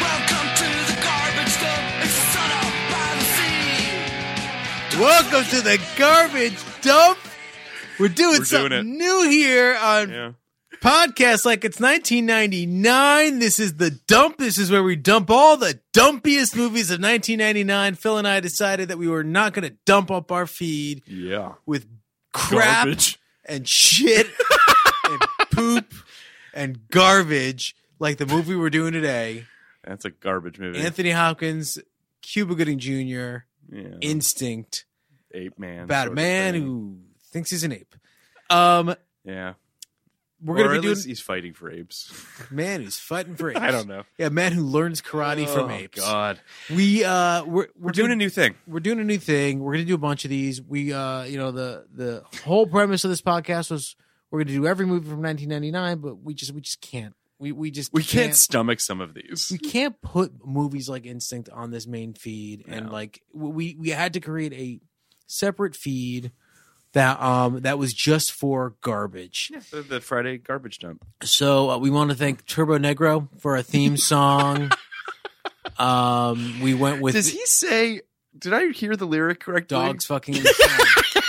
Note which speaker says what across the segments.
Speaker 1: Welcome to the garbage dump. It's the sun out by the sea.
Speaker 2: Welcome to the garbage dump. We're doing
Speaker 3: We're doing
Speaker 2: something
Speaker 3: it.
Speaker 2: new here on
Speaker 3: Yeah.
Speaker 2: podcast like it's 1999. This is the dump. This is where we dump all the dumpiest movies of 1999. Phil and I decided that we were not going to dump up our feed
Speaker 3: Yeah.
Speaker 2: with crap
Speaker 3: Garbage.
Speaker 2: and shit and poop and garbage like the movie we're doing today.
Speaker 3: That's a garbage movie.
Speaker 2: Anthony Hopkins, Cuba Gooding Jr.,
Speaker 3: yeah.
Speaker 2: Instinct,
Speaker 3: ape man.
Speaker 2: about
Speaker 3: sort
Speaker 2: a
Speaker 3: of
Speaker 2: man
Speaker 3: thing.
Speaker 2: who thinks he's an ape. Um,
Speaker 3: Yeah.
Speaker 2: we're
Speaker 3: Or
Speaker 2: going to
Speaker 3: at
Speaker 2: be doing
Speaker 3: least he's fighting for apes.
Speaker 2: man who's fighting for apes.
Speaker 3: I don't know.
Speaker 2: Yeah, man who learns karate from
Speaker 3: Oh,
Speaker 2: apes.
Speaker 3: God.
Speaker 2: We uh we're we're,
Speaker 3: We're doing a new thing.
Speaker 2: we're doing a new thing. We're gonna do a bunch of these. We uh you know the the whole premise of this podcast was we're gonna do every movie from 1999, but we just we just can't. We we just
Speaker 3: We can't stomach some of these.
Speaker 2: we can't put movies like Instinct on this main feed, and
Speaker 3: No.
Speaker 2: like we we had to create a separate feed that um that was just for garbage.
Speaker 3: The, the Friday garbage dump.
Speaker 2: So uh, we want to thank Turbo Negro for our theme song. um, we went with
Speaker 3: Does he say? Did I hear the lyric correctly?
Speaker 2: dogs fucking. In the sun.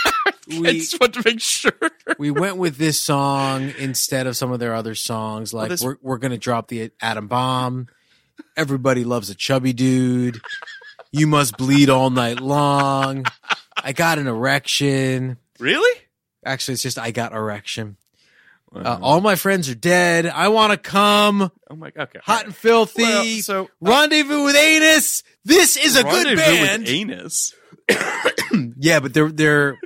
Speaker 3: I
Speaker 2: we
Speaker 3: just want to make sure.
Speaker 2: we went with this song instead of some of their other songs. Like
Speaker 3: this-
Speaker 2: we're we're gonna drop the atom bomb. Everybody loves a chubby dude. You must bleed all night long. I got an erection.
Speaker 3: Really?
Speaker 2: Actually, it's just I got erection. Uh,
Speaker 3: Mm-hmm.
Speaker 2: all my friends are dead. I want to come.
Speaker 3: oh my. Okay.
Speaker 2: Hot and filthy.
Speaker 3: Well, so uh,
Speaker 2: Rendezvous with Anus. This is a
Speaker 3: Rendezvous
Speaker 2: good band.
Speaker 3: With anus.
Speaker 2: Yeah, but their their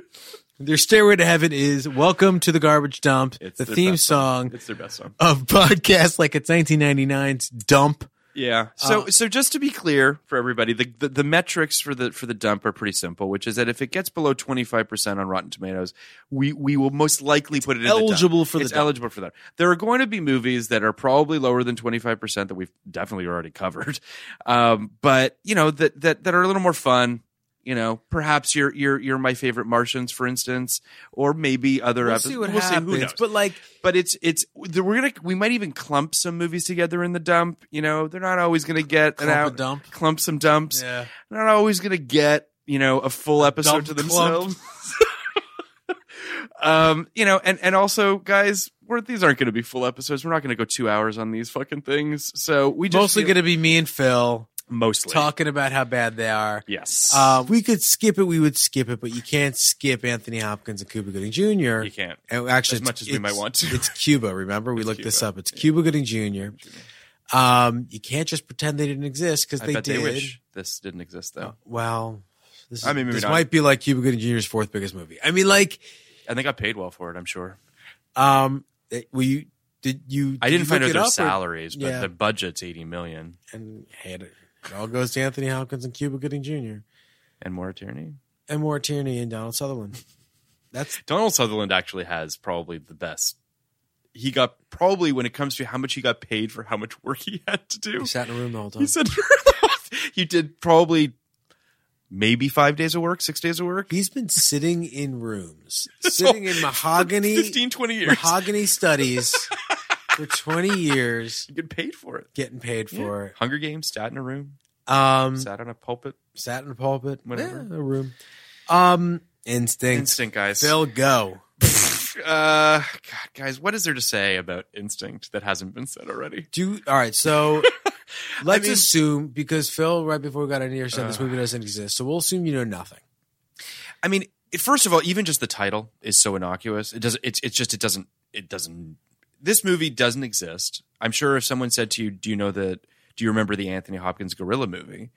Speaker 2: their stairway to heaven is Welcome to the Garbage Dump,
Speaker 3: It's
Speaker 2: the
Speaker 3: their
Speaker 2: theme
Speaker 3: best
Speaker 2: song
Speaker 3: It's their best song.
Speaker 2: of podcast like it's 1999's dump.
Speaker 3: Yeah. So
Speaker 2: Uh,
Speaker 3: so just to be clear for everybody, the, the the metrics for the for the dump are pretty simple, which is that if it gets below twenty five percent on Rotten Tomatoes, we we will most likely put it in
Speaker 2: eligible
Speaker 3: the dump.
Speaker 2: for the
Speaker 3: it's
Speaker 2: dump.
Speaker 3: eligible for that. There are going to be movies that are probably lower than twenty five percent that we've definitely already covered, um, but you know that that that are a little more fun. You know, perhaps you're you're you're my favorite Martians, for instance, or maybe other
Speaker 2: We'll
Speaker 3: episodes.
Speaker 2: see what
Speaker 3: we'll
Speaker 2: happens.
Speaker 3: See, who knows?
Speaker 2: But like
Speaker 3: but it's it's we're gonna we might even clump some movies together in the dump. You know, they're not always gonna get
Speaker 2: Clump
Speaker 3: an
Speaker 2: a
Speaker 3: out
Speaker 2: dump?
Speaker 3: clump some dumps.
Speaker 2: Yeah.
Speaker 3: They're not always gonna get you know a full episode
Speaker 2: dump
Speaker 3: to
Speaker 2: clump.
Speaker 3: themselves. um, you know, and and also guys, we're, these aren't gonna be full episodes. We're not gonna go two hours on these fucking things. So we just
Speaker 2: mostly going to be me and Phil
Speaker 3: mostly
Speaker 2: talking about how bad they are.
Speaker 3: Yes,
Speaker 2: Uh, we could skip it, we would skip it, but you can't skip Anthony Hopkins and Cuba Gooding Jr.
Speaker 3: you can't.
Speaker 2: And actually, it's-
Speaker 3: As much as we
Speaker 2: it's-
Speaker 3: might want to.
Speaker 2: It's Cuba. Remember, we looked this
Speaker 3: Cuba.
Speaker 2: up. It's Cuba Gooding Jr. Um, you can't just pretend they didn't exist because
Speaker 3: I
Speaker 2: they
Speaker 3: bet
Speaker 2: did.
Speaker 3: they wish this didn't exist though.
Speaker 2: Well, stuff. This, is,
Speaker 3: I mean, maybe
Speaker 2: this
Speaker 3: not.
Speaker 2: might be like Cuba Gooding Jr.'s fourth biggest movie. I mean, like,
Speaker 3: and they got paid well for it. I'm sure.
Speaker 2: um, it- were you did you?
Speaker 3: I
Speaker 2: did you
Speaker 3: didn't find
Speaker 2: look
Speaker 3: out
Speaker 2: it
Speaker 3: their
Speaker 2: up, or-
Speaker 3: salaries, but
Speaker 2: yeah.
Speaker 3: the budget's 80 million
Speaker 2: And had it. It all goes to Anthony Hopkins and Cuba Gooding Jr.
Speaker 3: and more tyranny.
Speaker 2: and Maura Tierney and Donald Sutherland. That's
Speaker 3: Donald Sutherland actually has probably the best. He got probably when it comes to how much he got paid for how much work he had to do.
Speaker 2: he sat in a room the whole time.
Speaker 3: He said he did probably maybe five days of work, six days of work,
Speaker 2: He's been sitting in rooms, sitting in mahogany,
Speaker 3: 15, 20 years.
Speaker 2: mahogany studies for 20 years,
Speaker 3: He get paid for it.
Speaker 2: getting paid for
Speaker 3: Yeah. Hunger Games, sat in a room,
Speaker 2: it. Um,
Speaker 3: sat on a pulpit.
Speaker 2: sat in a pulpit,
Speaker 3: Whatever.
Speaker 2: Yeah, a room. Um, instinct.
Speaker 3: Instinct, guys.
Speaker 2: Phil, go.
Speaker 3: Uh, God, guys, what is there to say about instinct that hasn't been said already?
Speaker 2: Do all right. So let's
Speaker 3: mean-
Speaker 2: assume because Phil, right before we got in here, said this
Speaker 3: Ugh.
Speaker 2: movie doesn't exist. So we'll assume you know nothing.
Speaker 3: I mean, it- first of all, even just the title is so innocuous. It doesn't. It's it's just it doesn't. It doesn't. This movie doesn't exist. I'm sure if someone said to you, "Do you know the? Do you remember the Anthony Hopkins Gorilla movie?"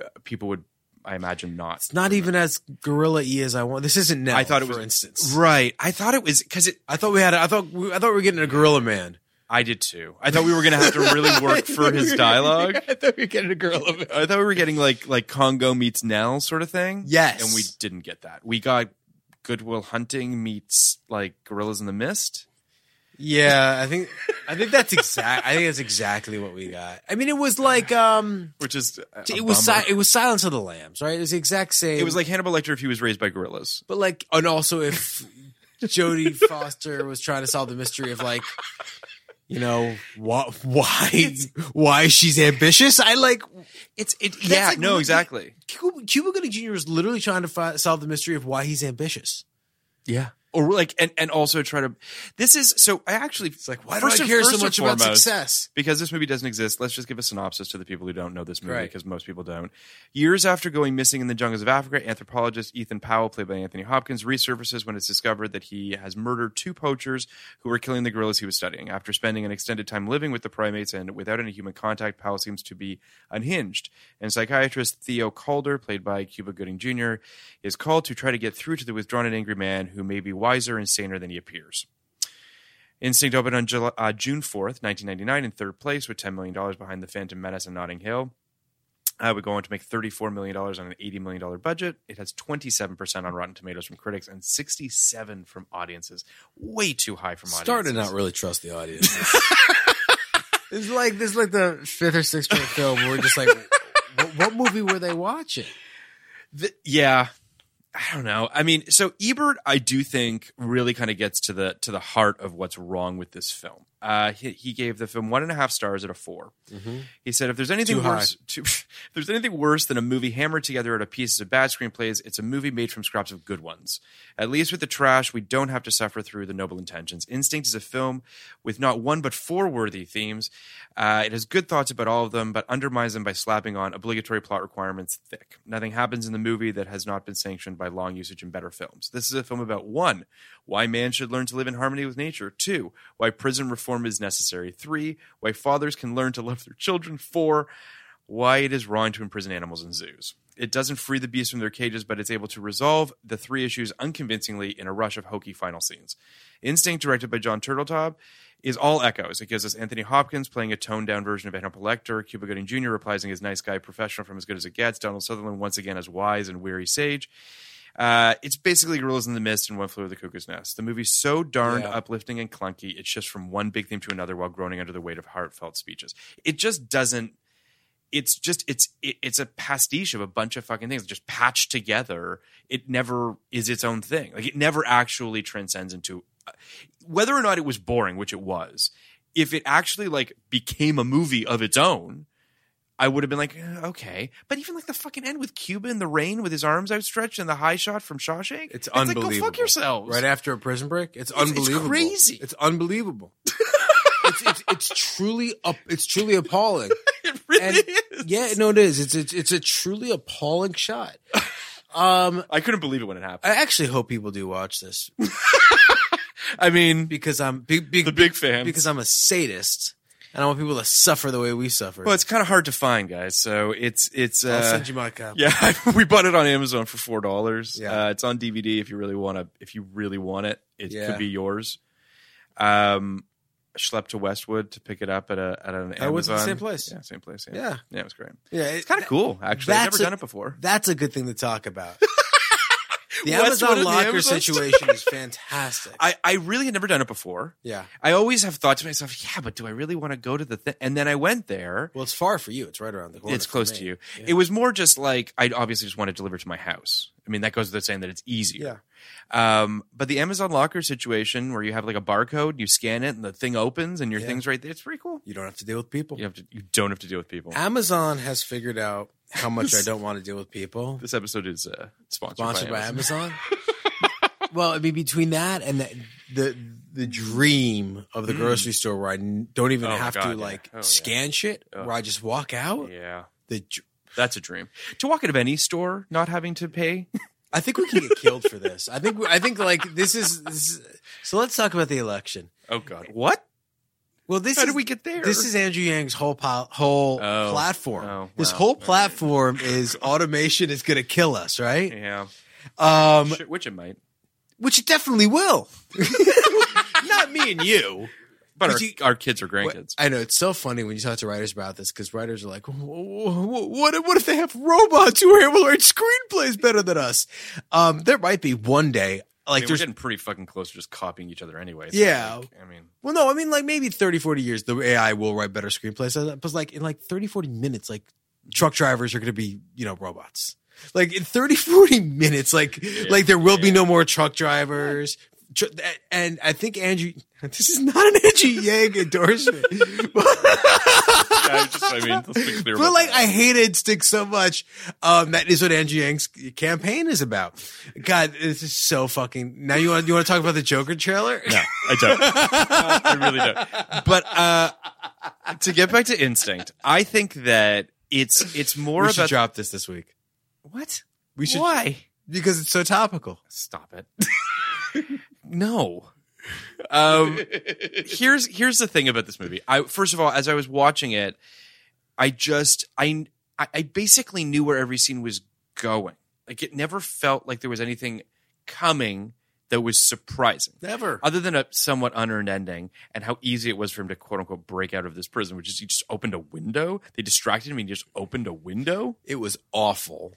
Speaker 3: Uh, people would, I imagine, not.
Speaker 2: It's not even as gorilla y as I want. This isn't now.
Speaker 3: I thought it
Speaker 2: for
Speaker 3: was-
Speaker 2: instance.
Speaker 3: right. I thought it was because it.
Speaker 2: I thought we had. A, I thought we, I thought we were getting a gorilla man.
Speaker 3: I did too. I thought we were gonna have to really work for his dialogue.
Speaker 2: I thought we were getting a gorilla man.
Speaker 3: I thought we were getting like like Congo meets Nell sort of thing.
Speaker 2: Yes.
Speaker 3: and we didn't get that. We got Goodwill Hunting meets like Gorillas in the Mist.
Speaker 2: Yeah, I think I think that's exact. I think that's exactly what we got. I mean, it was like um,
Speaker 3: which is a- a
Speaker 2: it was
Speaker 3: bummer.
Speaker 2: si- it was Silence of the Lambs, right? It was the exact same.
Speaker 3: it was like Hannibal Lecter if he was raised by gorillas.
Speaker 2: but like, and also if Jodie Foster was trying to solve the mystery of like, you know, wh- why why she's ambitious, I like.
Speaker 3: It's it
Speaker 2: yeah, no,
Speaker 3: exactly.
Speaker 2: Cuba, Cuba Gooding Jr. was literally trying to fi- solve the mystery of why he's ambitious.
Speaker 3: Yeah. Or like and and also try to this is so I actually it's like
Speaker 2: Why do I care so much about success?
Speaker 3: because this movie doesn't exist, let's just give a synopsis to the people who don't know this movie
Speaker 2: Right.
Speaker 3: because most people don't. Years after going missing in the jungles of Africa, anthropologist Ethan Powell, played by Anthony Hopkins, resurfaces when it's discovered that he has murdered two poachers who were killing the gorillas he was studying. After spending an extended time living with the primates and without any human contact, Powell seems to be unhinged. And psychiatrist Theo Calder, played by Cuba Gooding Jr., is called to try to get through to the withdrawn and angry man who may be wiser and saner than he appears. Instinct opened on July, uh, June 4th, 1999, in third place with $10 million behind The Phantom Menace and Notting Hill. Uh, would go on to make $34 million on an $80 million budget. It has 27% on Rotten Tomatoes from critics and 67 from audiences. Way too high from audiences.
Speaker 2: Started not really trust the audience. it's like this, is like the fifth or sixth grade film. Where we're just like, what, what movie were they watching?
Speaker 3: Th- yeah i don't know i mean so ebert i do think really kind of gets to the to the heart of what's wrong with this film uh he, he gave the film one and a half stars out of 4 he said if there's anything
Speaker 2: Mm-hmm. Too high.
Speaker 3: worse too, if there's anything worse than a movie hammered together out of pieces of bad screenplays it's a movie made from scraps of good ones at least with the trash we don't have to suffer through the noble intentions instinct is a film with not one but four worthy themes uh, it has good thoughts about all of them, but undermines them by slapping on obligatory plot requirements thick. Nothing happens in the movie that has not been sanctioned by long usage in better films. This is a film about one, why man should learn to live in harmony with nature, two, why prison reform is necessary, three, why fathers can learn to love their children, four, why it is wrong to imprison animals in zoos. It doesn't free the beasts from their cages, but it's able to resolve the three issues unconvincingly in a rush of hokey final scenes. Instinct, directed by John Turteltaub, is all echoes. It gives us Anthony Hopkins playing a toned down version of Hannibal Lecter, Cuba Gooding Jr. reprising his nice guy professional from As Good as It Gets, Donald Sutherland once again as wise and weary sage. Uh, it's basically Gorillas in the Mist and One Flew Over the Cuckoo's Nest. The movie's so darned
Speaker 2: Yeah.
Speaker 3: uplifting and clunky, it shifts from one big theme to another while groaning under the weight of heartfelt speeches. It just doesn't it's just it's it, it's a pastiche of a bunch of fucking things just patched together it never is its own thing like it never actually transcends into uh, whether or not it was boring which it was if it actually like became a movie of its own i would have been like eh, okay but even like the fucking end with cuba in the rain with his arms outstretched and the high shot from shawshank
Speaker 2: It's
Speaker 3: like,
Speaker 2: unbelievable.
Speaker 3: go fuck yourselves
Speaker 2: Right after a prison break, it's,
Speaker 3: It's- it's
Speaker 2: unbelievable.
Speaker 3: crazy.
Speaker 2: It's unbelievable. it's, it's, it's truly up. It's truly appalling.
Speaker 3: it really
Speaker 2: And
Speaker 3: is.
Speaker 2: yeah, no, it is. It's it's, it's a truly appalling shot. Um,
Speaker 3: i couldn't believe it when it
Speaker 2: I
Speaker 3: happened
Speaker 2: actually hope people do watch this
Speaker 3: i, mean
Speaker 2: because I'm big, big,
Speaker 3: the big fan
Speaker 2: because I'm a sadist I don't want people to suffer the way we suffer.
Speaker 3: Well, it's kind of hard to find, guys. So it's it's.
Speaker 2: I'll
Speaker 3: Uh,
Speaker 2: send you my copy.
Speaker 3: yeah, we bought it on Amazon for four dollars.
Speaker 2: Yeah.
Speaker 3: Uh, it's on DVD if you really want to. If you really want it, it
Speaker 2: Yeah.
Speaker 3: could be yours. Um, schlepped to Westwood to pick it up at a at an Amazon.
Speaker 2: Oh, was it the same place?
Speaker 3: Yeah, same place. Yeah,
Speaker 2: Yeah.
Speaker 3: yeah it was great.
Speaker 2: Yeah, it-
Speaker 3: It's kind of cool, actually. I've
Speaker 2: That's
Speaker 3: never
Speaker 2: a-
Speaker 3: done it before.
Speaker 2: That's a good thing to talk about. The
Speaker 3: Westwood
Speaker 2: Amazon
Speaker 3: and the
Speaker 2: locker
Speaker 3: Amazon store.
Speaker 2: situation is fantastic.
Speaker 3: I, I really had never done it before.
Speaker 2: yeah.
Speaker 3: I always have thought to myself, yeah, but do I really want to go to the thing? And then I went there.
Speaker 2: Well, it's far for you. It's right around the corner.
Speaker 3: it's
Speaker 2: for
Speaker 3: close
Speaker 2: me.
Speaker 3: to you.
Speaker 2: Yeah.
Speaker 3: It was more just like I obviously just want to deliver to my house. I mean, that goes without saying that it's easier. Yeah. Um, but the Amazon locker situation where you have like a barcode, you scan it, and the thing opens, and your
Speaker 2: Yeah.
Speaker 3: thing's right there. It's pretty cool.
Speaker 2: You don't have to deal with people.
Speaker 3: You have to, you don't have to deal with people.
Speaker 2: Amazon has figured out how much I don't want to deal with people.
Speaker 3: This episode is uh, sponsored,
Speaker 2: Sponsored
Speaker 3: by,
Speaker 2: by
Speaker 3: Amazon.
Speaker 2: Amazon. well, I mean, between that and the the, the dream of the grocery store where I n- don't even
Speaker 3: Mm. Oh my
Speaker 2: have
Speaker 3: God,
Speaker 2: to
Speaker 3: yeah.
Speaker 2: like
Speaker 3: Oh, yeah.
Speaker 2: scan shit,
Speaker 3: Oh.
Speaker 2: where I just walk out.
Speaker 3: Yeah,
Speaker 2: The dr-
Speaker 3: that's a dream. To walk out of any store, not having to pay.
Speaker 2: I think we can get killed for this. I think we, I think like this is, this is so. Let's talk about the election.
Speaker 3: Oh God, what?
Speaker 2: Well, this
Speaker 3: How
Speaker 2: is,
Speaker 3: did we get there?
Speaker 2: This is Andrew Yang's whole pol- whole
Speaker 3: Oh.
Speaker 2: platform.
Speaker 3: Oh,
Speaker 2: This
Speaker 3: wow.
Speaker 2: whole platform is automation is going to kill us, right?
Speaker 3: yeah,
Speaker 2: Um,
Speaker 3: Sure, which it might.
Speaker 2: which it definitely will. Not me and you.
Speaker 3: But
Speaker 2: But
Speaker 3: our,
Speaker 2: you-
Speaker 3: our kids are
Speaker 2: What-
Speaker 3: grandkids.
Speaker 2: I know it's so funny when you talk to writers about this because writers are like, "Wh- wh- wh- "What? if- What if they have robots who are able to write screenplays better than us?" Um, there might be one day,
Speaker 3: I
Speaker 2: like
Speaker 3: mean, we're
Speaker 2: there's
Speaker 3: getting pretty fucking close to just copying each other anyway. It's
Speaker 2: Yeah.
Speaker 3: like, I mean,
Speaker 2: Well, no, I mean, like maybe 30, 40 years, the AI will write better screenplays. uh, But like in like 30, 40 minutes, like truck drivers are going to be, you know, robots. Like in 30, 40 minutes, like, like there will be no more truck drivers. Tr- And I think Andrew, this is not an Andrew Yang endorsement,
Speaker 3: yeah, it's just, I mean, let's be clear.
Speaker 2: but
Speaker 3: about
Speaker 2: like
Speaker 3: that.
Speaker 2: I hated Stick so much. Um, that is what Andrew Yang's campaign is about. God, this is so fucking. Now you want you want to talk about the Joker trailer?
Speaker 3: no, I don't. I really don't. But uh, to get back to instinct, I think that it's it's more
Speaker 2: we should
Speaker 3: about
Speaker 2: drop this this week
Speaker 3: what
Speaker 2: We should-
Speaker 3: why
Speaker 2: because it's so topical.
Speaker 3: stop it. no. Um, here's here's the thing about this movie. I first of all, as I was watching it, I just I I I basically knew where every scene was going. Like it never felt like there was anything coming that was surprising.
Speaker 2: Never.
Speaker 3: Other than a somewhat unearned ending and how easy it was for him to quote unquote break out of this prison, which is he just opened a window. They distracted him and he just opened a window.
Speaker 2: It was awful.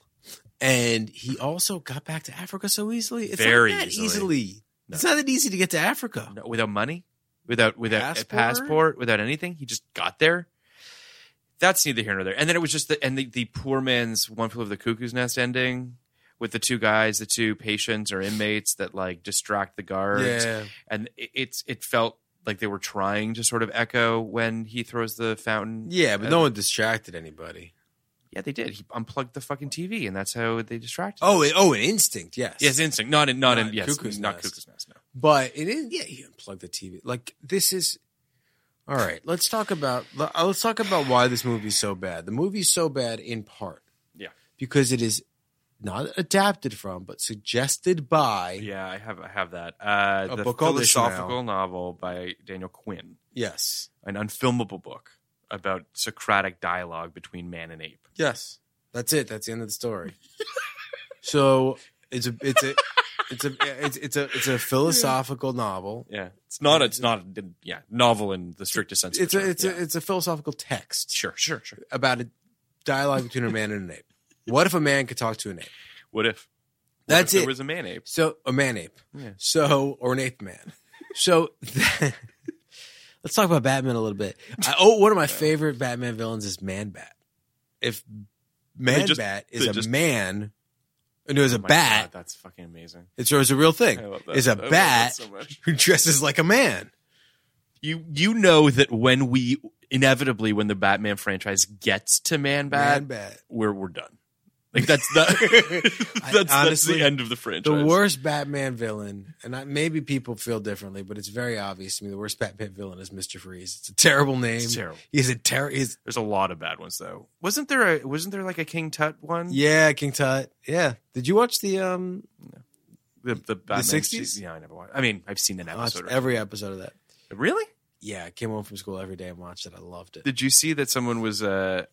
Speaker 2: And he also got back to Africa so easily. It's
Speaker 3: Very
Speaker 2: not that
Speaker 3: easily.
Speaker 2: easily. It's not that easy to get to Africa.
Speaker 3: No, without money, without without a
Speaker 2: Passport?
Speaker 3: passport, without anything. He just got there. That's neither here nor there. And then it was just the and the, the poor man's one flew of the cuckoo's nest ending with the two guys, the two patients or inmates that like distract the guards. And it, it's it felt like they were trying to sort of echo when he throws the fountain.
Speaker 2: Yeah, but no one distracted anybody.
Speaker 3: Yeah, they did. He unplugged the fucking TV, and that's how they distracted. him.
Speaker 2: Oh, it, oh, an instinct, yes.
Speaker 3: yes, instinct. Not in not, in
Speaker 2: Not
Speaker 3: yes,
Speaker 2: Cuckoo's
Speaker 3: not
Speaker 2: Nest.
Speaker 3: cuckoo's nest. No.
Speaker 2: But it is, yeah, you unplug the TV. Like, this is. All right, let's talk about uh, let's talk about why this movie's so bad. The movie's so bad in part
Speaker 3: Yeah.
Speaker 2: because it is not adapted from, but suggested by.
Speaker 3: Yeah, I have I have that. Uh,
Speaker 2: A
Speaker 3: the
Speaker 2: book called
Speaker 3: philosophical
Speaker 2: Ishmael.
Speaker 3: novel by Daniel Quinn,
Speaker 2: Yes,
Speaker 3: an unfilmable book about Socratic dialogue between man and ape.
Speaker 2: Yes, that's it. That's the end of the story. so it's a it's a it's a it's, it's a it's a philosophical novel.
Speaker 3: Yeah, it's not a, it's not a, yeah novel in the strictest sense. of
Speaker 2: It's
Speaker 3: the term.
Speaker 2: a it's
Speaker 3: Yeah.
Speaker 2: a it's a philosophical text
Speaker 3: sure sure sure.
Speaker 2: about a dialogue between a man and an ape. What if a man could talk to an ape?
Speaker 3: What if what
Speaker 2: That's
Speaker 3: if
Speaker 2: it.
Speaker 3: There was a man ape.
Speaker 2: So a man ape.
Speaker 3: Yeah.
Speaker 2: So or an ape man. So let's talk about Batman a little bit. I, oh, one of my favorite Batman villains is Man Bat. If Man
Speaker 3: just-
Speaker 2: Bat
Speaker 3: they
Speaker 2: is a
Speaker 3: just-
Speaker 2: man, and it was a
Speaker 3: Oh my
Speaker 2: bat.
Speaker 3: God, that's fucking amazing.
Speaker 2: It's, it's a real thing.
Speaker 3: I love that.
Speaker 2: It's
Speaker 3: I
Speaker 2: a
Speaker 3: love that
Speaker 2: bat
Speaker 3: so much.
Speaker 2: who dresses like a man.
Speaker 3: You you know that when we inevitably when the Batman franchise gets to man bat,
Speaker 2: Man bat.
Speaker 3: we're we're done. Like that's the that's, that's
Speaker 2: honestly-
Speaker 3: the end of the franchise.
Speaker 2: The worst Batman villain, and I, maybe people feel differently, but it's very obvious to me. The worst Batman villain is Mister Freeze. It's a terrible name.
Speaker 3: It's terrible.
Speaker 2: He's a ter- he's
Speaker 3: There's a lot of bad ones though. Wasn't there a wasn't there like a King Tut one?
Speaker 2: yeah, King Tut. Yeah. Did you watch the um?
Speaker 3: the the Batman
Speaker 2: 60s?
Speaker 3: Yeah, I never watched. I mean, I've seen an
Speaker 2: I watched
Speaker 3: episode. or-
Speaker 2: every episode of that.
Speaker 3: really?
Speaker 2: yeah, I came home from school every day and watched it. I loved it.
Speaker 3: Did you see that someone was uh,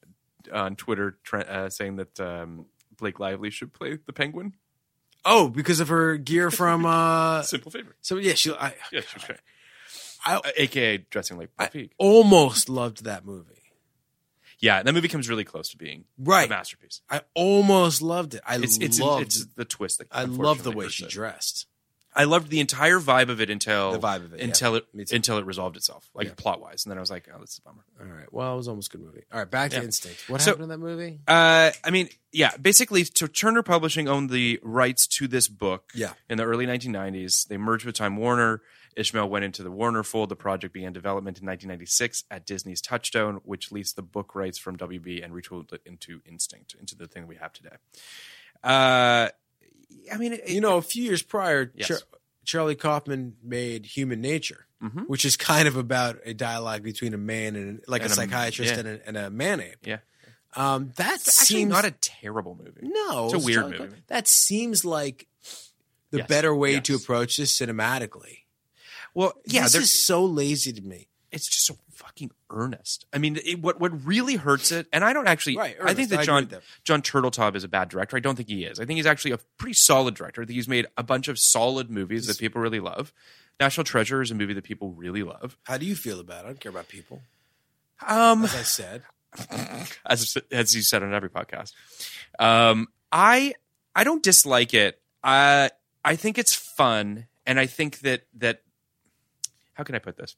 Speaker 3: on Twitter tra- uh, saying that um, Blake Lively should play the Penguin?
Speaker 2: Oh, because of her gear from uh
Speaker 3: Simple favor.
Speaker 2: so yeah, she I,
Speaker 3: Yeah, she was great.
Speaker 2: I
Speaker 3: Uh, AKA dressing like Buffy.
Speaker 2: almost loved that movie.
Speaker 3: yeah, that movie comes really close to being
Speaker 2: Right.
Speaker 3: a masterpiece.
Speaker 2: I almost loved it. I
Speaker 3: It's it's,
Speaker 2: loved
Speaker 3: it's the twist. That
Speaker 2: I love the
Speaker 3: unfortunately
Speaker 2: way
Speaker 3: hurts
Speaker 2: she
Speaker 3: it.
Speaker 2: dressed.
Speaker 3: I loved the entire vibe of it until
Speaker 2: The vibe of it, yeah.
Speaker 3: until
Speaker 2: Me
Speaker 3: it
Speaker 2: too.
Speaker 3: until it resolved itself, like
Speaker 2: Yeah.
Speaker 3: plot wise, and then I was like, oh, that's a bummer.
Speaker 2: All right. Well, it was almost a good movie. All right, back
Speaker 3: Yeah.
Speaker 2: to Instinct. What
Speaker 3: So-
Speaker 2: happened in that movie?
Speaker 3: Uh, I mean, yeah, basically, so Turner Publishing owned the rights to this book.
Speaker 2: Yeah.
Speaker 3: In the early 1990s, they merged with Time Warner. Ishmael went into the Warner fold. The project began development in 1996 at Disney's Touchstone, which leased the book rights from WB and retooled it into Instinct, into the thing we have today. Uh, I mean, it,
Speaker 2: you know, a few years prior,
Speaker 3: Yes.
Speaker 2: Char- Charlie Kaufman made Human Nature,
Speaker 3: Mhm.
Speaker 2: which is kind of about a dialogue between a man and an- like
Speaker 3: And
Speaker 2: a
Speaker 3: a-
Speaker 2: psychiatrist
Speaker 3: yeah.
Speaker 2: and, a, and a man ape.
Speaker 3: Yeah.
Speaker 2: Um, that
Speaker 3: it's actually
Speaker 2: seems
Speaker 3: not a terrible movie.
Speaker 2: no.
Speaker 3: it's a weird
Speaker 2: Charlie Kauf-
Speaker 3: movie.
Speaker 2: That seems like the
Speaker 3: Yes.
Speaker 2: better way to
Speaker 3: Yes.
Speaker 2: approach this cinematically.
Speaker 3: Well, yeah,
Speaker 2: this
Speaker 3: there-
Speaker 2: is so lazy to me.
Speaker 3: it's just so fucking earnest. I mean, it, what what really hurts it, and I don't actually.
Speaker 2: Right,
Speaker 3: I
Speaker 2: earnest.
Speaker 3: think that
Speaker 2: I
Speaker 3: John
Speaker 2: agree with
Speaker 3: John Turteltaub is a bad director. I don't think he is. I think he's actually a pretty solid director. I think he's made a bunch of solid movies that people really love. National Treasure is a movie that people really love.
Speaker 2: How do you feel about it? I don't care about people,
Speaker 3: Um,
Speaker 2: as I said.
Speaker 3: as as you said on every podcast. Um, I I don't dislike it. I I think it's fun, and I think that that how can I put this?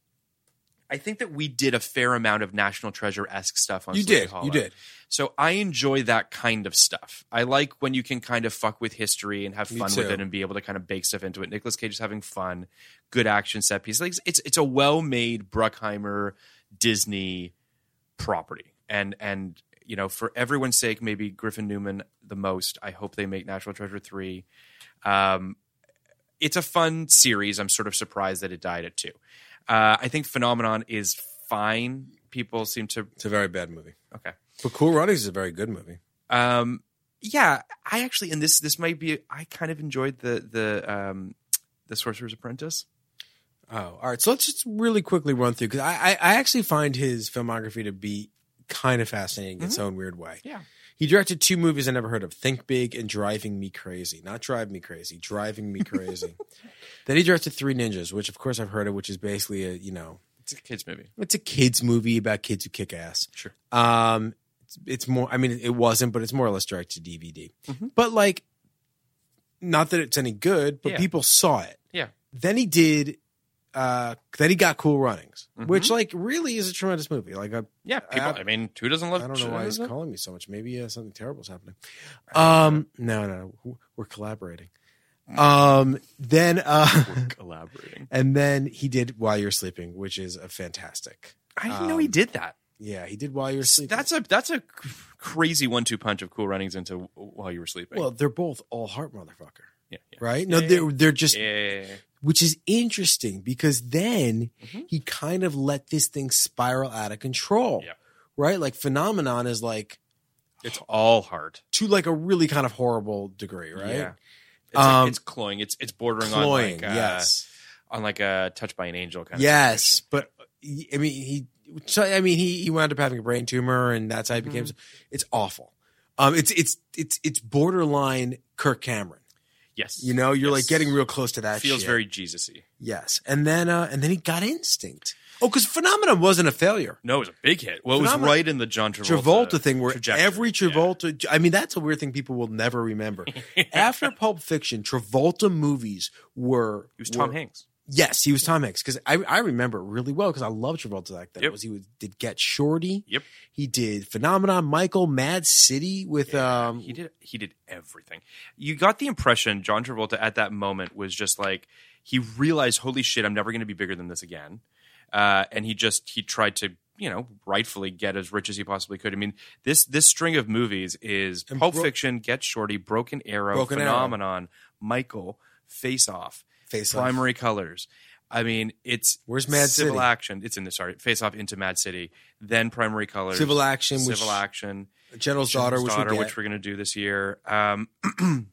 Speaker 3: I think that we did a fair amount of National Treasure esque stuff on
Speaker 2: You
Speaker 3: Sleepy
Speaker 2: did.
Speaker 3: Hollow.
Speaker 2: You did.
Speaker 3: So I enjoy that kind of stuff. I like when you can kind of fuck with history and have
Speaker 2: Me
Speaker 3: fun
Speaker 2: too.
Speaker 3: with it and be able to kind of bake stuff into it. Nicolas Cage is having fun, good action set piece. Like it's- it's it's a well made Bruckheimer Disney property. And and you know, for everyone's sake, maybe Griffin Newman the most. I hope they make National Treasure three. Um, it's a fun series. I'm sort of surprised that it died at two. Uh, I think Phenomenon is fine. People seem to
Speaker 2: It's a very bad movie.
Speaker 3: okay.
Speaker 2: But Cool Runnings is a very good movie.
Speaker 3: Um, yeah, I actually, and this this might be, I kind of enjoyed the the um, the Sorcerer's Apprentice.
Speaker 2: Oh, all right. So let's just really quickly run through because I, I I actually find his filmography to be kind of fascinating in its own weird way.
Speaker 3: Yeah.
Speaker 2: He directed two movies I never heard of: Think Big and Driving Me Crazy. Not Drive Me Crazy, Driving Me Crazy. then he directed Three Ninjas, which of course I've heard of, which is basically a you know
Speaker 3: It's a kids movie.
Speaker 2: it's a kids movie about kids who kick ass.
Speaker 3: Sure.
Speaker 2: Um, it's, it's more. I mean, it wasn't, but it's more or less direct to DVD.
Speaker 3: Mm-hmm.
Speaker 2: But like, not that it's any good, but
Speaker 3: Yeah.
Speaker 2: people saw it.
Speaker 3: Yeah.
Speaker 2: Then he did. Uh, then he got Cool Runnings,
Speaker 3: Mm-hmm.
Speaker 2: which like really is a tremendous movie. Like I,
Speaker 3: Yeah, people.
Speaker 2: Uh,
Speaker 3: I mean, who doesn't
Speaker 2: I
Speaker 3: love?
Speaker 2: don't know why he's
Speaker 3: doesn't-
Speaker 2: calling me so much. Maybe uh, something terrible's happening. Um, no, no, no, we're collaborating. Um, then uh,
Speaker 3: Elaborating.
Speaker 2: and then he did While You're Sleeping, which is a fantastic.
Speaker 3: I didn't know he
Speaker 2: Um,
Speaker 3: did that.
Speaker 2: Yeah, he did While You're Sleeping.
Speaker 3: That's a that's a crazy one-two punch of Cool Runnings into While You Were Sleeping.
Speaker 2: Well, they're both all heart motherfucker,
Speaker 3: yeah, yeah.
Speaker 2: right? No, they're they're just
Speaker 3: Yeah, yeah, yeah, yeah.
Speaker 2: which is interesting because then
Speaker 3: Mm-hmm.
Speaker 2: he kind of let this thing spiral out of control,
Speaker 3: Yeah.
Speaker 2: right? Like phenomenon is like
Speaker 3: It's all hard.
Speaker 2: to like a really kind of horrible degree, right?
Speaker 3: Yeah. It's, like-
Speaker 2: Um,
Speaker 3: it's cloying. It's it's bordering
Speaker 2: Cloying,
Speaker 3: on like uh,
Speaker 2: yes,
Speaker 3: on like a touch by an angel kind of
Speaker 2: yes,
Speaker 3: situation.
Speaker 2: but y- I mean he, so, I mean he he wound up having a brain tumor, and that's how he became. It's awful. Um, it's it's it's it's borderline Kirk Cameron.
Speaker 3: yes.
Speaker 2: You know, you're
Speaker 3: Yes.
Speaker 2: like getting real close to that.
Speaker 3: feels
Speaker 2: shit.
Speaker 3: very Jesusy.
Speaker 2: Yes, and then uh, and then he got instinct. Oh, because Phenomenon wasn't a failure.
Speaker 3: No, it was a big hit. Well, it was
Speaker 2: Phenomenal-
Speaker 3: right in the John Travolta,
Speaker 2: Travolta, thing where
Speaker 3: trajectory.
Speaker 2: every Travolta. I mean, that's a weird thing people will never remember. After Pulp Fiction, Travolta movies were.
Speaker 3: It was Tom
Speaker 2: were-
Speaker 3: Hanks.
Speaker 2: Yes, he was Tom Hanks because I, I remember it really well because I love Travolta back then.
Speaker 3: Yep.
Speaker 2: Was he was, did Get Shorty?
Speaker 3: Yep.
Speaker 2: He did Phenomenon, Michael, Mad City with um.
Speaker 3: he did. He did everything. You got the impression John Travolta at that moment was just like he realized, holy shit, I'm never going to be bigger than this again, uh, and he just he tried to you know rightfully get as rich as he possibly could. I mean this this string of movies is
Speaker 2: And
Speaker 3: Pulp
Speaker 2: Bro-
Speaker 3: Fiction, Get Shorty, Broken Arrow,
Speaker 2: Broken Arrow.
Speaker 3: Phenomenon, Michael, Face Off,
Speaker 2: Face Off.
Speaker 3: Primary Colors. I mean, it's
Speaker 2: Where's Mad
Speaker 3: Civil
Speaker 2: City?
Speaker 3: Action? It's in the sorry Face Off into Mad City, then Primary Colors,
Speaker 2: Civil Action, which-
Speaker 3: Civil Action,
Speaker 2: General's, Daughter,
Speaker 3: Children's
Speaker 2: which
Speaker 3: Daughter,
Speaker 2: we get.
Speaker 3: which we're going to do this year. Um,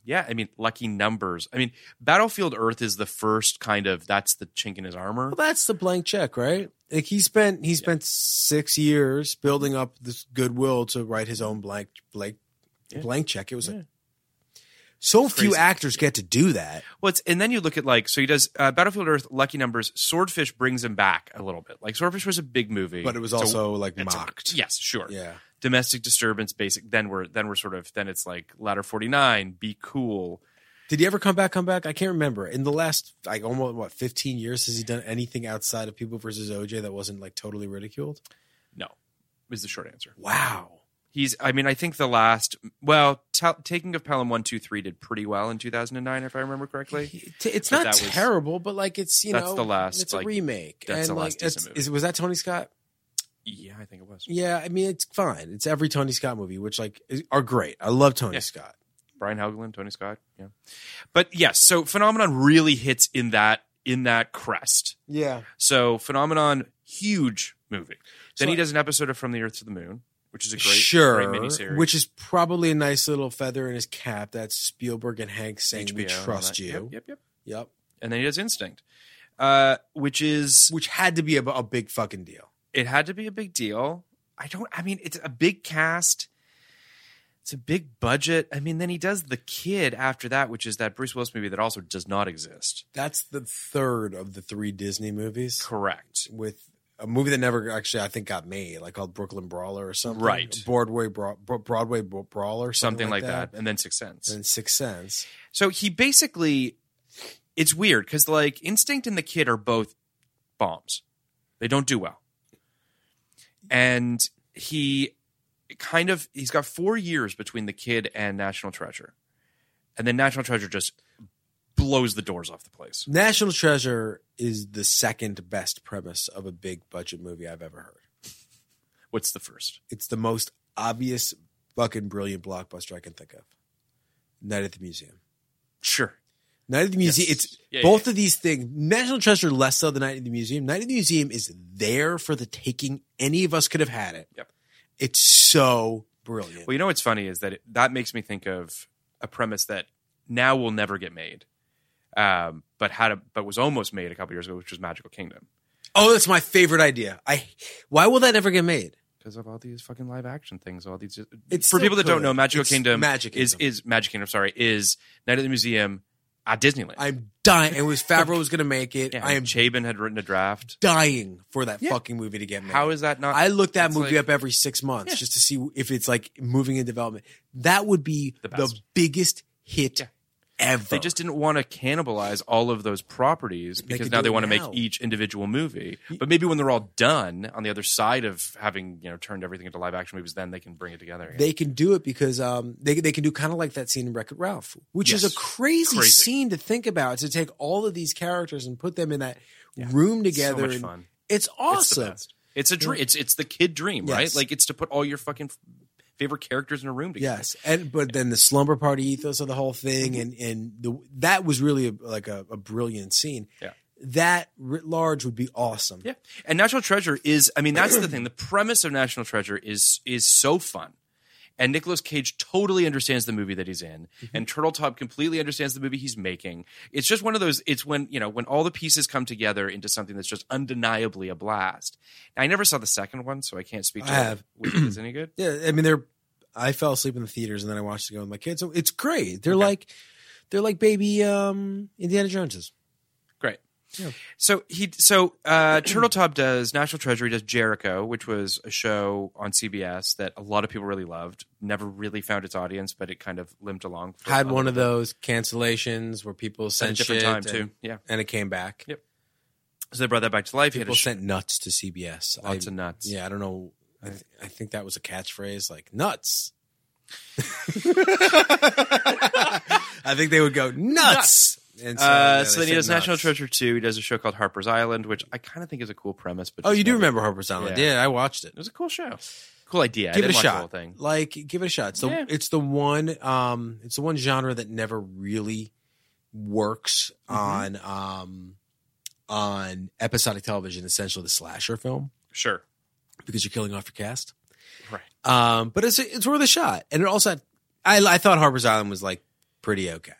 Speaker 3: yeah, I mean, lucky numbers. I mean, Battlefield Earth is the first kind of that's the chink in his armor.
Speaker 2: Well, that's the blank check, right? Like he spent he spent six years building up this goodwill to write his own blank blank blank check. It was like so few actors get to do that.
Speaker 3: Well, it's, and then you look at like so he does uh, Battlefield Earth, Lucky Numbers, Swordfish brings him back a little bit. Like Swordfish was a big movie,
Speaker 2: But it was
Speaker 3: So-
Speaker 2: also like
Speaker 3: it's a-
Speaker 2: mocked.
Speaker 3: yes, sure.
Speaker 2: Yeah.
Speaker 3: Domestic disturbance, basic. Then we're then we're sort of then it's like Ladder Forty Nine, Be Cool.
Speaker 2: Did he ever come back? Come back? I can't remember. In the last like almost what fifteen years has he done anything outside of People versus OJ that wasn't like totally ridiculed?
Speaker 3: No, is the short answer.
Speaker 2: Wow.
Speaker 3: He's. I mean, I think the last. Well, Ta- Taking of Pelham One Two Three did pretty well in two thousand and nine, if I remember correctly.
Speaker 2: He- It's
Speaker 3: But
Speaker 2: not
Speaker 3: that was-
Speaker 2: terrible, but like it's you
Speaker 3: That's
Speaker 2: know
Speaker 3: the last,
Speaker 2: It's
Speaker 3: like,
Speaker 2: a remake.
Speaker 3: that's
Speaker 2: and
Speaker 3: the
Speaker 2: like
Speaker 3: last decent
Speaker 2: it's-
Speaker 3: movie.
Speaker 2: is- was that Tony Scott?
Speaker 3: yeah, I think it was.
Speaker 2: Yeah, I mean it's fine. It's every Tony Scott movie, which like is, are great. I love Tony
Speaker 3: Yeah.
Speaker 2: Scott.
Speaker 3: Brian Helgeland, Tony Scott. Yeah, but yes. So Phenomenon really hits in that in that crest.
Speaker 2: Yeah,
Speaker 3: So Phenomenon, huge movie. Then
Speaker 2: So-
Speaker 3: he does an episode of From the Earth to the Moon, which is a great,
Speaker 2: sure.
Speaker 3: great miniseries.
Speaker 2: Which is probably a nice little feather in his cap. That's Spielberg and Hank saying
Speaker 3: HBO
Speaker 2: we
Speaker 3: and all
Speaker 2: trust
Speaker 3: that.
Speaker 2: you.
Speaker 3: Yep, yep, yep.
Speaker 2: Yep.
Speaker 3: And then he does Instinct, uh, which is
Speaker 2: Which had to be a, a big fucking deal.
Speaker 3: it had to be a big deal. I don't. I mean, it's a big cast. It's a big budget. I mean, then he does the kid after that, which is that Bruce Willis movie that also does not exist.
Speaker 2: That's the third of the three Disney movies
Speaker 3: Correct.
Speaker 2: with a movie that never actually I think got made, like called Brooklyn Brawler or something.
Speaker 3: Right.
Speaker 2: Broadway Bra- Bro- Broadway Bra- Brawler,
Speaker 3: Something, like that. and then Six Sense.
Speaker 2: and Sixth Sense.
Speaker 3: So he basically, it's weird because like Instinct and the Kid are both bombs. They don't do well, and he kind of he's got four years between the Kid and National Treasure, and then National Treasure just blows the doors off the place.
Speaker 2: National Treasure is the second best premise of a big budget movie I've ever heard.
Speaker 3: What's the first?
Speaker 2: It's the most obvious fucking brilliant blockbuster I can think of. Night at the Museum.
Speaker 3: Sure,
Speaker 2: Night at the
Speaker 3: Yes.
Speaker 2: Museum. It's
Speaker 3: Yeah,
Speaker 2: both
Speaker 3: yeah.
Speaker 2: of these things. National Treasure less so than Night at the Museum. Night at the Museum is there for the taking. Any of us could have had it.
Speaker 3: Yep.
Speaker 2: It's so brilliant.
Speaker 3: Well, you know what's funny is that it, that makes me think of a premise that now will never get made, um, but had a, but was almost made a couple years ago, which was Magical Kingdom.
Speaker 2: oh, that's my favorite idea. I. Why will that ever get made?
Speaker 3: because of all these fucking live action things. All these
Speaker 2: It
Speaker 3: for
Speaker 2: still
Speaker 3: people that don't
Speaker 2: could.
Speaker 3: know, Magical
Speaker 2: It's
Speaker 3: Kingdom,
Speaker 2: Magic
Speaker 3: is
Speaker 2: Kingdom.
Speaker 3: is Magic Kingdom. Sorry, is Night at the Museum at Disneyland.
Speaker 2: I'm dying. It was Favreau was going to make it.
Speaker 3: Yeah,
Speaker 2: I am
Speaker 3: Chabon had written a draft.
Speaker 2: dying for that
Speaker 3: Yeah.
Speaker 2: fucking movie to get made.
Speaker 3: How is that not?
Speaker 2: I look that
Speaker 3: it's
Speaker 2: movie
Speaker 3: like-
Speaker 2: up every six months
Speaker 3: Yeah.
Speaker 2: just to see if it's like moving in development. That would be
Speaker 3: The
Speaker 2: the,
Speaker 3: best.
Speaker 2: biggest hit
Speaker 3: Yeah.
Speaker 2: ever.
Speaker 3: They just didn't want to cannibalize all of those properties because
Speaker 2: could
Speaker 3: now
Speaker 2: do
Speaker 3: they
Speaker 2: it
Speaker 3: want to
Speaker 2: now.
Speaker 3: make each individual movie. But maybe when they're all done on the other side of having you know turned everything into live action movies, then they can bring it together. Again.
Speaker 2: they can do it because um, they they can do kind of like that scene in Wreck It Ralph, which is
Speaker 3: Yes.
Speaker 2: a crazy,
Speaker 3: Crazy.
Speaker 2: scene to think about to take all of these characters and put them in that room
Speaker 3: so
Speaker 2: together.
Speaker 3: much
Speaker 2: and
Speaker 3: fun.
Speaker 2: It's
Speaker 3: It's the
Speaker 2: awesome.
Speaker 3: best. It's a dream. It's it's the kid dream, right?
Speaker 2: Yes.
Speaker 3: Like it's to put all your fucking f- favorite characters in a room together.
Speaker 2: Yes, and but then the slumber party ethos of the whole thing,
Speaker 3: Mm-hmm.
Speaker 2: and and the that was really a, like a, a brilliant scene.
Speaker 3: Yeah.
Speaker 2: that writ large would be awesome.
Speaker 3: Yeah. And National Treasure is I mean that's the thing. The premise of National Treasure is is so fun. And Nicolas Cage totally understands the movie that he's in
Speaker 2: Mm-hmm.
Speaker 3: and Turtle Top completely understands the movie he's making. It's just one of those it's when, you know, when all the pieces come together into something that's just undeniably a blast. I never saw the second one, so I can't speak to
Speaker 2: I have.
Speaker 3: which is any good.
Speaker 2: Yeah, I mean they're. I fell asleep in the theaters and then I watched it again with my kids. So it's great. They're
Speaker 3: Okay.
Speaker 2: like, they're like baby um, Indiana Joneses.
Speaker 3: Great.
Speaker 2: Yeah.
Speaker 3: So he so uh, Turtle Top does National Treasure. He does Jericho, which was a show on CBS that a lot of people really loved. Never really found its audience, but it kind of limped along. for
Speaker 2: Had
Speaker 3: a
Speaker 2: one of
Speaker 3: little
Speaker 2: those cancellations where people
Speaker 3: bit. at a
Speaker 2: sent
Speaker 3: different
Speaker 2: shit
Speaker 3: time
Speaker 2: and,
Speaker 3: too. Yeah.
Speaker 2: and it came back.
Speaker 3: Yep. So they brought that back to life. He had
Speaker 2: People
Speaker 3: a sh-
Speaker 2: sent nuts to CBS.
Speaker 3: lots
Speaker 2: I,
Speaker 3: of nuts.
Speaker 2: Yeah, I don't know. I, th- I think that was a catchphrase like nuts. I think they would go nuts. And
Speaker 3: Uh,
Speaker 2: yeah, they
Speaker 3: so then he
Speaker 2: said
Speaker 3: does National
Speaker 2: nuts.
Speaker 3: Treasure 2. He does a show called Harper's Island, which I kind of think is a cool premise. But
Speaker 2: Oh,
Speaker 3: just
Speaker 2: you do
Speaker 3: never-
Speaker 2: remember Harper's Island?
Speaker 3: Yeah.
Speaker 2: Yeah, I watched it.
Speaker 3: It was a cool show, cool idea. I
Speaker 2: give it
Speaker 3: didn't
Speaker 2: a
Speaker 3: watch the whole
Speaker 2: shot.
Speaker 3: thing.
Speaker 2: Like, give it a shot. It's the
Speaker 3: Yeah.
Speaker 2: it's the one um it's the one genre that never really works
Speaker 3: Mm-hmm.
Speaker 2: on um on episodic television, essentially the slasher film,
Speaker 3: Sure.
Speaker 2: because you're killing off your cast.
Speaker 3: Right.
Speaker 2: Um, but it's it's worth a shot, and it also I I thought Harper's Island was like pretty okay.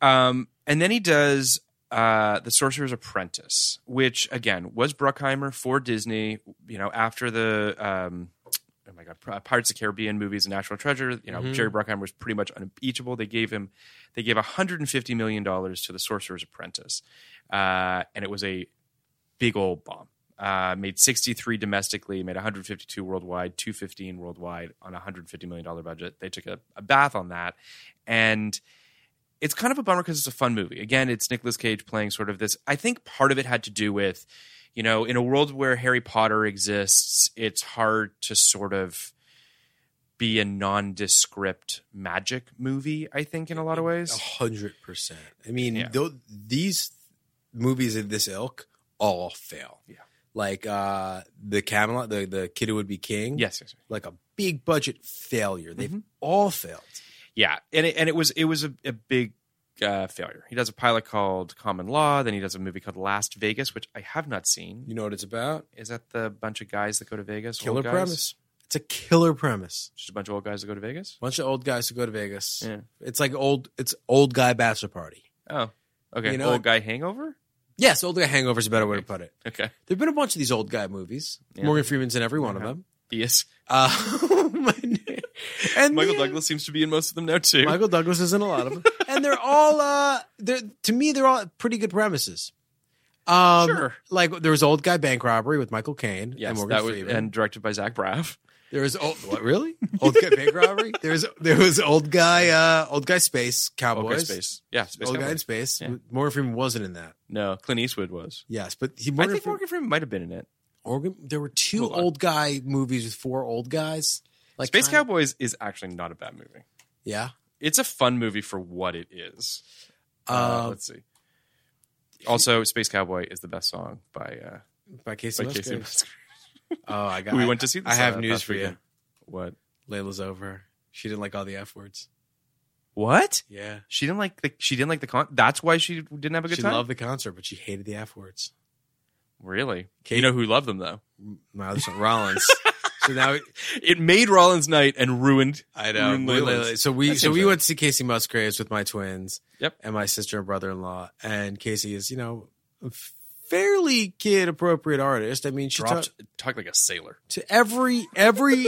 Speaker 3: Um, and then he does uh, The Sorcerer's Apprentice, which again was Bruckheimer for Disney. You know, after the um, oh my god, P- Pirates of the Caribbean movies and National Treasure. You know, Jerry Bruckheimer was pretty much unimpeachable. They gave him they gave 150 million dollars to The Sorcerer's Apprentice, uh, and it was a big old bomb. Uh, made 63 domestically, made 152 worldwide, 215 worldwide on a 150 million dollar budget. They took a, a bath on that, and it's kind of a bummer because it's a fun movie. Again, it's Nicolas Cage playing sort of this. I think part of it had to do with, you know, in a world where Harry Potter exists, it's hard to sort of be a nondescript magic movie. I think in a lot of
Speaker 2: A
Speaker 3: ways,
Speaker 2: hundred percent. I mean,
Speaker 3: Yeah.
Speaker 2: tho- these movies of this ilk all fail.
Speaker 3: Yeah.
Speaker 2: Like uh the Camelot, the the kid who would be king.
Speaker 3: yes, yes, yes.
Speaker 2: Like a big budget failure. They've
Speaker 3: Mm-hmm.
Speaker 2: all failed.
Speaker 3: yeah, and it, and it was it was a, a big uh, failure. He does a pilot called Common Law, then he does a movie called Last Vegas, which I have not seen.
Speaker 2: You know what it's about?
Speaker 3: Is that the bunch of guys that go to Vegas? old
Speaker 2: Killer
Speaker 3: guys?
Speaker 2: premise. It's a killer premise.
Speaker 3: Just a bunch of old guys that go to Vegas.
Speaker 2: Bunch of old guys who go to Vegas.
Speaker 3: Yeah.
Speaker 2: It's like old. It's old guy bachelor party.
Speaker 3: Oh, okay.
Speaker 2: You know,
Speaker 3: old guy hangover.
Speaker 2: Yes, old guy hangover is a better way to put it.
Speaker 3: Okay.
Speaker 2: There've been a bunch of these old guy movies.
Speaker 3: Yeah. Uh-huh.
Speaker 2: Morgan Freeman's in every one of
Speaker 3: Okay.
Speaker 2: them.
Speaker 3: Yes.
Speaker 2: Uh, and
Speaker 3: Michael
Speaker 2: the-
Speaker 3: Douglas seems to be in most of them now too.
Speaker 2: Michael Douglas is in a lot of them, and they're all uh, they're to me they're all pretty good premises. Um,
Speaker 3: Sure.
Speaker 2: Like there was old guy bank robbery with Michael Caine and
Speaker 3: yes,
Speaker 2: Morgan
Speaker 3: that was
Speaker 2: Freeman.
Speaker 3: and directed by Zach Braff.
Speaker 2: there was old what really old guy bank robbery. There was there was old guy uh, old guy space cowboys.
Speaker 3: Old guy space. Yeah, space
Speaker 2: Old guy
Speaker 3: Cowboy.
Speaker 2: in space.
Speaker 3: Yeah.
Speaker 2: Morgan Freeman wasn't in that.
Speaker 3: No, Clint Eastwood was.
Speaker 2: Yes, but he
Speaker 3: I
Speaker 2: Morgan,
Speaker 3: think Morgan Freeman might have been in it.
Speaker 2: Morgan- there were two
Speaker 3: Hold on.
Speaker 2: old guy movies with four old guys. Like
Speaker 3: space
Speaker 2: kinda-
Speaker 3: Cowboys is actually not a bad movie.
Speaker 2: Yeah.
Speaker 3: It's a fun movie for what it is. Uh,
Speaker 2: Uh,
Speaker 3: let's see. Also, Space Cowboy is the best song by uh,
Speaker 2: by Casey.
Speaker 3: by Casey.
Speaker 2: Musgraves. Oh, I got.
Speaker 3: We went to see.
Speaker 2: I
Speaker 3: This,
Speaker 2: have
Speaker 3: uh,
Speaker 2: news
Speaker 3: past
Speaker 2: for you.
Speaker 3: weekend. What?
Speaker 2: Layla's over. She didn't like all the F words.
Speaker 3: What?
Speaker 2: Yeah.
Speaker 3: She didn't like the. She didn't like the con. That's why she didn't have a good
Speaker 2: She
Speaker 3: time.
Speaker 2: loved the concert, but she hated the F words.
Speaker 3: really?
Speaker 2: Kate-
Speaker 3: You know who loved them though?
Speaker 2: My other son, Rollins. so now
Speaker 3: It made Rollins' night and ruined.
Speaker 2: I know.
Speaker 3: ruined
Speaker 2: We-
Speaker 3: Layla's.
Speaker 2: so we
Speaker 3: That
Speaker 2: so
Speaker 3: seems
Speaker 2: we
Speaker 3: right.
Speaker 2: went to see Casey Musgraves with my twins.
Speaker 3: Yep.
Speaker 2: And my sister and brother in law. And Casey is, you know, a fairly kid appropriate artist. I mean, she
Speaker 3: dropped
Speaker 2: talked
Speaker 3: talked like a sailor.
Speaker 2: to every every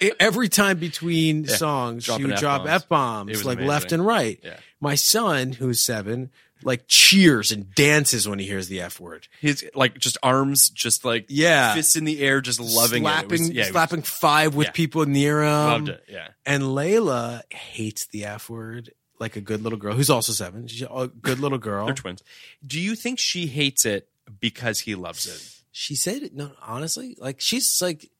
Speaker 2: e-, every time between
Speaker 3: Yeah.
Speaker 2: songs she
Speaker 3: Dropping
Speaker 2: would drop
Speaker 3: F-bombs.
Speaker 2: F
Speaker 3: It
Speaker 2: bombs
Speaker 3: was
Speaker 2: like
Speaker 3: amazing.
Speaker 2: left and right.
Speaker 3: Yeah.
Speaker 2: My son, who's seven, like cheers and dances when he hears the F word.
Speaker 3: His like just arms, just like
Speaker 2: Yeah.
Speaker 3: fists in the air, just loving
Speaker 2: slapping,
Speaker 3: it. It was- yeah, it was-
Speaker 2: slapping five with
Speaker 3: yeah.
Speaker 2: people near him.
Speaker 3: loved it. Yeah,
Speaker 2: And Layla hates the F word like a good little girl who's also seven. She's a good little girl.
Speaker 3: they're twins. Do you think she hates it because he loves it?
Speaker 2: she said, no, honestly, like she's like,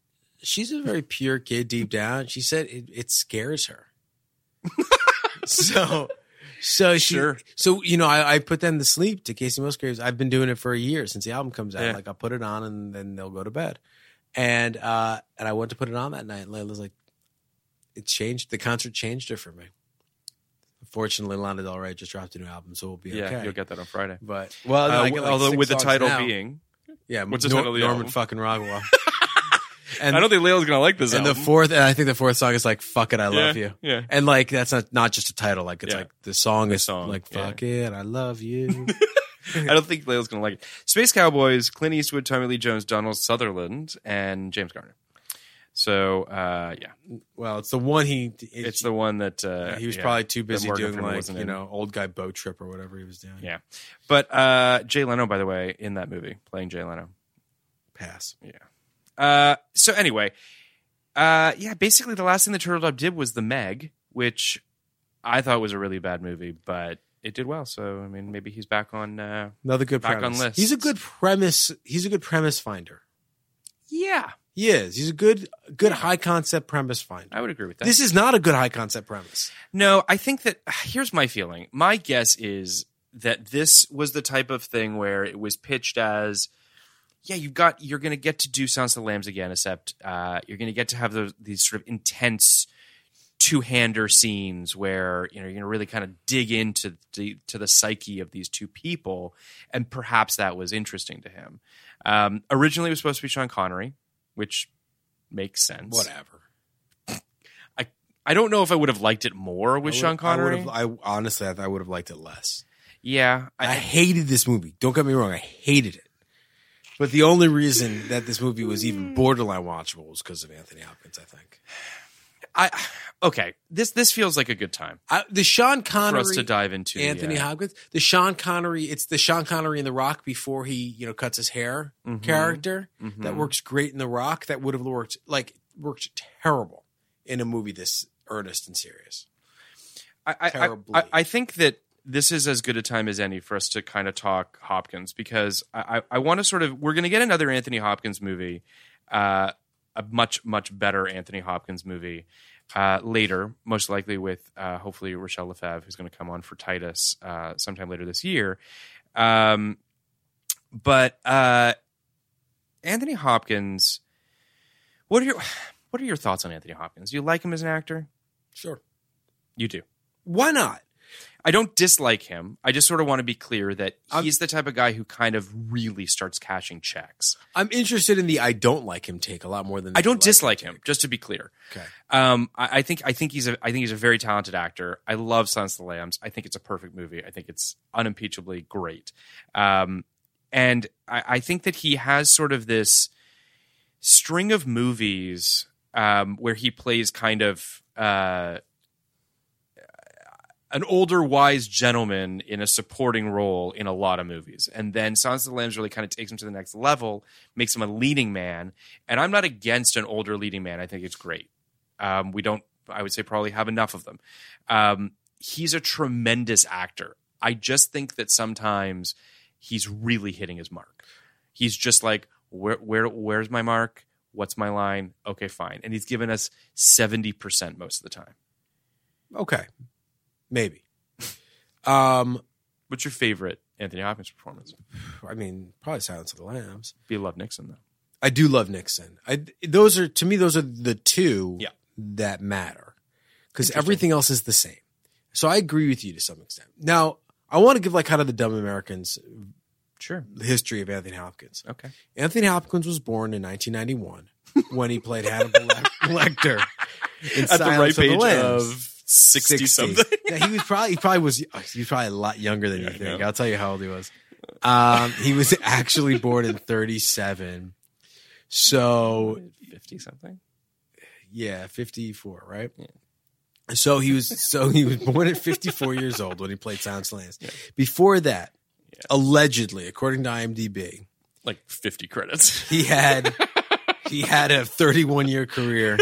Speaker 2: she's a very pure kid deep down. She said it, it scares her. so, so she,
Speaker 3: Sure.
Speaker 2: so, you know, I, I put them to sleep to Casey Musgraves. I've been doing it for a year since the album comes out.
Speaker 3: Yeah.
Speaker 2: Like I'll put it on and then they'll go to bed. And, uh, and I went to put it on that night. And Layla's like, it changed. The concert changed her for me. Fortunately, Lana Del Rey just dropped a new album, so we'll be
Speaker 3: yeah,
Speaker 2: okay.
Speaker 3: you'll get that on Friday.
Speaker 2: but well,
Speaker 3: Uh,
Speaker 2: I get, like,
Speaker 3: although
Speaker 2: six
Speaker 3: with the
Speaker 2: songs
Speaker 3: title
Speaker 2: now.
Speaker 3: being,
Speaker 2: Yeah,
Speaker 3: What's the
Speaker 2: Nor-
Speaker 3: title of the
Speaker 2: Norman
Speaker 3: album?
Speaker 2: fucking Rockwell.
Speaker 3: I don't think Layla's gonna like this.
Speaker 2: and the
Speaker 3: album.
Speaker 2: fourth, and I think the fourth song is like "Fuck it, I
Speaker 3: yeah,
Speaker 2: love you,"
Speaker 3: Yeah,
Speaker 2: and like that's not not just a title. Like it's
Speaker 3: Yeah.
Speaker 2: like the song is
Speaker 3: song,
Speaker 2: like
Speaker 3: yeah.
Speaker 2: "Fuck it, I love you."
Speaker 3: I don't think Layla's gonna like it. Space Cowboys, Clint Eastwood, Tommy Lee Jones, Donald Sutherland, and James Garner. So uh, yeah,
Speaker 2: well, it's the one he.
Speaker 3: it's the one that uh,
Speaker 2: he was
Speaker 3: yeah,
Speaker 2: probably too
Speaker 3: that
Speaker 2: busy
Speaker 3: Morgan
Speaker 2: doing
Speaker 3: Freeman
Speaker 2: like
Speaker 3: wasn't
Speaker 2: you
Speaker 3: in.
Speaker 2: know old guy boat trip or whatever he was doing.
Speaker 3: Yeah. But uh, Jay Leno, by the way, in that movie, playing Jay Leno.
Speaker 2: pass.
Speaker 3: Uh, so anyway, uh, yeah, basically the last thing the Turtle Dove did was the Meg, which I thought was a really bad movie, but it did well. So I mean, maybe he's back on. Uh,
Speaker 2: Another good
Speaker 3: Back on
Speaker 2: premise.
Speaker 3: list.
Speaker 2: He's a good premise. He's a good premise finder.
Speaker 3: yeah,
Speaker 2: He is. He's a good good high concept premise finder.
Speaker 3: I would agree with that.
Speaker 2: This is not a good high concept premise.
Speaker 3: No, I think that here's my feeling. My guess is that this was the type of thing where it was pitched as, yeah, you've got you're going to get to do Sounds of the Lambs again, except uh, you're going to get to have those these sort of intense two-hander scenes where you know you're going to really kind of dig into the, to the psyche of these two people, and perhaps that was interesting to him. Um, originally, it was supposed to be Sean Connery, which makes sense.
Speaker 2: Whatever.
Speaker 3: I don't know if I would have liked it more with
Speaker 2: I
Speaker 3: Sean
Speaker 2: would- I
Speaker 3: Connery.
Speaker 2: would've- I, honestly, I, th- I would have liked it less.
Speaker 3: yeah, I,
Speaker 2: I hated this movie. Don't get me wrong. I hated it. But the only reason that this movie was
Speaker 3: Hmm.
Speaker 2: even borderline watchable was because of Anthony Hopkins, I think.
Speaker 3: I okay. This this feels like a good time
Speaker 2: I, the Sean Connery.
Speaker 3: for us to dive into uh,
Speaker 2: Anthony
Speaker 3: yeah.
Speaker 2: Hopkins, the Sean Connery, it's the Sean Connery in The Rock before he, you know, cuts his hair
Speaker 3: Mm-hmm.
Speaker 2: character that works great in The Rock that would have worked like worked terrible in a movie this earnest and serious.
Speaker 3: I, I,
Speaker 2: terribly.
Speaker 3: I, I think that this is as good a time as any for us to kind of talk Hopkins because I, I, I want to sort of we're going to get another Anthony Hopkins movie, uh, a much much better Anthony Hopkins movie uh, later, most likely with uh, hopefully Rochelle Lefebvre who's going to come on for Titus uh, sometime later this year. Um, but uh, Anthony Hopkins, what are your what are your thoughts on Anthony Hopkins? Do you like him as an actor?
Speaker 2: Sure.
Speaker 3: You do.
Speaker 2: Why not?
Speaker 3: I don't dislike him. I just sort of want to be clear that he's the type of guy who kind of really starts cashing checks.
Speaker 2: I'm interested in the I don't like him take a lot more than the
Speaker 3: I don't
Speaker 2: like
Speaker 3: dislike him, just to be clear.
Speaker 2: Okay.
Speaker 3: Um, I, I think I think he's a I think he's a very talented actor. I love Silence of the Lambs. I think it's a perfect movie. I think it's unimpeachably great. Um, and I, I think that he has sort of this string of movies um, where he plays kind of uh, an older, wise gentleman in a supporting role in a lot of movies. And then Silence of the Lambs really kind of takes him to the next level, makes him a leading man. And I'm not against an older leading man. I think it's great. Um, we don't, I would say, probably have enough of them. Um, he's a tremendous actor. I just think that sometimes he's really hitting his mark. He's just like, where, where, where's my mark? What's my line? Okay, fine. And he's given us 70% most of the time.
Speaker 2: Okay. Maybe. Um
Speaker 3: What's your favorite Anthony Hopkins performance?
Speaker 2: I mean, probably Silence of the Lambs.
Speaker 3: Be Love Nixon, though.
Speaker 2: I do love Nixon. I those are to me those are the two
Speaker 3: Yeah.
Speaker 2: that matter because everything else is the same. So I agree with you to some extent. Now I want to give like kind of the dumb Americans
Speaker 3: Sure.
Speaker 2: history of Anthony Hopkins.
Speaker 3: Okay.
Speaker 2: Anthony Hopkins was born in 1991 when he played Hannibal Lecter in
Speaker 3: At the
Speaker 2: Silence
Speaker 3: ripe
Speaker 2: the
Speaker 3: age
Speaker 2: Lambs.
Speaker 3: of 60, something.
Speaker 2: yeah, he was probably he probably was uh, he was probably a lot younger than you think. I'll tell you how old he was. Um, he was actually born in 37. So
Speaker 3: 50 something.
Speaker 2: yeah, 54, right? So he was so he was born at 54 years old when he played Silence of the Lambs. Before that, allegedly, according to IMDb,
Speaker 3: Like 50 credits.
Speaker 2: he had he had a 31 year career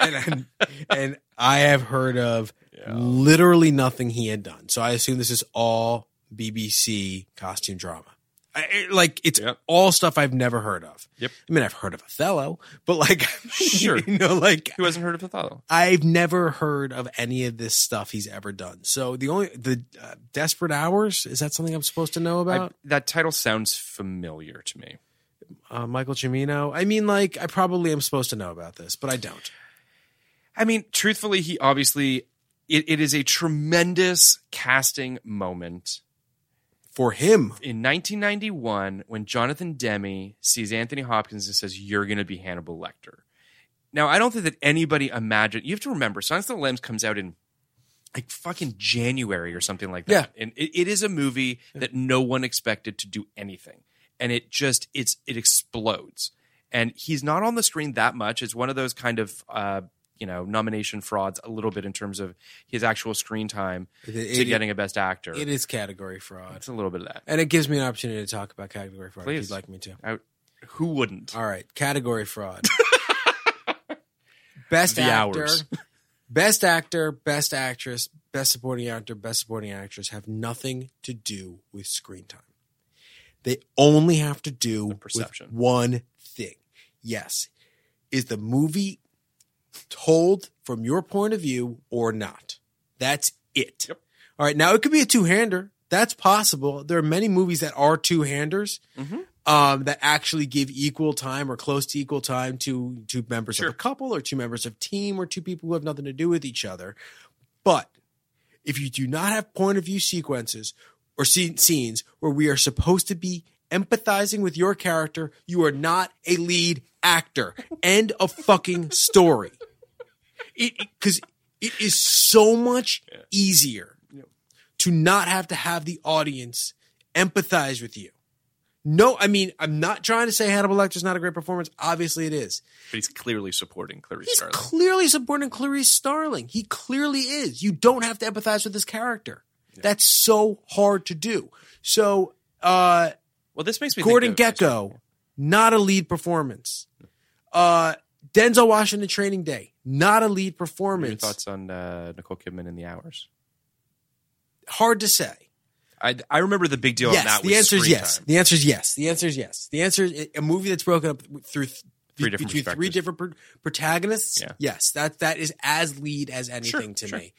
Speaker 2: and and i have heard of literally nothing he had done so i assume this is all bbc costume drama I, it- like it's
Speaker 3: Yep.
Speaker 2: all stuff i've never heard of
Speaker 3: Yep.
Speaker 2: i mean i've heard of othello but like
Speaker 3: Sure.
Speaker 2: you know like
Speaker 3: Who hasn't heard of Othello?
Speaker 2: I've never heard of any of this stuff he's ever done. So the only the uh, Desperate Hours is that something I'm supposed to know
Speaker 3: I,
Speaker 2: about?
Speaker 3: that title sounds familiar to me.
Speaker 2: uh, Michael Cimino. I mean, like, I probably am supposed to know about this, but I don't.
Speaker 3: I mean, truthfully, he obviously it, it is a tremendous casting moment
Speaker 2: For him,
Speaker 3: in 1991 when Jonathan Demi sees Anthony Hopkins and says, "You're going to be Hannibal Lecter." Now, I don't think that anybody imagined. You have to remember, Silence of the Lambs comes out in like fucking January or something like that, and it, it is a movie that no one expected to do anything, and it just it's it explodes, and he's not on the screen that much. It's one of those kind of. Uh, you know, nomination frauds a little bit in terms of his actual screen time
Speaker 2: It-
Speaker 3: to
Speaker 2: it-
Speaker 3: getting a best actor.
Speaker 2: it is category fraud.
Speaker 3: It's a little bit of that.
Speaker 2: And it gives me an opportunity to talk about category fraud if
Speaker 3: Please.
Speaker 2: you'd like me to.
Speaker 3: I, who wouldn't?
Speaker 2: All right, category fraud. best
Speaker 3: The
Speaker 2: actor,
Speaker 3: hours.
Speaker 2: best actor, best actress, best supporting actor, best supporting actress have nothing to do with screen time. They only have to do with
Speaker 3: perception.
Speaker 2: one thing. Yes, is the movie told from your point of view or not? That's it.
Speaker 3: Yep.
Speaker 2: All right, now it could be a two-hander. That's possible. There are many movies that are two-handers
Speaker 3: Mm-hmm.
Speaker 2: um, that actually give equal time or close to equal time to two members
Speaker 3: Sure.
Speaker 2: of a couple or two members of team or two people who have nothing to do with each other. But if you do not have point of view sequences or scene, scenes where we are supposed to be empathizing with your character, you are not a lead actor. End of fucking story. it because it is so much easier to not have to have the audience empathize with you. No, I mean I'm not trying to say Hannibal Lecter's not a great performance. Obviously, it is.
Speaker 3: But he's clearly supporting Clarice
Speaker 2: He's
Speaker 3: Starling.
Speaker 2: clearly supporting Clarice Starling. He clearly is. You don't have to empathize with this character. That's so hard to do. So, uh,
Speaker 3: well, this makes me
Speaker 2: Gordon
Speaker 3: think of-
Speaker 2: Gecko, not a lead performance. Uh, Denzel Washington Training Day, not a lead
Speaker 3: What are Your
Speaker 2: performance.
Speaker 3: thoughts on uh, Nicole Kidman in the hours?
Speaker 2: Hard to say.
Speaker 3: I, I remember the big deal on
Speaker 2: Yes,
Speaker 3: that.
Speaker 2: the
Speaker 3: was
Speaker 2: answer is
Speaker 3: screen
Speaker 2: yes.
Speaker 3: time.
Speaker 2: The answer is yes. The answer is yes. The answer is a movie that's broken up through th-
Speaker 3: Three different
Speaker 2: between three
Speaker 3: perspectives.
Speaker 2: different pr- protagonists.
Speaker 3: Yeah.
Speaker 2: Yes, that that is as lead as anything to
Speaker 3: sure.
Speaker 2: me.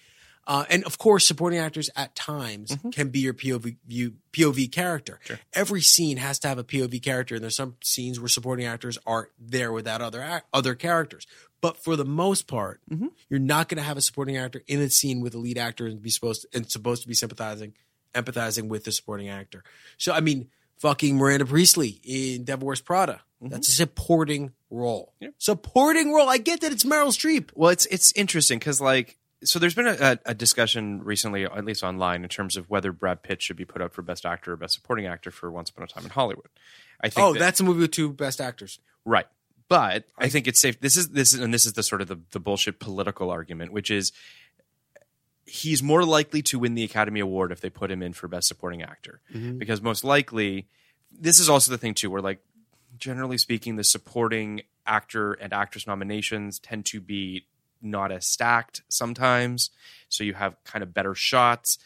Speaker 2: Uh, and of course, supporting actors at times
Speaker 3: Mm-hmm.
Speaker 2: can be your POV view, POV character. Every scene has to have a POV character, and there's some scenes where supporting actors are there without other ac- other characters. But for the most part,
Speaker 3: Mm-hmm.
Speaker 2: you're not going to have a supporting actor in a scene with a lead actor and be supposed and supposed to be sympathizing, empathizing with the supporting actor. So I mean, fucking Miranda Priestley in Devil Wears Prada. That's a supporting role. Supporting role. I get that it's Meryl Streep.
Speaker 3: Well, it's it's interesting because like so there's been a, a, a discussion recently, at least online, in terms of whether Brad Pitt should be put up for Best Actor or Best Supporting Actor for Once Upon a Time in Hollywood. I think
Speaker 2: Oh,
Speaker 3: that-
Speaker 2: that's a movie with two best actors.
Speaker 3: Right. But I think it's safe. This is this is and this is the sort of the, the bullshit political argument, which is he's more likely to win the Academy Award if they put him in for Best Supporting Actor. Because most likely this is also the thing too, where like generally speaking, the supporting actor and actress nominations tend to be not as stacked sometimes. So you have kind of better shots.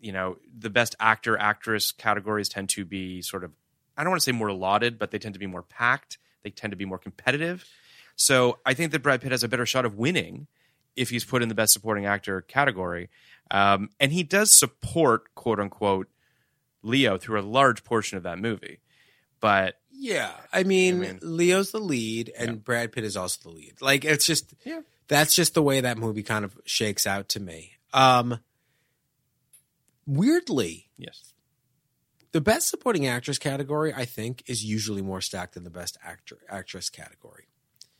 Speaker 3: You know, the best actor, actress categories tend to be sort of I don't want to say more lauded, but they tend to be more packed. They tend to be more competitive. So I think that Brad Pitt has a better shot of winning if he's put in the best supporting actor category. Um, and he does support, quote unquote, Leo through a large portion of that movie. But
Speaker 2: Yeah. I mean,
Speaker 3: I mean-
Speaker 2: Leo's the lead and Brad Pitt is also the lead. Like it's just that's just the way that movie kind of shakes out to me. Um weirdly,
Speaker 3: yes,
Speaker 2: the best supporting actress category, I think, is usually more stacked than the best actor actress category.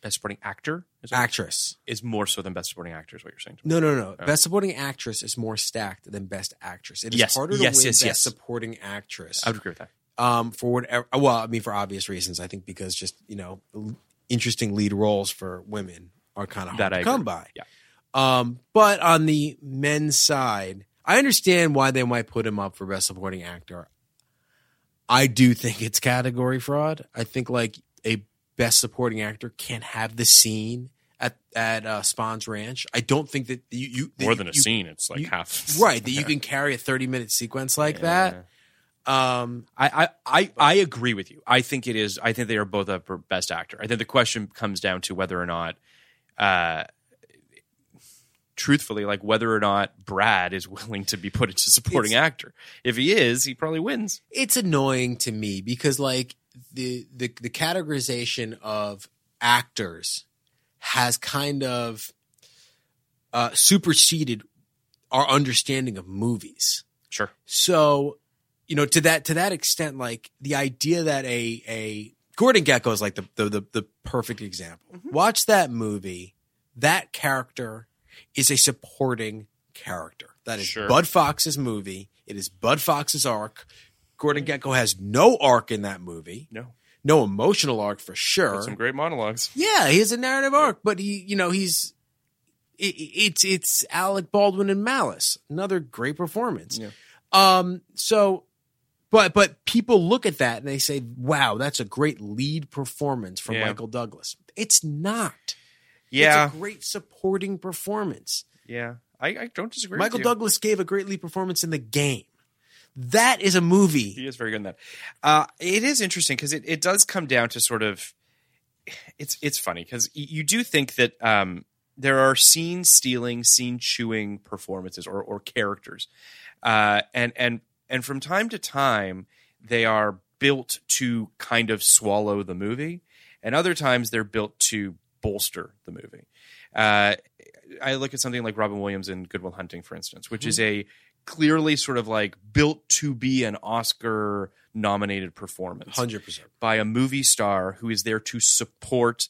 Speaker 3: best supporting actor is,
Speaker 2: Actress.
Speaker 3: is more so than best supporting actor, is what you're saying to me.
Speaker 2: No, no, no.
Speaker 3: Oh.
Speaker 2: Best supporting actress is more stacked than best actress. It is
Speaker 3: Yes,
Speaker 2: harder to
Speaker 3: yes,
Speaker 2: win
Speaker 3: yes,
Speaker 2: best
Speaker 3: yes.
Speaker 2: supporting actress.
Speaker 3: I would agree with that.
Speaker 2: um, for whatever. Well, I mean, for obvious reasons, I think because just you know, l- interesting lead roles for women are kind of hard
Speaker 3: That I
Speaker 2: to come
Speaker 3: agree.
Speaker 2: by.
Speaker 3: Yeah.
Speaker 2: Um, but on the men's side, I understand why they might put him up for best supporting actor. I do think it's category fraud. I think like a best supporting actor can't have the scene at at uh, Spawn's Ranch. I don't think that you, you that
Speaker 3: More
Speaker 2: you-
Speaker 3: than a
Speaker 2: you-
Speaker 3: scene, it's like
Speaker 2: you-
Speaker 3: half.
Speaker 2: right that you can carry a thirty minute sequence like that. Um,
Speaker 3: I, I, I, I agree with you. I think it is. I think they are both up for best actor. I think the question comes down to whether or not, uh, truthfully, like whether or not Brad is willing to be put into supporting actor. If he is, he probably wins.
Speaker 2: it's annoying to me because like the the the categorization of actors has kind of uh, superseded our understanding of movies.
Speaker 3: Sure.
Speaker 2: So, you know, to that to that extent, like the idea that a a Gordon Gecko is like the the the, the perfect example.
Speaker 3: Mm-hmm.
Speaker 2: Watch that movie. That character is a supporting character. That is
Speaker 3: Sure.
Speaker 2: Bud Fox's movie. It is Bud Fox's arc. Gordon Gecko has no arc in that movie.
Speaker 3: No.
Speaker 2: No emotional arc for sure.
Speaker 3: Some great monologues.
Speaker 2: Yeah, he has a narrative arc, but he, you know, he's i i- it's it's Alec Baldwin and Malice, another great performance. Um, so, but but people look at that and they say, "Wow, that's a great lead performance from
Speaker 3: Yeah.
Speaker 2: Michael Douglas." It's not.
Speaker 3: Yeah.
Speaker 2: it's a great supporting performance.
Speaker 3: yeah. I, I don't disagree.
Speaker 2: Michael
Speaker 3: with you.
Speaker 2: Douglas gave a great lead performance in the game. That is a movie.
Speaker 3: He is very good in that. Uh, it is interesting because it, it does come down to sort of it's it's funny because you do think that um, there are scene stealing, scene chewing performances or or characters, uh, and and and from time to time they are built to kind of swallow the movie, and other times they're built to bolster the movie. Uh, I look at something like Robin Williams in Goodwill Hunting, for instance, which is a clearly sort of like built to be an Oscar nominated performance
Speaker 2: Hundred percent.
Speaker 3: by a movie star who is there to support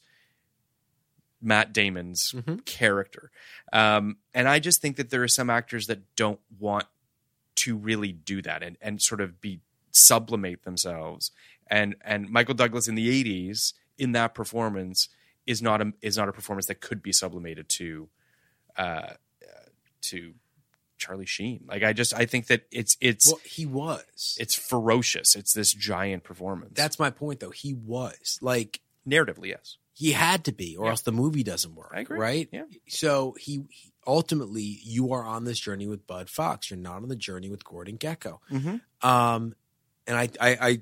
Speaker 3: Matt Damon's
Speaker 2: Mm-hmm.
Speaker 3: character. Um, and I just think that there are some actors that don't want to really do that and, and sort of be sublimate themselves. And and Michael Douglas in the 80s in that performance is not a is not a performance that could be sublimated to uh, uh, to Charlie Sheen. Like I just I think that it's it's
Speaker 2: Well, he was.
Speaker 3: it's ferocious. It's this giant performance.
Speaker 2: That's my point, though. He was like
Speaker 3: narratively, yes.
Speaker 2: he had to be, or else the movie doesn't work.
Speaker 3: I agree.
Speaker 2: Right?
Speaker 3: Yeah.
Speaker 2: So he, he- ultimately you are on this journey with Bud Fox. You're not on the journey with Gordon Gecko.
Speaker 3: Mhm.
Speaker 2: Um, and I, I, I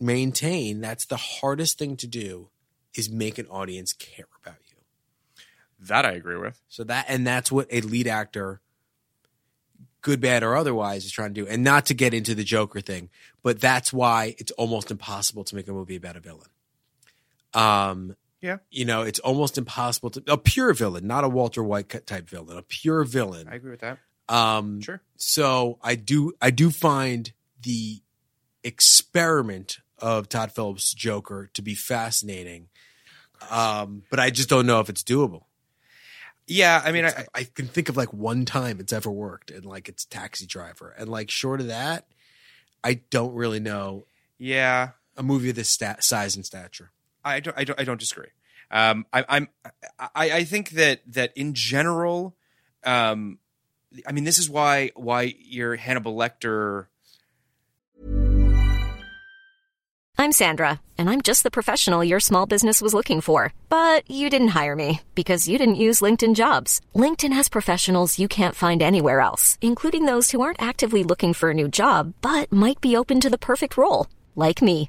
Speaker 2: maintain that's the hardest thing to do is make an audience care about you.
Speaker 3: That I agree with.
Speaker 2: So that and that's what a lead actor, good, bad, or otherwise, is trying to do. And not to get into the Joker thing, but that's why it's almost impossible to make a movie about a villain. Um,
Speaker 3: Yeah.
Speaker 2: you know, it's almost impossible to a pure villain, not a Walter White cut- type villain, a pure villain.
Speaker 3: agree with that.
Speaker 2: Um,
Speaker 3: Sure.
Speaker 2: so I do I do find the experiment of Todd Phillips' Joker to be fascinating. Um, but I just don't know if it's doable.
Speaker 3: Yeah, I mean,
Speaker 2: It's-
Speaker 3: I,
Speaker 2: I, can think of like one time it's ever worked, and like it's Taxi Driver, and like short of that, I don't really know
Speaker 3: yeah,
Speaker 2: a movie of this sta- size and stature.
Speaker 3: I don't, I don't, I don't disagree. Um, I, I'm, I, I think that that in general, um, I mean, this is why why your Hannibal Lecter.
Speaker 4: I'm Sandra, and I'm just the professional your small business was looking for. But you didn't hire me because you didn't use LinkedIn jobs. LinkedIn has professionals you can't find anywhere else, including those who aren't actively looking for a new job but might be open to the perfect role, like me.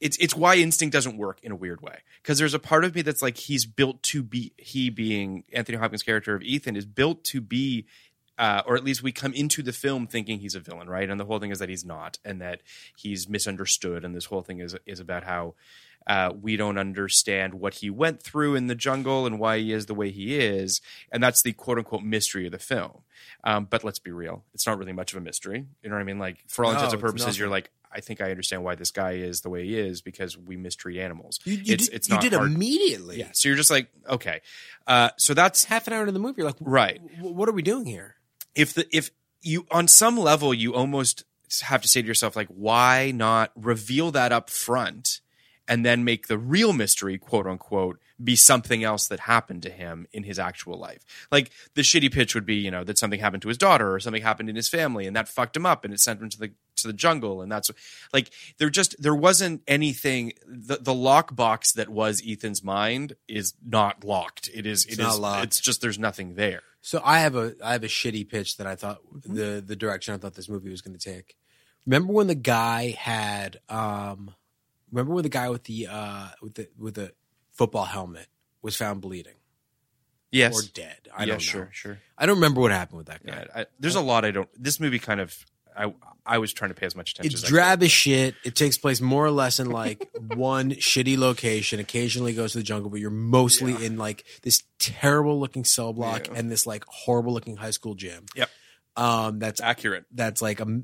Speaker 3: It's it's why instinct doesn't work in a weird way because there's a part of me that's like he's built to be he being Anthony Hopkins' character of Ethan is built to be. Uh, or at least we come into the film thinking he's a villain, right? And the whole thing is that he's not, and that he's misunderstood. And this whole thing is is about how uh, we don't understand what he went through in the jungle and why he is the way he is. And that's the quote unquote mystery of the film. Um, but let's be real, it's not really much of a mystery. You know what I mean? Like, for all
Speaker 2: No,
Speaker 3: intents and
Speaker 2: it's
Speaker 3: purposes, you're
Speaker 2: nothing.
Speaker 3: like, I think I understand why this guy is the way he is because we mistreat animals.
Speaker 2: You, you
Speaker 3: it's
Speaker 2: did,
Speaker 3: it's
Speaker 2: you
Speaker 3: not
Speaker 2: did
Speaker 3: hard.
Speaker 2: immediately.
Speaker 3: yeah. So you're just like, okay. Uh, so that's
Speaker 2: It's half an hour into the movie. You're like,
Speaker 3: Right.
Speaker 2: w- What are we doing here?
Speaker 3: if the if you on some level you almost have to say to yourself like why not reveal that up front and then make the real mystery quote unquote be something else that happened to him in his actual life like the shitty pitch would be you know that something happened to his daughter or something happened in his family and that fucked him up and it sent him to the to the jungle and that's like there just there wasn't anything the, the lock box that was ethan's mind is not locked it is
Speaker 2: It's
Speaker 3: it
Speaker 2: not
Speaker 3: is-
Speaker 2: locked.
Speaker 3: it's just there's nothing there
Speaker 2: So I have a I have a shitty pitch that I thought
Speaker 3: Mm-hmm.
Speaker 2: the the direction I thought this movie was going to take. Remember when the guy had um, remember when the guy with the uh with the with the football helmet was found bleeding
Speaker 3: yes
Speaker 2: or dead? I
Speaker 3: yeah,
Speaker 2: don't know.
Speaker 3: sure, sure.
Speaker 2: I don't remember what happened with that guy.
Speaker 3: Yeah, I, there's a lot I don't. This movie kind of, I I was trying to pay as much attention.
Speaker 2: It's
Speaker 3: as I
Speaker 2: drab
Speaker 3: could.
Speaker 2: as shit. It takes place more or less in like one shitty location. Occasionally goes to the jungle, but you're mostly in like this terrible looking cell block
Speaker 3: Yeah.
Speaker 2: and this like horrible looking high school gym.
Speaker 3: Yep.
Speaker 2: Um, that's
Speaker 3: It's accurate.
Speaker 2: that's like a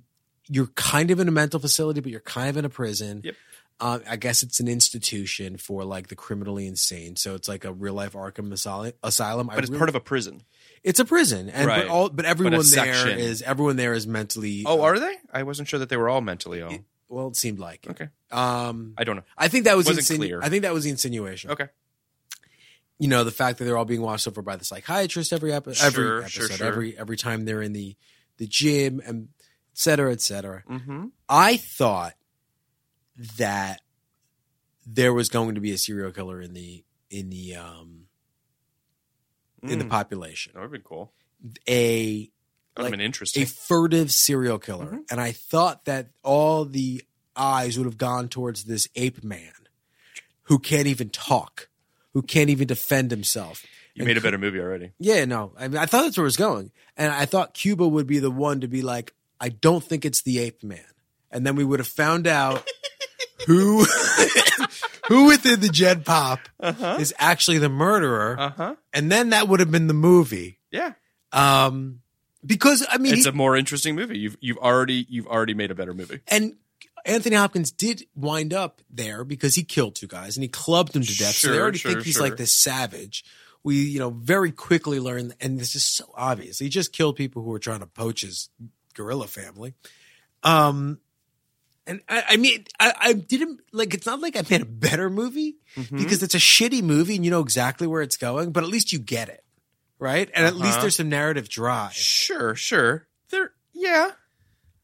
Speaker 2: you're kind of in a mental facility, but you're kind of in a prison.
Speaker 3: Yep.
Speaker 2: Um, I guess it's an institution for like the criminally insane. So it's like a real life Arkham asylum. asylum.
Speaker 3: But it's part of a prison.
Speaker 2: it's a prison, and
Speaker 3: Right.
Speaker 2: but all but everyone there
Speaker 3: section.
Speaker 2: is everyone there is mentally.
Speaker 3: Oh, are they? I wasn't sure that they were all mentally ill.
Speaker 2: well, it seemed like.
Speaker 3: Okay,
Speaker 2: Um,
Speaker 3: I don't know.
Speaker 2: I think that was
Speaker 3: Wasn't
Speaker 2: insinu-
Speaker 3: clear.
Speaker 2: I think that was the insinuation.
Speaker 3: Okay,
Speaker 2: You know, the fact that they're all being watched over by the psychiatrist every, epi- every
Speaker 3: Sure,
Speaker 2: episode,
Speaker 3: sure, sure.
Speaker 2: every every time they're in the the gym and et cetera, et cetera.
Speaker 3: mm-hmm.
Speaker 2: I thought that there was going to be a serial killer in the in the um in the
Speaker 3: Mm.
Speaker 2: population.
Speaker 3: That would have been cool.
Speaker 2: A
Speaker 3: That would have
Speaker 2: Like,
Speaker 3: been
Speaker 2: a
Speaker 3: interesting.
Speaker 2: furtive serial killer. And I thought that all the eyes would have gone towards this ape man who can't even talk, who can't even defend himself.
Speaker 3: you made a better movie already.
Speaker 2: Yeah, no, I, mean, I thought that's where it was going. And I thought Cuba would be the one to be like, I don't think it's the ape man. And then we would have found out who. Who within the Gen Pop is actually the murderer?
Speaker 3: Uh huh.
Speaker 2: And then that would have been the movie.
Speaker 3: Yeah.
Speaker 2: Um, because, I mean, he-
Speaker 3: It's a more interesting movie. You've you've already you've already made a better movie.
Speaker 2: And Anthony Hopkins did wind up there because he killed two guys and he clubbed them to death. so they
Speaker 3: Sure,
Speaker 2: already
Speaker 3: sure,
Speaker 2: think he's
Speaker 3: sure.
Speaker 2: like this savage. We, you know, very quickly learn, and this is so obvious. He just killed people who were trying to poach his gorilla family. Um, and I, I mean, I, I didn't like. It's not like I made a better movie
Speaker 3: Mm-hmm.
Speaker 2: because it's a shitty movie, and you know exactly where it's going. But at least you get it, right? And at least
Speaker 3: Uh-huh.
Speaker 2: there's some narrative drive.
Speaker 3: Sure, sure. There, yeah.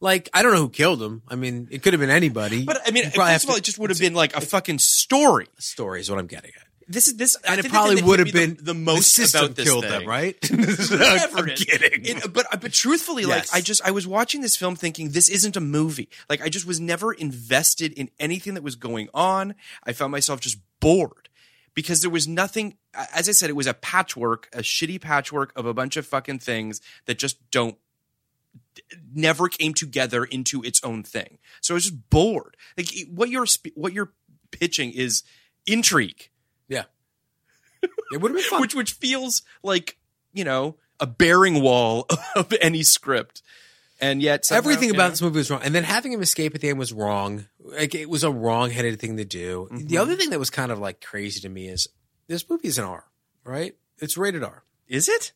Speaker 2: Like I don't know who killed him. I mean, it could have been anybody.
Speaker 3: But I mean,
Speaker 2: You probably
Speaker 3: first
Speaker 2: have
Speaker 3: of all,
Speaker 2: to-
Speaker 3: it just would have been like a fucking story.
Speaker 2: story is what I'm getting at.
Speaker 3: This is this,
Speaker 2: And
Speaker 3: I
Speaker 2: it
Speaker 3: think
Speaker 2: probably
Speaker 3: that
Speaker 2: would
Speaker 3: hit
Speaker 2: have
Speaker 3: me
Speaker 2: been
Speaker 3: the, the most
Speaker 2: system
Speaker 3: about this
Speaker 2: killed
Speaker 3: thing.
Speaker 2: them, right?
Speaker 3: Whatever
Speaker 2: I'm
Speaker 3: it is.
Speaker 2: kidding.
Speaker 3: It- uh, but but truthfully,
Speaker 2: Yes.
Speaker 3: like I just I was watching this film thinking this isn't a movie. Like I just was never invested in anything that was going on. I found myself just bored because there was nothing. As I said, it was a patchwork, a shitty patchwork of a bunch of fucking things that just don't never came together into its own thing. So I was just bored. Like it- what you're sp- what you're pitching is intrigue
Speaker 2: it would have been fun.
Speaker 3: which which feels like you know a bearing wall of any script, and yet somehow,
Speaker 2: Everything
Speaker 3: you
Speaker 2: about
Speaker 3: know,
Speaker 2: this movie was wrong, and then having him escape at the end was wrong. Like it was a wrong-headed thing to do.
Speaker 3: Mm-hmm.
Speaker 2: The other thing that was kind of like crazy to me is this movie is an R, right? It's rated R.
Speaker 3: is it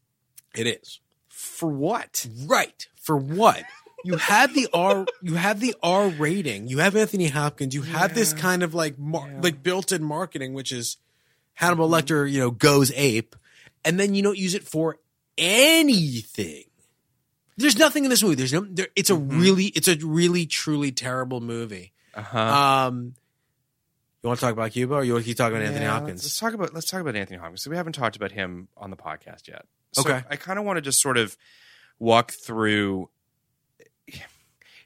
Speaker 2: It is
Speaker 3: for what?
Speaker 2: right for what you have the R. You have the R rating. You have Anthony Hopkins. You have this kind of like mar- like built-in marketing, which is Hannibal
Speaker 3: Mm-hmm.
Speaker 2: Lecter. You know, goes ape, and then you don't use it for anything. There's nothing in this movie. There's no. There, it's a
Speaker 3: Mm-hmm.
Speaker 2: really, it's a really, truly terrible movie.
Speaker 3: Uh-huh.
Speaker 2: Um, you want to talk about Cuba, or you want to keep talking about Anthony
Speaker 3: Yeah,
Speaker 2: Hopkins?
Speaker 3: Let's, let's talk about let's talk about Anthony Hopkins. So we haven't talked about him on the podcast yet. So
Speaker 2: Okay.
Speaker 3: I kind of want to just sort of walk through.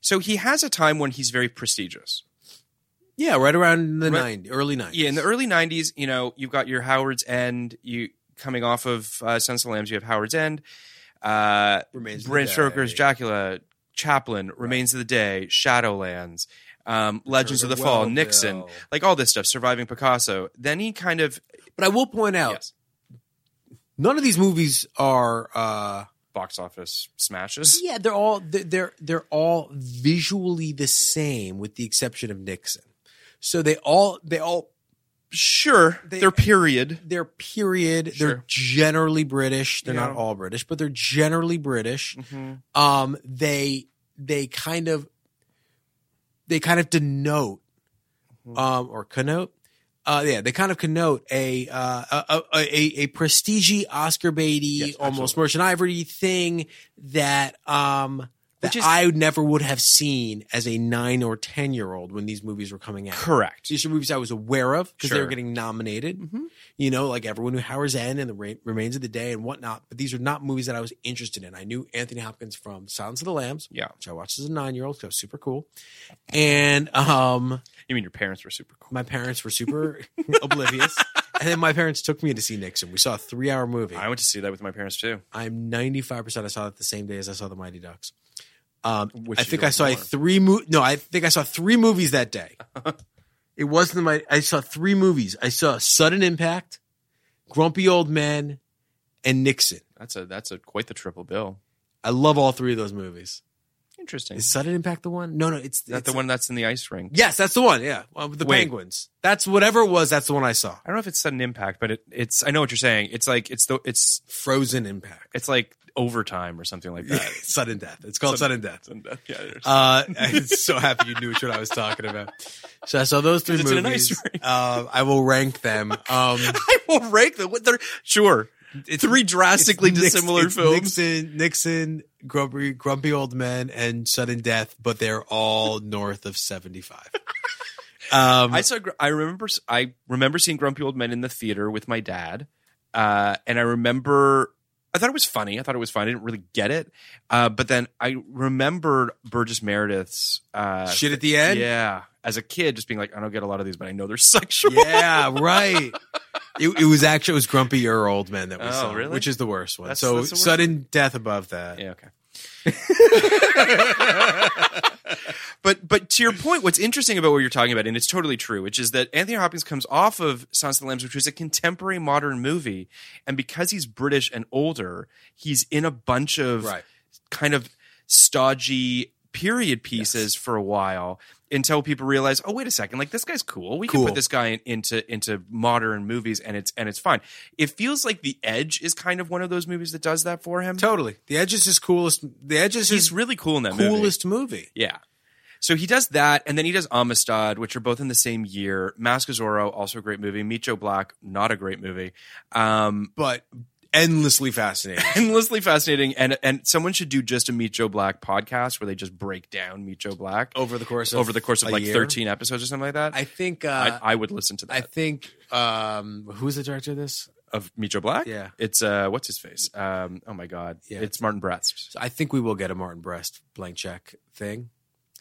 Speaker 3: So he has a time when he's very prestigious.
Speaker 2: yeah, right around the
Speaker 3: Right-
Speaker 2: ninety, early nineties.
Speaker 3: Yeah, in the early '90s, you know, you've got your Howard's End. You coming off of uh, Sense of the Lambs, you have Howard's End. Uh,
Speaker 2: Remains of the
Speaker 3: Bram
Speaker 2: Day.
Speaker 3: Stoker's Dracula, Chaplin, Remains of the Day, Shadowlands, um, Legends of the Fall,
Speaker 2: Wellville.
Speaker 3: Nixon, like all this stuff. Surviving Picasso. Then he kind of
Speaker 2: But I will point out,
Speaker 3: yes,
Speaker 2: none of these movies are. uh
Speaker 3: box office smashes.
Speaker 2: Yeah, they're all they're- they're they're all visually the same, with the exception of Nixon. So they all they all
Speaker 3: Sure,
Speaker 2: They-
Speaker 3: their period.
Speaker 2: they're period. They're
Speaker 3: Sure.
Speaker 2: generally British. They're not
Speaker 3: Yeah. Mm-hmm.
Speaker 2: all British, but they're generally British. Um, they they kind of they kind of denote
Speaker 3: Mm-hmm.
Speaker 2: um, or connote. Uh, yeah, they kind of connote a uh, a, a, a, a prestige Oscar baity, almost merchant ivory thing that um, that
Speaker 3: Which is-
Speaker 2: I never would have seen as a nine or ten year old when these movies were coming out.
Speaker 3: Correct.
Speaker 2: These are movies I was aware of because they were
Speaker 3: Sure.
Speaker 2: getting nominated. You know, like everyone knew Howard's End and The Ra- Remains of the Day and whatnot. But these are not movies that I was interested in. I knew Anthony Hopkins from Silence of the Lambs,
Speaker 3: Yeah.
Speaker 2: which I watched as a nine year old. So it was super cool. And um,
Speaker 3: You mean your parents were super cool?
Speaker 2: my parents were super oblivious. And then my parents took me to see Nixon. We saw a three hour movie.
Speaker 3: I went to see that with my parents too.
Speaker 2: I'm 95% I saw that the same day as I saw The Mighty Ducks. Um,
Speaker 3: Which
Speaker 2: I
Speaker 3: you
Speaker 2: think
Speaker 3: don't
Speaker 2: I saw a
Speaker 3: ignore.
Speaker 2: three mo- no, I think I saw three movies that day. it wasn't my I saw three movies. I saw Sudden Impact, Grumpy Old Men, and Nixon.
Speaker 3: That's a that's a quite the triple bill.
Speaker 2: I love all three of those movies.
Speaker 3: Interesting.
Speaker 2: Is
Speaker 3: Is
Speaker 2: Sudden Impact the one? No, no, it's
Speaker 3: that
Speaker 2: it's-
Speaker 3: the one that's in the ice rink?
Speaker 2: Yes, that's the one. Yeah, uh, with the
Speaker 3: Wait.
Speaker 2: penguins. That's whatever it was. That's the one I saw.
Speaker 3: I don't know if it's sudden impact, but it, it's. I know what you're saying. It's like it's the it's
Speaker 2: Frozen Impact.
Speaker 3: it's like overtime or something like that.
Speaker 2: sudden Death. It's called Sudden Death.
Speaker 3: And, uh, yeah, there's-
Speaker 2: Uh, I'm so happy you knew what I was talking about. So I saw those three
Speaker 3: It's
Speaker 2: movies.
Speaker 3: an ice rink.
Speaker 2: Uh, I will rank them. Um,
Speaker 3: I will rank them. What they're sure. Three drastically
Speaker 2: Nix-
Speaker 3: dissimilar
Speaker 2: it's
Speaker 3: films.
Speaker 2: Nixon, Nixon, Grumpy, Grumpy Old Men, and Sudden Death, but they're all north of 75. Um,
Speaker 3: I saw. Gr- I remember. s- I remember seeing Grumpy Old Men in the theater with my dad, uh, and I remember. I thought it was funny. I thought it was fun. I didn't really get it, uh, but then I remembered Burgess Meredith's uh,
Speaker 2: shit at the end.
Speaker 3: Yeah, as a kid, just being like, I don't get a lot of these, but I know they're sexual.
Speaker 2: Yeah, right. It, it was actually it was grumpier old men that we
Speaker 3: Oh,
Speaker 2: saw,
Speaker 3: really?
Speaker 2: which is the worst one.
Speaker 3: That's-
Speaker 2: so
Speaker 3: that's the worst
Speaker 2: sudden death above that.
Speaker 3: Yeah, okay. but but to your point, what's interesting about what you're talking about, and it's totally true, which is that Anthony Hopkins comes off of Silence of the Lambs, which was a contemporary modern movie, and because he's British and older, he's in a bunch of
Speaker 2: Right.
Speaker 3: kind of stodgy period pieces for a while until people realize, oh wait a second, like this guy's cool. We
Speaker 2: Cool.
Speaker 3: can put this guy in, into into modern movies, and it's and it's fine. It feels like The Edge is kind of one of those movies that does that for him.
Speaker 2: Totally. The Edge is his coolest. The Edge is
Speaker 3: He's
Speaker 2: his
Speaker 3: really cool in that movie.
Speaker 2: coolest movie.
Speaker 3: Yeah. So he does that, and then he does Amistad, which are both in the same year. Mask of Zorro, also a great movie. Micho Black, not a great movie. Um,
Speaker 2: but endlessly fascinating.
Speaker 3: endlessly fascinating, and and someone should do just a Micho Black podcast where they just break down Micho Black
Speaker 2: over the course of
Speaker 3: over the course of
Speaker 2: a
Speaker 3: like
Speaker 2: year.
Speaker 3: thirteen episodes or something like that.
Speaker 2: I think uh,
Speaker 3: I,
Speaker 2: I,
Speaker 3: I would listen to that
Speaker 2: think um, who's the director of this?
Speaker 3: of Micho Black.
Speaker 2: Yeah.
Speaker 3: it's uh, what's his face? Um, oh my god,
Speaker 2: Yeah.
Speaker 3: it's Martin Bratz.
Speaker 2: So I think we will get a Martin Brest blank check thing.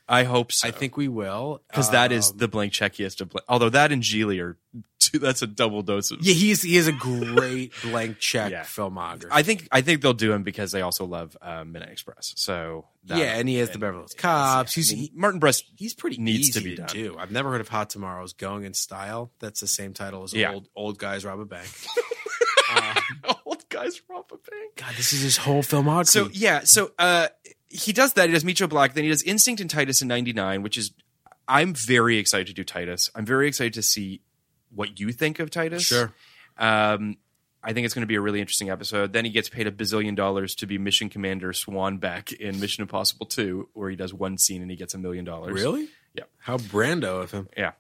Speaker 3: I hope so.
Speaker 2: I think we will
Speaker 3: because that is
Speaker 2: Um,
Speaker 3: the blank checkiest of blank. Although that and Geely are two, that's a double dose of
Speaker 2: Uh, yeah. He's he is a great blank check
Speaker 3: Yeah.
Speaker 2: filmography.
Speaker 3: I think I think they'll do him because they also love uh, Midnight Express. So that-
Speaker 2: yeah, and he has the Beverly Hills
Speaker 3: yeah,
Speaker 2: Cops. He's
Speaker 3: I mean, Martin Brest.
Speaker 2: he's pretty
Speaker 3: needs
Speaker 2: easy
Speaker 3: to be done.
Speaker 2: do. I've never heard of Hot Tomorrow's Going in Style. That's the same title as
Speaker 3: Yeah.
Speaker 2: old old guys rob a bank.
Speaker 3: Old guys rob a bank.
Speaker 2: God, this is his whole filmography.
Speaker 3: So yeah, so uh, he does that. He does Micho Black. Then he does Instinct and Titus in '99, which is I'm very excited to do Titus. I'm very excited to see what you think of Titus.
Speaker 2: Sure.
Speaker 3: Um, I think it's going to be a really interesting episode. Then he gets paid a bazillion dollars to be Mission Commander Swanbeck in Mission Impossible 2, where he does one scene and he gets a million dollars.
Speaker 2: really,
Speaker 3: Yeah.
Speaker 2: how Brando of him.
Speaker 3: Yeah.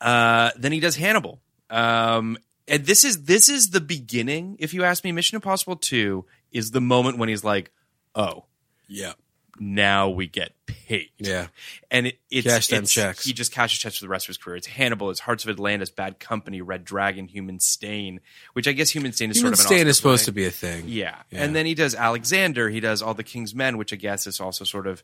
Speaker 3: Uh, then he does Hannibal. Um, and this is this is the beginning. If you ask me, Mission Impossible Two is the moment when he's like, "Oh,
Speaker 2: Yeah,
Speaker 3: now we get paid."
Speaker 2: yeah.
Speaker 3: and it, it's,
Speaker 2: Cash them
Speaker 3: it's-
Speaker 2: checks.
Speaker 3: He just cashes checks for the rest of his career. It's Hannibal, it's Hearts of Atlantis, Bad Company, Red Dragon, Human Stain, which I guess Human Stain is
Speaker 2: Human
Speaker 3: sort of an
Speaker 2: Stain
Speaker 3: Oscar
Speaker 2: is supposed
Speaker 3: play.
Speaker 2: to be a thing.
Speaker 3: Yeah. And then he does Alexander. He does All the King's Men, which I guess is also sort of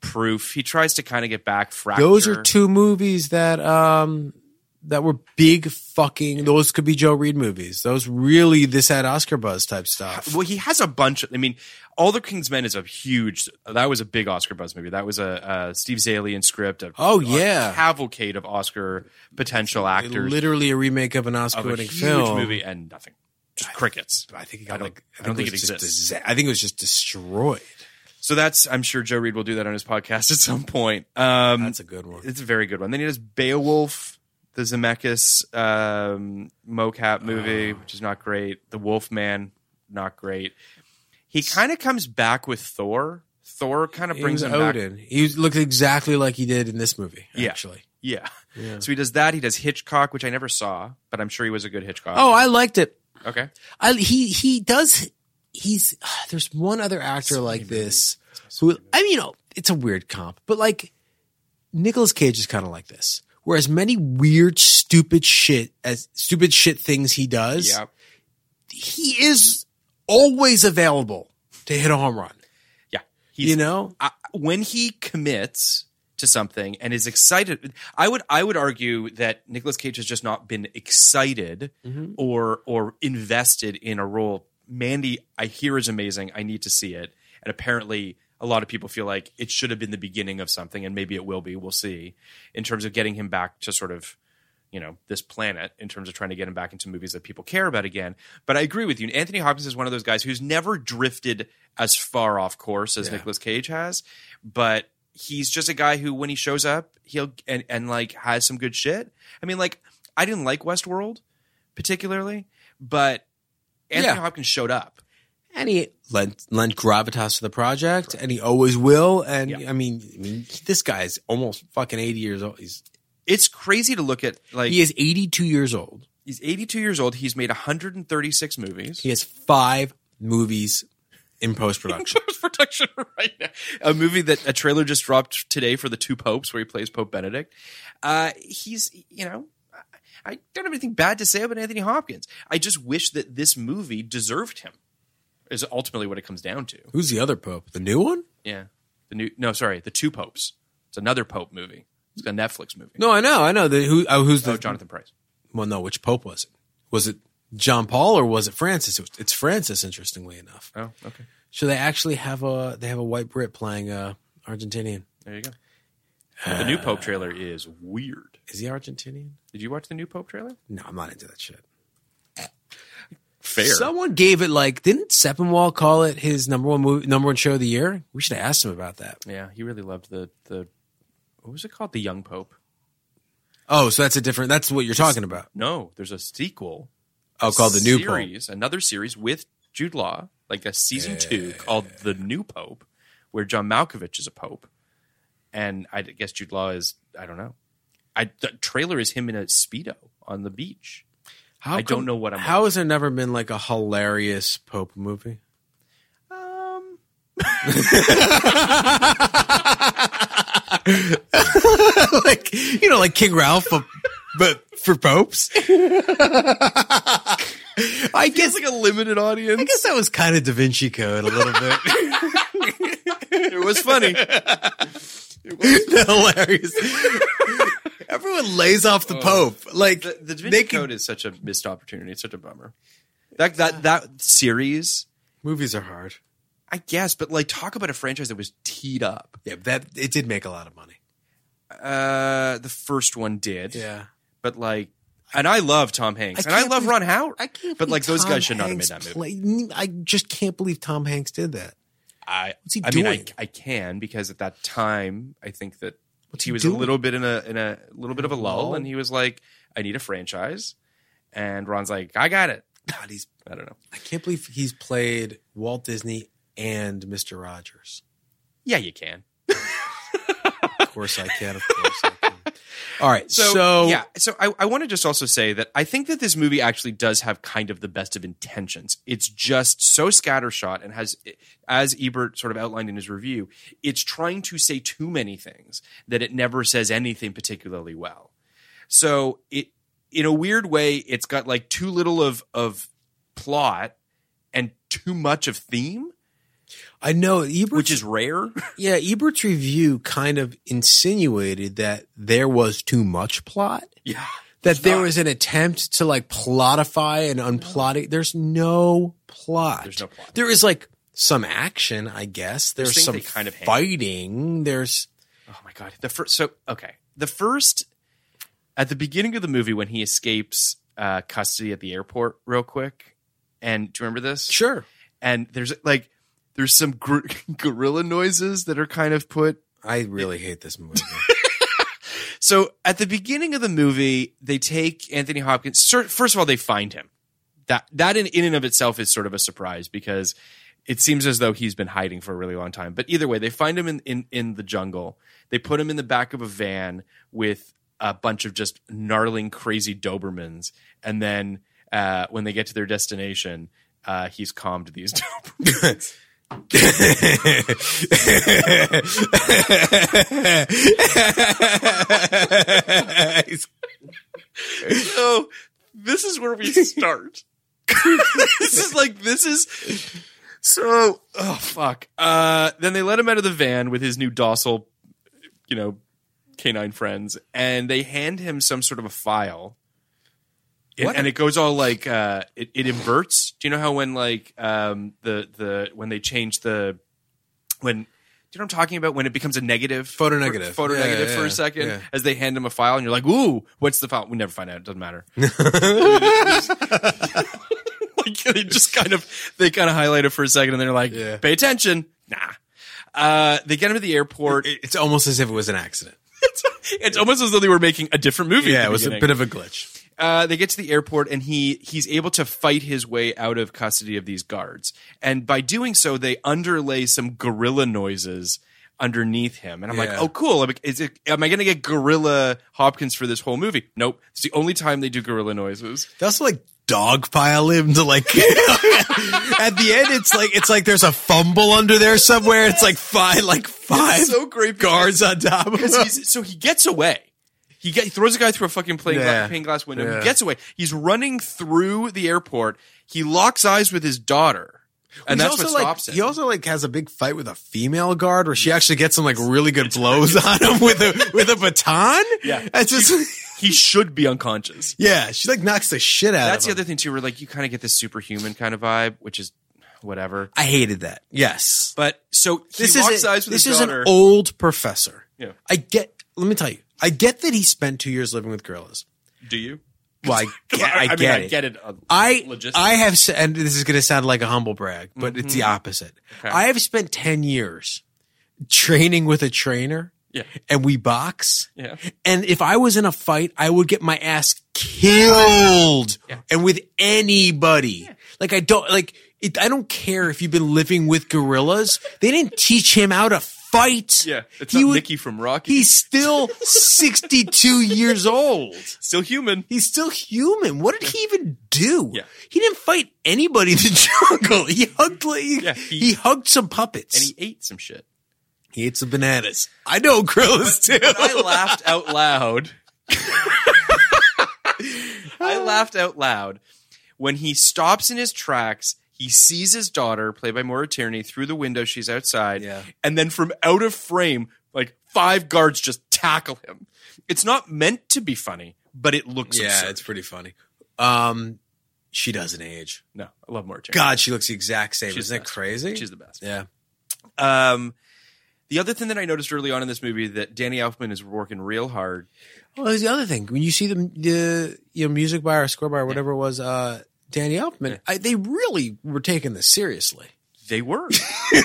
Speaker 3: proof. He tries to kind of get back fracture.
Speaker 2: those are two movies that um that were big fucking. Those could be Joe Reed movies. Those really this had Oscar buzz type stuff.
Speaker 3: Well, he has a bunch. Of, I mean, All the King's Men is a huge. That was a big Oscar buzz movie. That was a, a Steve Zalian script. A,
Speaker 2: Oh,
Speaker 3: a
Speaker 2: yeah.
Speaker 3: cavalcade of Oscar potential actors.
Speaker 2: Literally a remake of an
Speaker 3: of a
Speaker 2: Oscar-winning
Speaker 3: huge
Speaker 2: film.
Speaker 3: movie and nothing. Just crickets.
Speaker 2: I think it
Speaker 3: I
Speaker 2: got
Speaker 3: don't-
Speaker 2: like.
Speaker 3: I don't think
Speaker 2: was
Speaker 3: it
Speaker 2: just
Speaker 3: exists.
Speaker 2: disa- I think it was just destroyed.
Speaker 3: So that's. I'm sure Joe Reed will do that on his podcast at some point. Um,
Speaker 2: That's a good one.
Speaker 3: It's a very good one. Then he does Beowulf, the Zemeckis um, mocap movie,
Speaker 2: Ah.
Speaker 3: which is not great. The Wolfman, not great. He kind of comes back with Thor. Thor kind of
Speaker 2: He
Speaker 3: brings
Speaker 2: was
Speaker 3: him back.
Speaker 2: Odin. He was- looked exactly like he did in this movie.
Speaker 3: Yeah.
Speaker 2: Actually.
Speaker 3: Yeah. So he does that. He does Hitchcock, which I never saw, but I'm sure he was a good Hitchcock.
Speaker 2: Oh, I liked it.
Speaker 3: okay.
Speaker 2: I he he does. He's there's one other actor like this who I mean, you know, it's a weird comp, but like Nicolas Cage is kind of like this. Where as many weird, stupid shit as stupid shit things he does,
Speaker 3: Yeah.
Speaker 2: he is always available to hit a home run.
Speaker 3: Yeah.
Speaker 2: you know,
Speaker 3: I, when he commits to something and is excited i would i would argue that Nicolas cage has just not been excited or or invested in a role mandy i hear is amazing i need to see it and apparently a lot of people feel like it should have been the beginning of something and maybe it will be we'll see in terms of getting him back to sort of you know this planet in terms of trying to get him back into movies that people care about again. But I agree with you. Anthony Hopkins is one of those guys who's never drifted as far off course as Nicolas Cage has, but he's just a guy who when he shows up, he'll and and like has some good shit. I mean, like I didn't like Westworld particularly, but Anthony
Speaker 2: Yeah.
Speaker 3: Hopkins showed up.
Speaker 2: and he lent lent gravitas to the project, and he always will. And
Speaker 3: Yeah.
Speaker 2: I mean, I mean, this guy is almost fucking eighty years old. He's
Speaker 3: It's crazy to look at like
Speaker 2: he is eighty two years old.
Speaker 3: he's 82 years old, he's made 136 movies.
Speaker 2: He has five movies in post production.
Speaker 3: production right now. A movie that a trailer just dropped today for the two popes, where he plays Pope Benedict. Uh, he's, you know, I I don't have anything bad to say about Anthony Hopkins. I just wish that this movie deserved him. Is ultimately what it comes down to.
Speaker 2: Who's the other pope? The new one?
Speaker 3: Yeah, the new no, sorry, the two popes. It's another Pope movie. It's a Netflix movie.
Speaker 2: No, I know, I know. The, who? Uh, who's the?
Speaker 3: Oh, Jonathan Price.
Speaker 2: Well, no. Which pope was it? Was it John Paul or was it Francis? It was- It's Francis, interestingly enough.
Speaker 3: Oh, okay.
Speaker 2: So they actually have a they have a white Brit playing a Argentinian.
Speaker 3: There you go. The new Pope trailer is weird.
Speaker 2: Is he Argentinian?
Speaker 3: Did you watch the new Pope trailer?
Speaker 2: No, I'm not into that shit.
Speaker 3: Fair.
Speaker 2: Someone gave it like didn't Seppenwall call it his number one movie, number one show of the year? We should have asked him about that.
Speaker 3: yeah, he really loved the the what was it called? The Young Pope.
Speaker 2: Oh, so that's a different. That's what you're talking about.
Speaker 3: No, there's a sequel.
Speaker 2: Oh, called the new pope.
Speaker 3: series, another series with Jude Law, like a season two called The New Pope, where John Malkovich is a pope, and I guess Jude Law is I don't know. I the trailer is him in a speedo on the beach.
Speaker 2: How
Speaker 3: I don't know what I'm-
Speaker 2: How has there never been like a hilarious Pope movie?
Speaker 3: Um,
Speaker 2: like you know, like King Ralph, but, but for popes. I guess like a limited audience. I guess that was kind of Da Vinci Code a little bit.
Speaker 3: it was funny.
Speaker 2: The hilarious. Everyone lays off Oh. the Pope. Like
Speaker 3: the, the Da
Speaker 2: they
Speaker 3: Vinci
Speaker 2: can-
Speaker 3: Code is such a missed opportunity. It's such a bummer. That that that series,
Speaker 2: movies are hard.
Speaker 3: I guess, but like talk about a franchise that was teed up.
Speaker 2: Yeah, that it did make a lot of money.
Speaker 3: Uh, the first one did, but like, and I love Tom Hanks and I
Speaker 2: can't
Speaker 3: love
Speaker 2: believe-
Speaker 3: Ron Howard.
Speaker 2: I can't.
Speaker 3: but
Speaker 2: believe
Speaker 3: like those
Speaker 2: Tom
Speaker 3: guys should not have made
Speaker 2: Hanks
Speaker 3: that movie.
Speaker 2: play- I just can't believe Tom Hanks did that.
Speaker 3: I,
Speaker 2: What's he
Speaker 3: I mean, I,
Speaker 2: doing?
Speaker 3: I can because at that time, I think that
Speaker 2: What's
Speaker 3: he
Speaker 2: he
Speaker 3: was a
Speaker 2: doing?
Speaker 3: little bit in a in a little bit of a lull,
Speaker 2: lull?
Speaker 3: and he was like, "I need a franchise," and Ron's like, "I got it."
Speaker 2: God, he's.
Speaker 3: I don't know.
Speaker 2: I can't believe he's played Walt Disney and Mister Rogers.
Speaker 3: Yeah, you can.
Speaker 2: Of course, I can. Of course, I can. All right.
Speaker 3: So,
Speaker 2: So,
Speaker 3: yeah, so I, I want to just also say that I think that this movie actually does have kind of the best of intentions. It's just so scattershot and has, as Ebert sort of outlined in his review, it's trying to say too many things that it never says anything particularly well. So it, in a weird way, it's got like too little of of plot and too much of theme,
Speaker 2: I know Ebert's,
Speaker 3: which is rare.
Speaker 2: yeah. Ebert's review kind of insinuated that there was too much plot.
Speaker 3: yeah,
Speaker 2: That there was an attempt to like plotify and unplot it. There's no plot.
Speaker 3: There's no plot.
Speaker 2: There is like some action, I guess. There's
Speaker 3: things
Speaker 2: some
Speaker 3: they kind of hang.
Speaker 2: fighting. There's
Speaker 3: Oh my god. The first so okay. The first at the beginning of the movie when he escapes uh, custody at the airport real quick. And do you remember this?
Speaker 2: sure.
Speaker 3: And there's like there's some gor- gorilla noises that are kind of put
Speaker 2: I really hate this movie.
Speaker 3: so at the beginning of the movie, they take Anthony Hopkins. sir- First of all, they find him. That that in, in and of itself is sort of a surprise because it seems as though he's been hiding for a really long time. But either way, they find him in in, in the jungle. They put him in the back of a van with a bunch of just gnarling, crazy Dobermans, and then uh, when they get to their destination, uh, he's calmed these Dobermans. so this is where we start. this is like this is so oh fuck. Uh then they let him out of the van with his new docile, you know, canine friends, and they hand him some sort of a file. It-
Speaker 2: What?
Speaker 3: and it goes all like uh it, it inverts. Do you know how when like um the the when they change the when do you know what I'm talking about? When it becomes a negative,
Speaker 2: Photo negative.
Speaker 3: photo
Speaker 2: Yeah,
Speaker 3: negative
Speaker 2: yeah,
Speaker 3: for
Speaker 2: yeah.
Speaker 3: a second,
Speaker 2: Yeah.
Speaker 3: as they hand him a file, and you're like, "Ooh, what's the file?" We never find out. It doesn't matter. like they just kind of they kind of highlight it for a second, and they're like,
Speaker 2: Yeah.
Speaker 3: "Pay attention." Nah. Uh, they get him to the airport.
Speaker 2: it's almost as if it was an accident.
Speaker 3: it's almost as though they were making a different movie.
Speaker 2: Yeah, it was a bit of a glitch.
Speaker 3: Uh, they get to the airport and he he's able to fight his way out of custody of these guards. And by doing so, they underlay some gorilla noises underneath him. And I'm like,
Speaker 2: Yeah.
Speaker 3: oh, cool. Am I- Is it, am I going to get gorilla Hopkins for this whole movie? Nope. It's the only time they do gorilla noises.
Speaker 2: They also like dogpile him to like at the end it's like it's like there's a fumble under there somewhere it's like five like five
Speaker 3: so great
Speaker 2: guards on top of him
Speaker 3: because he's so he gets away. He, get, he throws a guy through a fucking plane gla-
Speaker 2: Yeah.
Speaker 3: pane glass window.
Speaker 2: Yeah.
Speaker 3: He gets away. He's running through the airport. He locks eyes with his daughter, and
Speaker 2: He's
Speaker 3: that's what
Speaker 2: also, like-
Speaker 3: stops
Speaker 2: He
Speaker 3: him.
Speaker 2: also like has a big fight with a female guard where she actually gets some like really good blows on him with a with a baton.
Speaker 3: Yeah.
Speaker 2: that's just
Speaker 3: he should be unconscious.
Speaker 2: yeah. She like knocks the shit out.
Speaker 3: That's the
Speaker 2: of him.
Speaker 3: other thing too, where like you kind of get this superhuman kind of vibe, which is whatever.
Speaker 2: I hated that. Yes,
Speaker 3: But so he
Speaker 2: this
Speaker 3: locks
Speaker 2: is a-
Speaker 3: eyes with
Speaker 2: this
Speaker 3: his
Speaker 2: is
Speaker 3: daughter.
Speaker 2: an old professor.
Speaker 3: Yeah.
Speaker 2: I get. Let me tell you, I get that he spent two years living with gorillas.
Speaker 3: Do you?
Speaker 2: Well, I get, I,
Speaker 3: mean,
Speaker 2: get
Speaker 3: I
Speaker 2: it.
Speaker 3: get it. uh,
Speaker 2: I
Speaker 3: logistically.
Speaker 2: I have, s- and this is going to sound like a humble brag, but it's
Speaker 3: Mm-hmm.
Speaker 2: the opposite. I have spent ten years training with a trainer,
Speaker 3: Yeah.
Speaker 2: and we box.
Speaker 3: Yeah.
Speaker 2: And if I was in a fight, I would get my ass killed, and with anybody. Like I don't like it. I don't care if you've been living with gorillas. They didn't teach him how to fight.
Speaker 3: Yeah, it's
Speaker 2: He
Speaker 3: not
Speaker 2: would-
Speaker 3: Nicky from Rocky.
Speaker 2: He's still sixty-two years old.
Speaker 3: still human.
Speaker 2: He's still human. What did he even do?
Speaker 3: Yeah.
Speaker 2: He didn't fight anybody in the jungle. He hugged like,
Speaker 3: Yeah,
Speaker 2: he,
Speaker 3: he-
Speaker 2: hugged some puppets.
Speaker 3: And he ate some shit.
Speaker 2: he ate some bananas. I know gorillas too.
Speaker 3: I laughed out loud. I laughed out loud when he stops in his tracks. He sees his daughter, played by Maura Tierney, through the window. She's outside,
Speaker 2: Yeah.
Speaker 3: and then from out of frame, like five guards just tackle him. It's not meant to be funny, but it looks absurd.
Speaker 2: pretty funny. Um, she doesn't age.
Speaker 3: no, I love Maura Tierney.
Speaker 2: God, she looks the exact same.
Speaker 3: She's
Speaker 2: Isn't
Speaker 3: the
Speaker 2: that
Speaker 3: best.
Speaker 2: crazy?
Speaker 3: She's the best.
Speaker 2: yeah.
Speaker 3: Um, the other thing that I noticed early on in this movie that Danny Elfman is working real hard.
Speaker 2: Well, there's the other thing. When you see the the you know, music by or score by or whatever it was, uh, Danny Elfman, I, they really were taking this seriously.
Speaker 3: They were.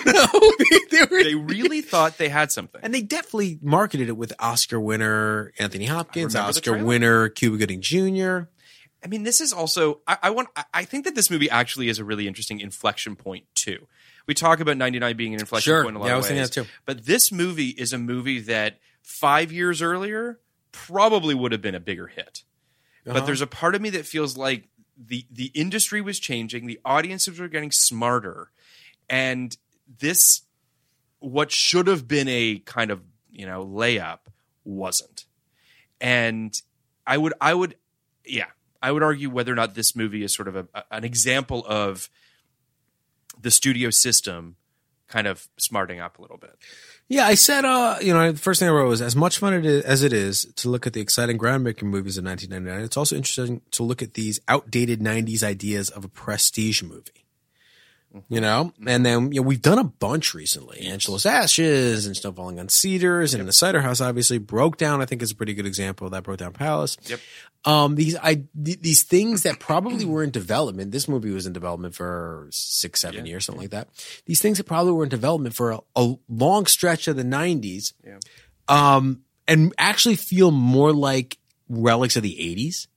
Speaker 2: no, they, they were
Speaker 3: they really thought they had something.
Speaker 2: And they definitely marketed it with Oscar winner Anthony Hopkins,
Speaker 3: remember the
Speaker 2: Oscar
Speaker 3: trailer.
Speaker 2: winner Cuba Gooding Jr.
Speaker 3: I mean, this is also I, I want I- I think that this movie actually is a really interesting inflection point too. We talk about ninety nine being an inflection
Speaker 2: Sure.
Speaker 3: point in a lot
Speaker 2: Yeah, I
Speaker 3: of
Speaker 2: was thinking
Speaker 3: ways,
Speaker 2: that too.
Speaker 3: But this movie is a movie that five years earlier probably would have been a bigger hit.
Speaker 2: Uh-huh.
Speaker 3: But there's a part of me that feels like the the industry was changing, the audiences were getting smarter, and this what should have been a kind of you know layup wasn't. And I would I would yeah I would argue whether or not this movie is sort of a, a- an example of the studio system kind of smarting up a little bit.
Speaker 2: Yeah, I said, uh, you know, the first thing I wrote was as much fun it is, as it is to look at the exciting groundbreaking movies of 1999, it's also interesting to look at these outdated 90s ideas of a prestige movie. You know, and then you know, we've done a bunch recently. Angelo's Ashes and Snow Falling on Cedars and The Cider House, obviously. Broke Down, I think, is a pretty good example of that. Broke Down Palace. Yep. Um, these I th- these things that probably were in development. This movie was in development for six, seven years, something like that. These things that probably were in development for a, a long stretch of the '90s, um, and actually feel more like relics of the '80s.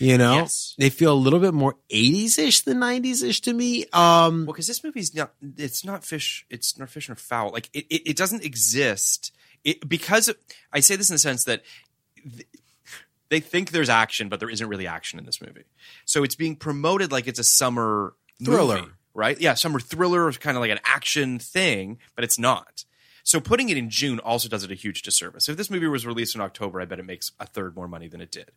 Speaker 2: You know,
Speaker 3: Yes.
Speaker 2: they feel a little bit more '80s ish than '90s ish to me. Um,
Speaker 3: Well, because this movie's not it's not fish it's not fish nor fowl. Like it, it, it doesn't exist. It because I say this in the sense that th- they think there's action, but there isn't really action in this movie. So it's being promoted like it's a summer
Speaker 2: Thriller.
Speaker 3: movie, right? Yeah, summer thriller is kind of like an action thing, but it's not. So putting it in June also does it a huge disservice. If this movie was released in October, I bet it makes a third more money than it did.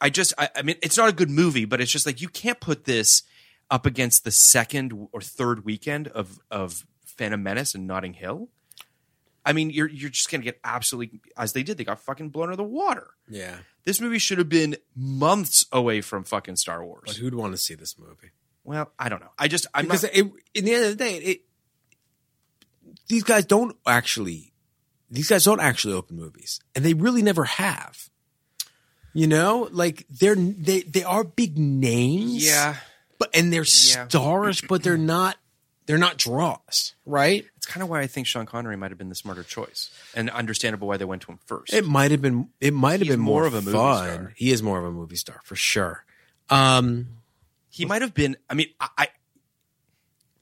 Speaker 3: I just, I, I mean, it's not a good movie, but it's just like you can't put this up against the second or third weekend of of Phantom Menace and Notting Hill. I mean, you're you're just gonna get absolutely as they did. They got fucking blown out of the water.
Speaker 2: yeah,
Speaker 3: This movie should have been months away from fucking Star
Speaker 2: but
Speaker 3: Wars.
Speaker 2: who'd want to see this movie?
Speaker 3: Well, I don't know. I just I'm
Speaker 2: because
Speaker 3: not,
Speaker 2: it, in the end of the day, it, these guys don't actually these guys don't actually open movies, and they really never have. You know, like they're they they are big names,
Speaker 3: yeah.
Speaker 2: but and they're stars, but they're not they're not draws, right?
Speaker 3: It's kind of why I think Sean Connery might have been the smarter choice, and understandable why they went to him first.
Speaker 2: It might have been it might have
Speaker 3: He's
Speaker 2: been more, of a movie fun.
Speaker 3: star.
Speaker 2: He is more of a movie star for sure. Um,
Speaker 3: he might have been i mean I, I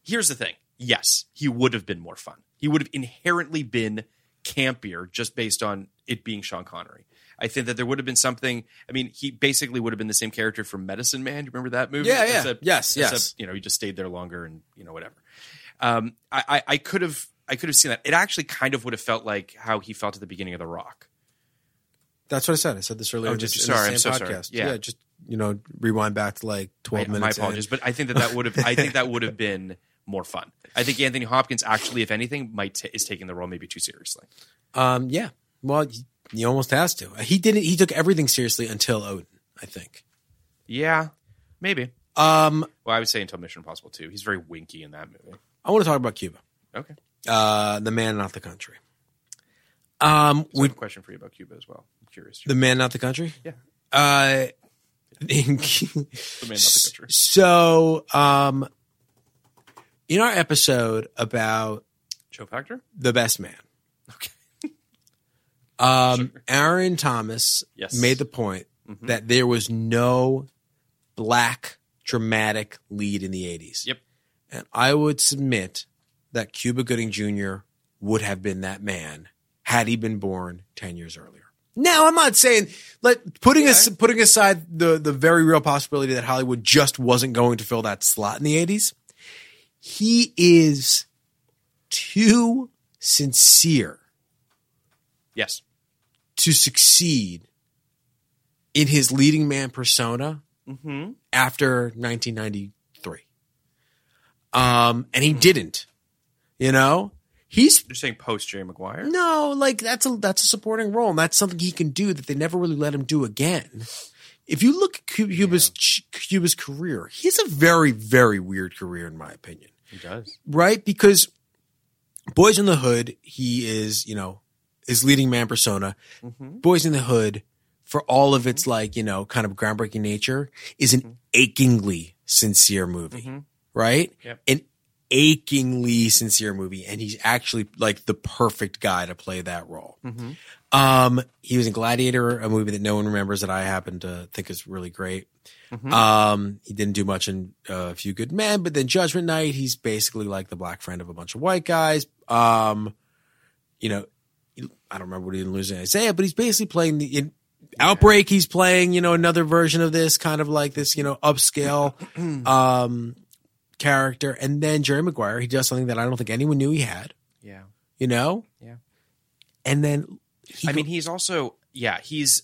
Speaker 3: here's the thing yes he would have been more fun he would have inherently been campier just based on it being sean connery I think that there would have been something. I mean, he basically would have been the same character from Medicine Man. Do you remember that movie?
Speaker 2: Yeah, yeah. Yes, yes.
Speaker 3: You know, he just stayed there longer, and you know, whatever. Um, I, I, I could have, I could have seen that. It actually kind of would have felt like how he felt at the beginning of The Rock.
Speaker 2: That's what I said. I said this earlier.
Speaker 3: Oh,
Speaker 2: in the-
Speaker 3: just-
Speaker 2: in the
Speaker 3: sorry,
Speaker 2: same
Speaker 3: I'm so sorry.
Speaker 2: podcast.
Speaker 3: Yeah.
Speaker 2: just you know, rewind back to like twelve
Speaker 3: I- my
Speaker 2: minutes. in.
Speaker 3: apologies, but I think that that would have. I think that would have been more fun. I think Anthony Hopkins actually, if anything, might t- is taking the role maybe too seriously.
Speaker 2: Um, yeah. Well, he- he almost has to. He didn't. He took everything seriously until Odin. I think.
Speaker 3: Yeah, maybe.
Speaker 2: Um,
Speaker 3: Well, I would say until Mission Impossible too. He's very winky in that movie.
Speaker 2: I want to talk about Cuba,
Speaker 3: Okay,
Speaker 2: uh, the man, not the country. Um,
Speaker 3: so I
Speaker 2: we,
Speaker 3: have a question for you about Cuba as well. I'm curious.
Speaker 2: the man, not the country.
Speaker 3: Yeah.
Speaker 2: Uh,
Speaker 3: The man, not the country.
Speaker 2: so, um, in our episode about
Speaker 3: Joe Factor.
Speaker 2: the best man.
Speaker 3: Okay.
Speaker 2: Um, Aaron Thomas
Speaker 3: Yes. Mm-hmm.
Speaker 2: made the point that there was no black dramatic lead in the 80s.
Speaker 3: Yep.
Speaker 2: And I would submit that Cuba Gooding Jr. would have been that man had he been born 10 years earlier. Now, I'm not saying like putting as, putting aside the the very real possibility that Hollywood just wasn't going to fill that slot in the 80s. He is too sincere
Speaker 3: Yes.
Speaker 2: to succeed in his leading man persona
Speaker 3: Mm-hmm.
Speaker 2: after 1993. Um, and he didn't. You know, he's
Speaker 3: You're saying post Jerry Maguire.
Speaker 2: no like that's a that's a supporting role, and that's something he can do that they never really let him do again. If you look at Cu- Cuba's ch Cuba's career, he has a very very weird career in my opinion
Speaker 3: He does.
Speaker 2: right? Because Boys in the Hood, he is, you know, his leading man persona.
Speaker 3: Mm-hmm.
Speaker 2: Mm-hmm. Boys in the Hood, for all of its like, you know, kind of groundbreaking nature, is an achingly sincere movie, right?
Speaker 3: Yep.
Speaker 2: An achingly sincere movie, and he's actually like the perfect guy to play that role.
Speaker 3: Mm-hmm.
Speaker 2: Um, he was in Gladiator, a movie that no one remembers that I happen to think is really great.
Speaker 3: Mm-hmm.
Speaker 2: Um, he didn't do much in uh, A Few Good Men, but then Judgment Night, he's basically like the black friend of a bunch of white guys. Um, you know, I don't remember what he did in Losing Isaiah, but he's basically playing the in Outbreak. He's playing, you know, another version of this kind of like this, you know, upscale um, character. And then Jerry Maguire, he does something that I don't think anyone knew he had,
Speaker 3: Yeah.
Speaker 2: you know?
Speaker 3: Yeah.
Speaker 2: And then he
Speaker 3: I mean, he's also yeah. He's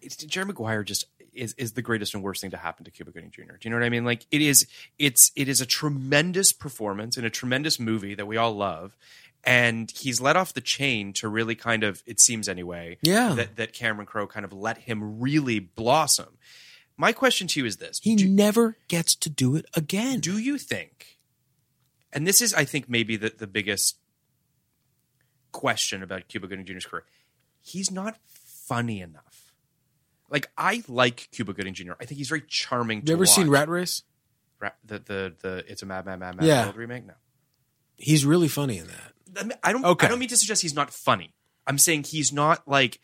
Speaker 3: it's, Jerry Maguire just is is the greatest and worst thing to happen to Cuba Gooding Jr. Do you know what I mean? Like it is it's it is a tremendous performance in a tremendous movie that we all love, and he's let off the chain to really kind of it seems anyway.
Speaker 2: Yeah.
Speaker 3: that that Cameron Crowe kind of let him really blossom. My question to you is this:
Speaker 2: he
Speaker 3: Do-
Speaker 2: never gets to do it again.
Speaker 3: do you think and this is i think maybe the, the biggest question about cuba gooding jr's career he's not funny enough like i like cuba gooding jr i think he's very charming
Speaker 2: you
Speaker 3: to
Speaker 2: ever seen
Speaker 3: watch.
Speaker 2: Rat Race?
Speaker 3: Ra- the, the the it's a mad mad mad mad
Speaker 2: Yeah.
Speaker 3: world remake no
Speaker 2: He's really funny in that.
Speaker 3: I mean, I don't.
Speaker 2: Okay.
Speaker 3: I don't mean to suggest he's not funny. I'm saying he's not like.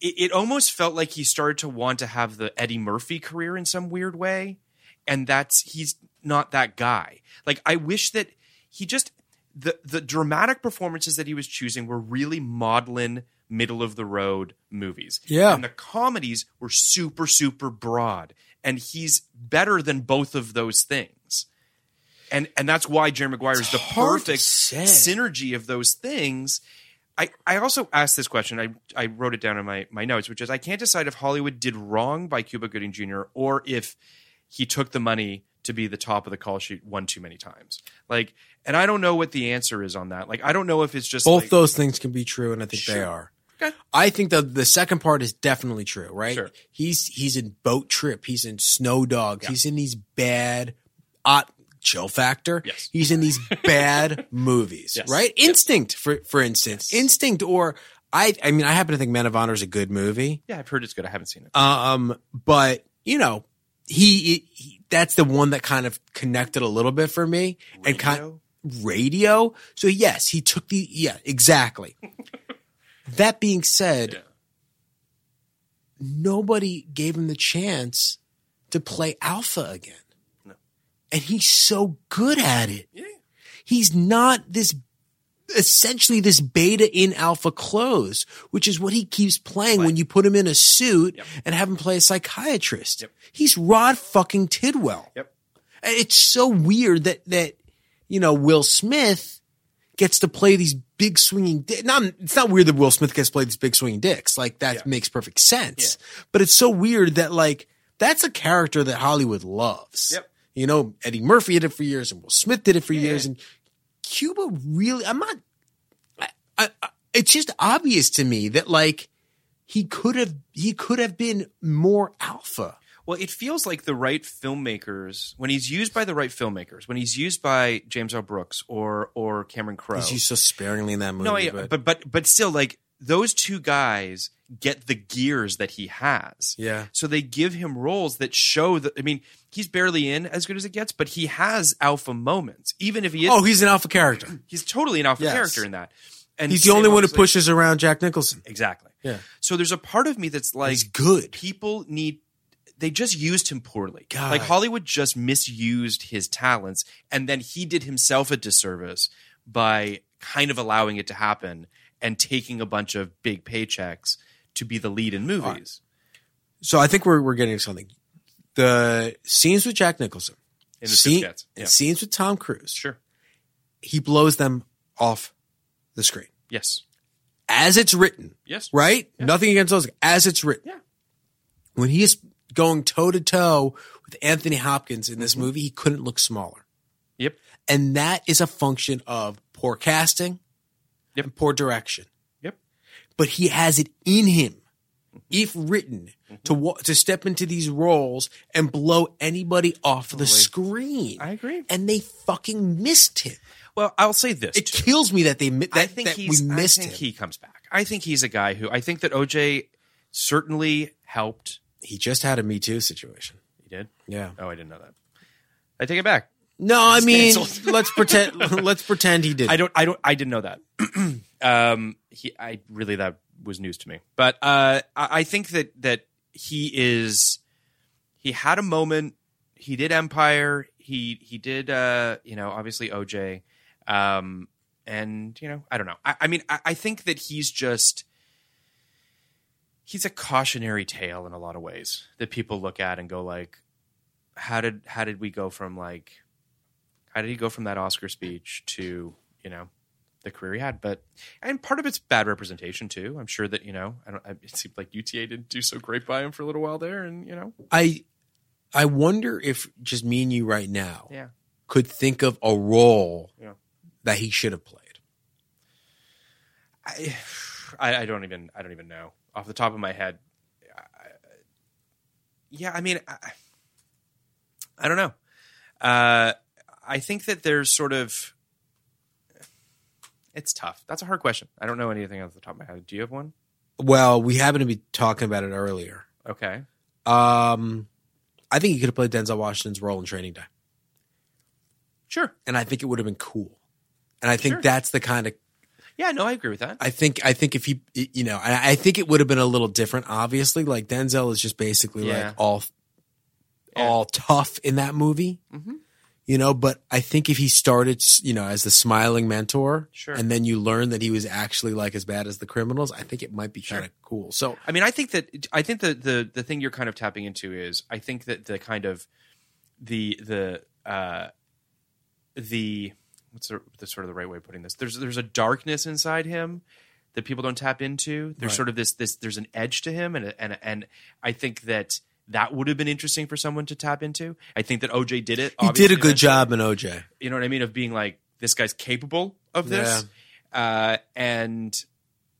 Speaker 3: It, it almost felt like he started to want to have the Eddie Murphy career in some weird way, and that's he's not that guy. Like I wish that he just the the dramatic performances that he was choosing were really maudlin middle of the road movies.
Speaker 2: Yeah.
Speaker 3: and the comedies were super super broad, and he's better than both of those things and and that's why Jerry Maguire is the
Speaker 2: hard to
Speaker 3: perfect
Speaker 2: say.
Speaker 3: synergy of those things. I, I also asked this question. I, I wrote it down in my, my notes, which is I can't decide if Hollywood did wrong by Cuba Gooding Jr. or if he took the money to be the top of the call sheet one too many times. Like, and I don't know what the answer is on that. Like, I don't know if it's just
Speaker 2: both
Speaker 3: like,
Speaker 2: those things can be true, and I think they
Speaker 3: Sure.
Speaker 2: are.
Speaker 3: Okay.
Speaker 2: I think the the second part is definitely true, right?
Speaker 3: Sure.
Speaker 2: He's he's in boat trip, he's in snow dogs, he's in these bad uh, chill factor.
Speaker 3: Yes.
Speaker 2: He's in these bad movies,
Speaker 3: Yes.
Speaker 2: right? Instinct for for instance. Instinct or I I mean I happen to think Men of Honor is a good movie.
Speaker 3: Yeah, I've heard it's good. I haven't seen it.
Speaker 2: Um, but you know, he, he that's the one that kind of connected a little bit for me and kind radio. So yes, he took the yeah exactly. that being said, nobody gave him the chance to play alpha again, and he's so good at it. He's not this essentially this beta in alpha closed, which is what he keeps playing when you put him in a suit and have him play a psychiatrist. He's Rod fucking Tidwell. Yep. It's so weird that that you know Will Smith gets to play these big swinging. Di- not it's not weird that Will Smith gets to play these big swinging dicks. Like that makes perfect sense. But it's so weird that like that's a character that Hollywood loves. Yep. You know, Eddie Murphy did it for years, and Will Smith did it for years, and Cuba really. I'm not. I, I, it's just obvious to me that like he could have he could have been more alpha.
Speaker 3: Well, it feels like the right filmmakers when he's used by the right filmmakers, when he's used by James L. Brooks or or Cameron Crowe.
Speaker 2: He's used so sparingly in that movie.
Speaker 3: no, yeah,
Speaker 2: but,
Speaker 3: but, but but still, like those two guys get the gears that he has.
Speaker 2: yeah,
Speaker 3: So they give him roles that show that. I mean, he's barely in as good as it gets, but he has alpha moments. Even if he is,
Speaker 2: oh, he's an alpha character.
Speaker 3: he's totally an alpha
Speaker 2: Yes.
Speaker 3: character in that. And
Speaker 2: He's the
Speaker 3: Sam
Speaker 2: only one who
Speaker 3: Elliott-
Speaker 2: pushes around Jack Nicholson.
Speaker 3: exactly.
Speaker 2: Yeah.
Speaker 3: So there's a part of me that's like,
Speaker 2: He's good.
Speaker 3: people need they just used him poorly.
Speaker 2: God.
Speaker 3: Like Hollywood just misused his talents and then he did himself a disservice by kind of allowing it to happen and taking a bunch of big paychecks to be the lead in movies.
Speaker 2: So I think we're we're getting something. The scenes with Jack Nicholson,
Speaker 3: In the
Speaker 2: scene-
Speaker 3: Pussycats. Yeah.
Speaker 2: scenes with Tom Cruise,
Speaker 3: Sure.
Speaker 2: he blows them off the screen
Speaker 3: Yes.
Speaker 2: as it's written.
Speaker 3: Yes.
Speaker 2: right? Nothing against those as it's written.
Speaker 3: Yeah.
Speaker 2: When he is going toe to toe with Anthony Hopkins in this
Speaker 3: Mm-hmm.
Speaker 2: movie, he couldn't look smaller.
Speaker 3: Yep.
Speaker 2: And that is a function of poor casting
Speaker 3: Yep.
Speaker 2: and poor direction.
Speaker 3: Yep. Mm-hmm.
Speaker 2: But he has it in him, if written, to wa- to step into these roles and blow anybody off the screen.
Speaker 3: I agree.
Speaker 2: And they fucking missed him.
Speaker 3: Well, I'll say this.
Speaker 2: It
Speaker 3: too.
Speaker 2: kills me that they mi- that,
Speaker 3: I think
Speaker 2: that
Speaker 3: he's,
Speaker 2: we missed
Speaker 3: I think
Speaker 2: him.
Speaker 3: he comes back. I think he's a guy who I think that OJ certainly helped.
Speaker 2: he just had a Me Too situation.
Speaker 3: He did.
Speaker 2: Yeah.
Speaker 3: Oh, I didn't know that. I take it back.
Speaker 2: No, I mean,
Speaker 3: canceled.
Speaker 2: let's pretend. Let's pretend he did.
Speaker 3: I don't. I don't. I didn't know that. um, he. I really that was news to me. But uh, I, I think that that he is. He had a moment. He did Empire. He he did. Uh, you know, obviously OJ. Um, and you know, I don't know. I, I mean, I, I think that he's just. He's a cautionary tale in a lot of ways that people look at and go like, how did how did we go from like how did he go from that Oscar speech to you know the career he had? But and part of it's bad representation too. I'm sure that you know I don't. I, it seemed like UTA didn't do so great by him for a little while there, and you know
Speaker 2: I, I wonder if just me and you right now
Speaker 3: yeah.
Speaker 2: could think of a role
Speaker 3: Yeah.
Speaker 2: that he should have played.
Speaker 3: I, I I don't even I don't even know off the top of my head. I- yeah, I mean, I, I don't know. Uh, I think that there's sort of it's tough. That's a hard question. I don't know anything off the top of my head. Do you have one?
Speaker 2: Well, we happened to be talking about it earlier.
Speaker 3: Okay.
Speaker 2: Um, I think he could have played Denzel Washington's role in Training Day,
Speaker 3: Sure.
Speaker 2: and I think it would have been cool. And I think
Speaker 3: Sure.
Speaker 2: that's the kind of
Speaker 3: Yeah, no, I agree with that.
Speaker 2: I think I think if he you know I, I think it would have been a little different. Obviously, like Denzel is just basically
Speaker 3: Yeah.
Speaker 2: like all all tough in that movie,
Speaker 3: Mm-hmm.
Speaker 2: you know. But I think if he started you know as the smiling mentor,
Speaker 3: Sure.
Speaker 2: and then you learn that he was actually like as bad as the criminals, I think it might be kind of cool. So
Speaker 3: I mean, I think that I think that the the thing you're kind of tapping into is I think that the kind of the the uh the what's the, the sort of the right way of putting this? There's there's a darkness inside him that people don't tap into. There's sort of this this there's an edge to him, and and and I think that that would have been interesting for someone to tap into. I think that OJ did it.
Speaker 2: he did a
Speaker 3: obviously,
Speaker 2: good
Speaker 3: eventually
Speaker 2: job in OJ.
Speaker 3: you know what I mean, of being like, this guy's capable of this. Uh, and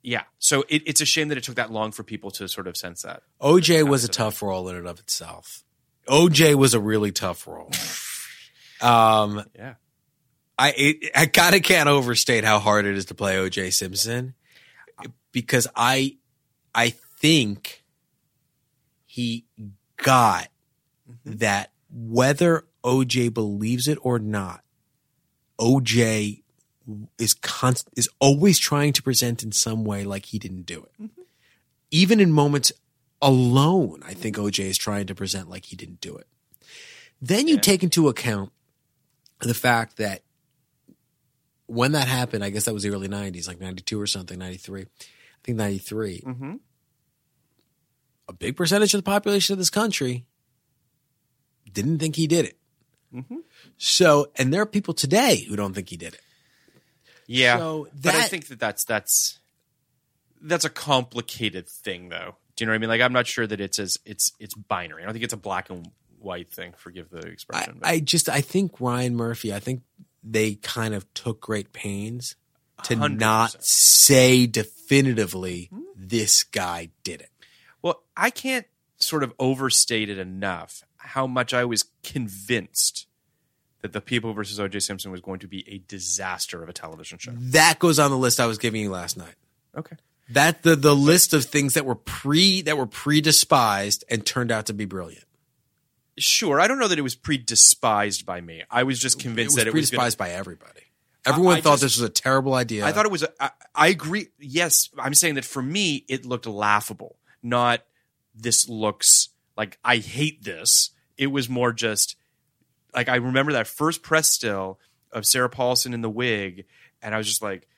Speaker 3: yeah, so it, it's a shame that it took that long for people to sort of sense that.
Speaker 2: OJ was a tough role in and of itself. OJ was a really tough role. um,
Speaker 3: Yeah.
Speaker 2: I it, I kind of can't overstate how hard it is to play OJ Simpson because I I think he got that whether OJ believes it or not, OJ is const- is always trying to present in some way like he didn't do it. Even in moments alone, I think OJ is trying to present like he didn't do it. Then you take into account the fact that when that happened, I guess that was the early 90s, like 92 or something, 93. I think 93.
Speaker 5: Mm-hmm.
Speaker 2: A big percentage of the population of this country didn't think he did it.
Speaker 5: Mhm.
Speaker 2: So, and there are people today who don't think he did it.
Speaker 3: Yeah,
Speaker 2: So
Speaker 3: but I
Speaker 2: that-
Speaker 3: think that that's that's that's a complicated thing, though. Do you know what I mean? Like, I'm not sure that it's as it's it's binary. I don't think it's a black and white thing. Forgive the
Speaker 2: I,
Speaker 3: expression. but-
Speaker 2: I just, I think Ryan Murphy, I think they kind of took great pains to
Speaker 3: 100%.
Speaker 2: not say definitively this guy did it.
Speaker 3: Well, I can't sort of overstate it enough how much I was convinced that the People versus O.J. Simpson was going to be a disaster of a television show.
Speaker 2: That goes on the list I was giving you last night.
Speaker 3: Okay.
Speaker 2: That the the list of things that were pre that were pre despised and turned out to be brilliant.
Speaker 3: Sure, I don't know that it was predespised by me. I was just
Speaker 2: It was
Speaker 3: convinced that it was gonna-
Speaker 2: pre-despised by everybody. Everyone
Speaker 3: I
Speaker 2: thought
Speaker 3: just-
Speaker 2: this was a terrible idea.
Speaker 3: I thought it was. A, I, I agree. Yes, I'm saying that for me, it looked laughable. Not this looks like I hate this. It was more just like I remember that first press still of Sarah Paulson in the wig, and I was just like,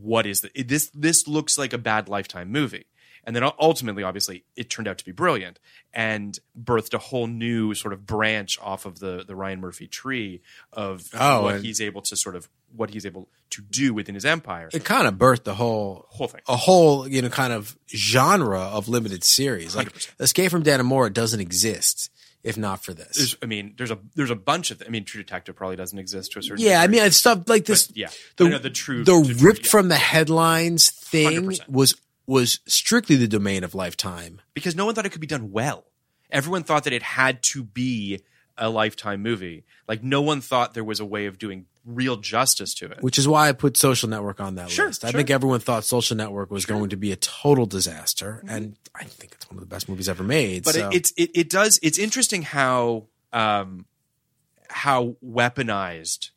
Speaker 3: "What is this? This this looks like a bad Lifetime movie." And then ultimately, obviously, it turned out to be brilliant and birthed a whole new sort of branch off of the the Ryan Murphy tree of
Speaker 2: Oh,
Speaker 3: what
Speaker 2: and-
Speaker 3: he's able to sort of what he's able to do within his empire
Speaker 2: it Oh, kind of birthed the whole
Speaker 3: whole thing.
Speaker 2: a whole you know kind of genre of limited series. Like Escape from Danamora doesn't exist if not for this.
Speaker 3: There's, I mean, there's a there's a bunch of. I mean, True Detective probably doesn't exist to a certain.
Speaker 2: yeah, I
Speaker 3: degree,
Speaker 2: mean, it's stuff like
Speaker 3: but
Speaker 2: this.
Speaker 3: yeah,
Speaker 2: the,
Speaker 3: I know the true
Speaker 2: the
Speaker 3: the true-
Speaker 2: ripped
Speaker 3: yeah.
Speaker 2: from the headlines thing
Speaker 3: 100%.
Speaker 2: was was strictly the domain of Lifetime.
Speaker 3: because no one thought it could be done well. Everyone thought that it had to be a lifetime movie. Like no one thought there was a way of doing real justice to it.
Speaker 2: which is why I put Social Network on that
Speaker 3: Sure,
Speaker 2: list. I
Speaker 3: sure.
Speaker 2: think everyone thought Social Network was going to be a total disaster, and I think it's one of the best movies ever made.
Speaker 3: Mm-hmm. but
Speaker 2: so.
Speaker 3: it, it's it, it does it's interesting how um how weaponized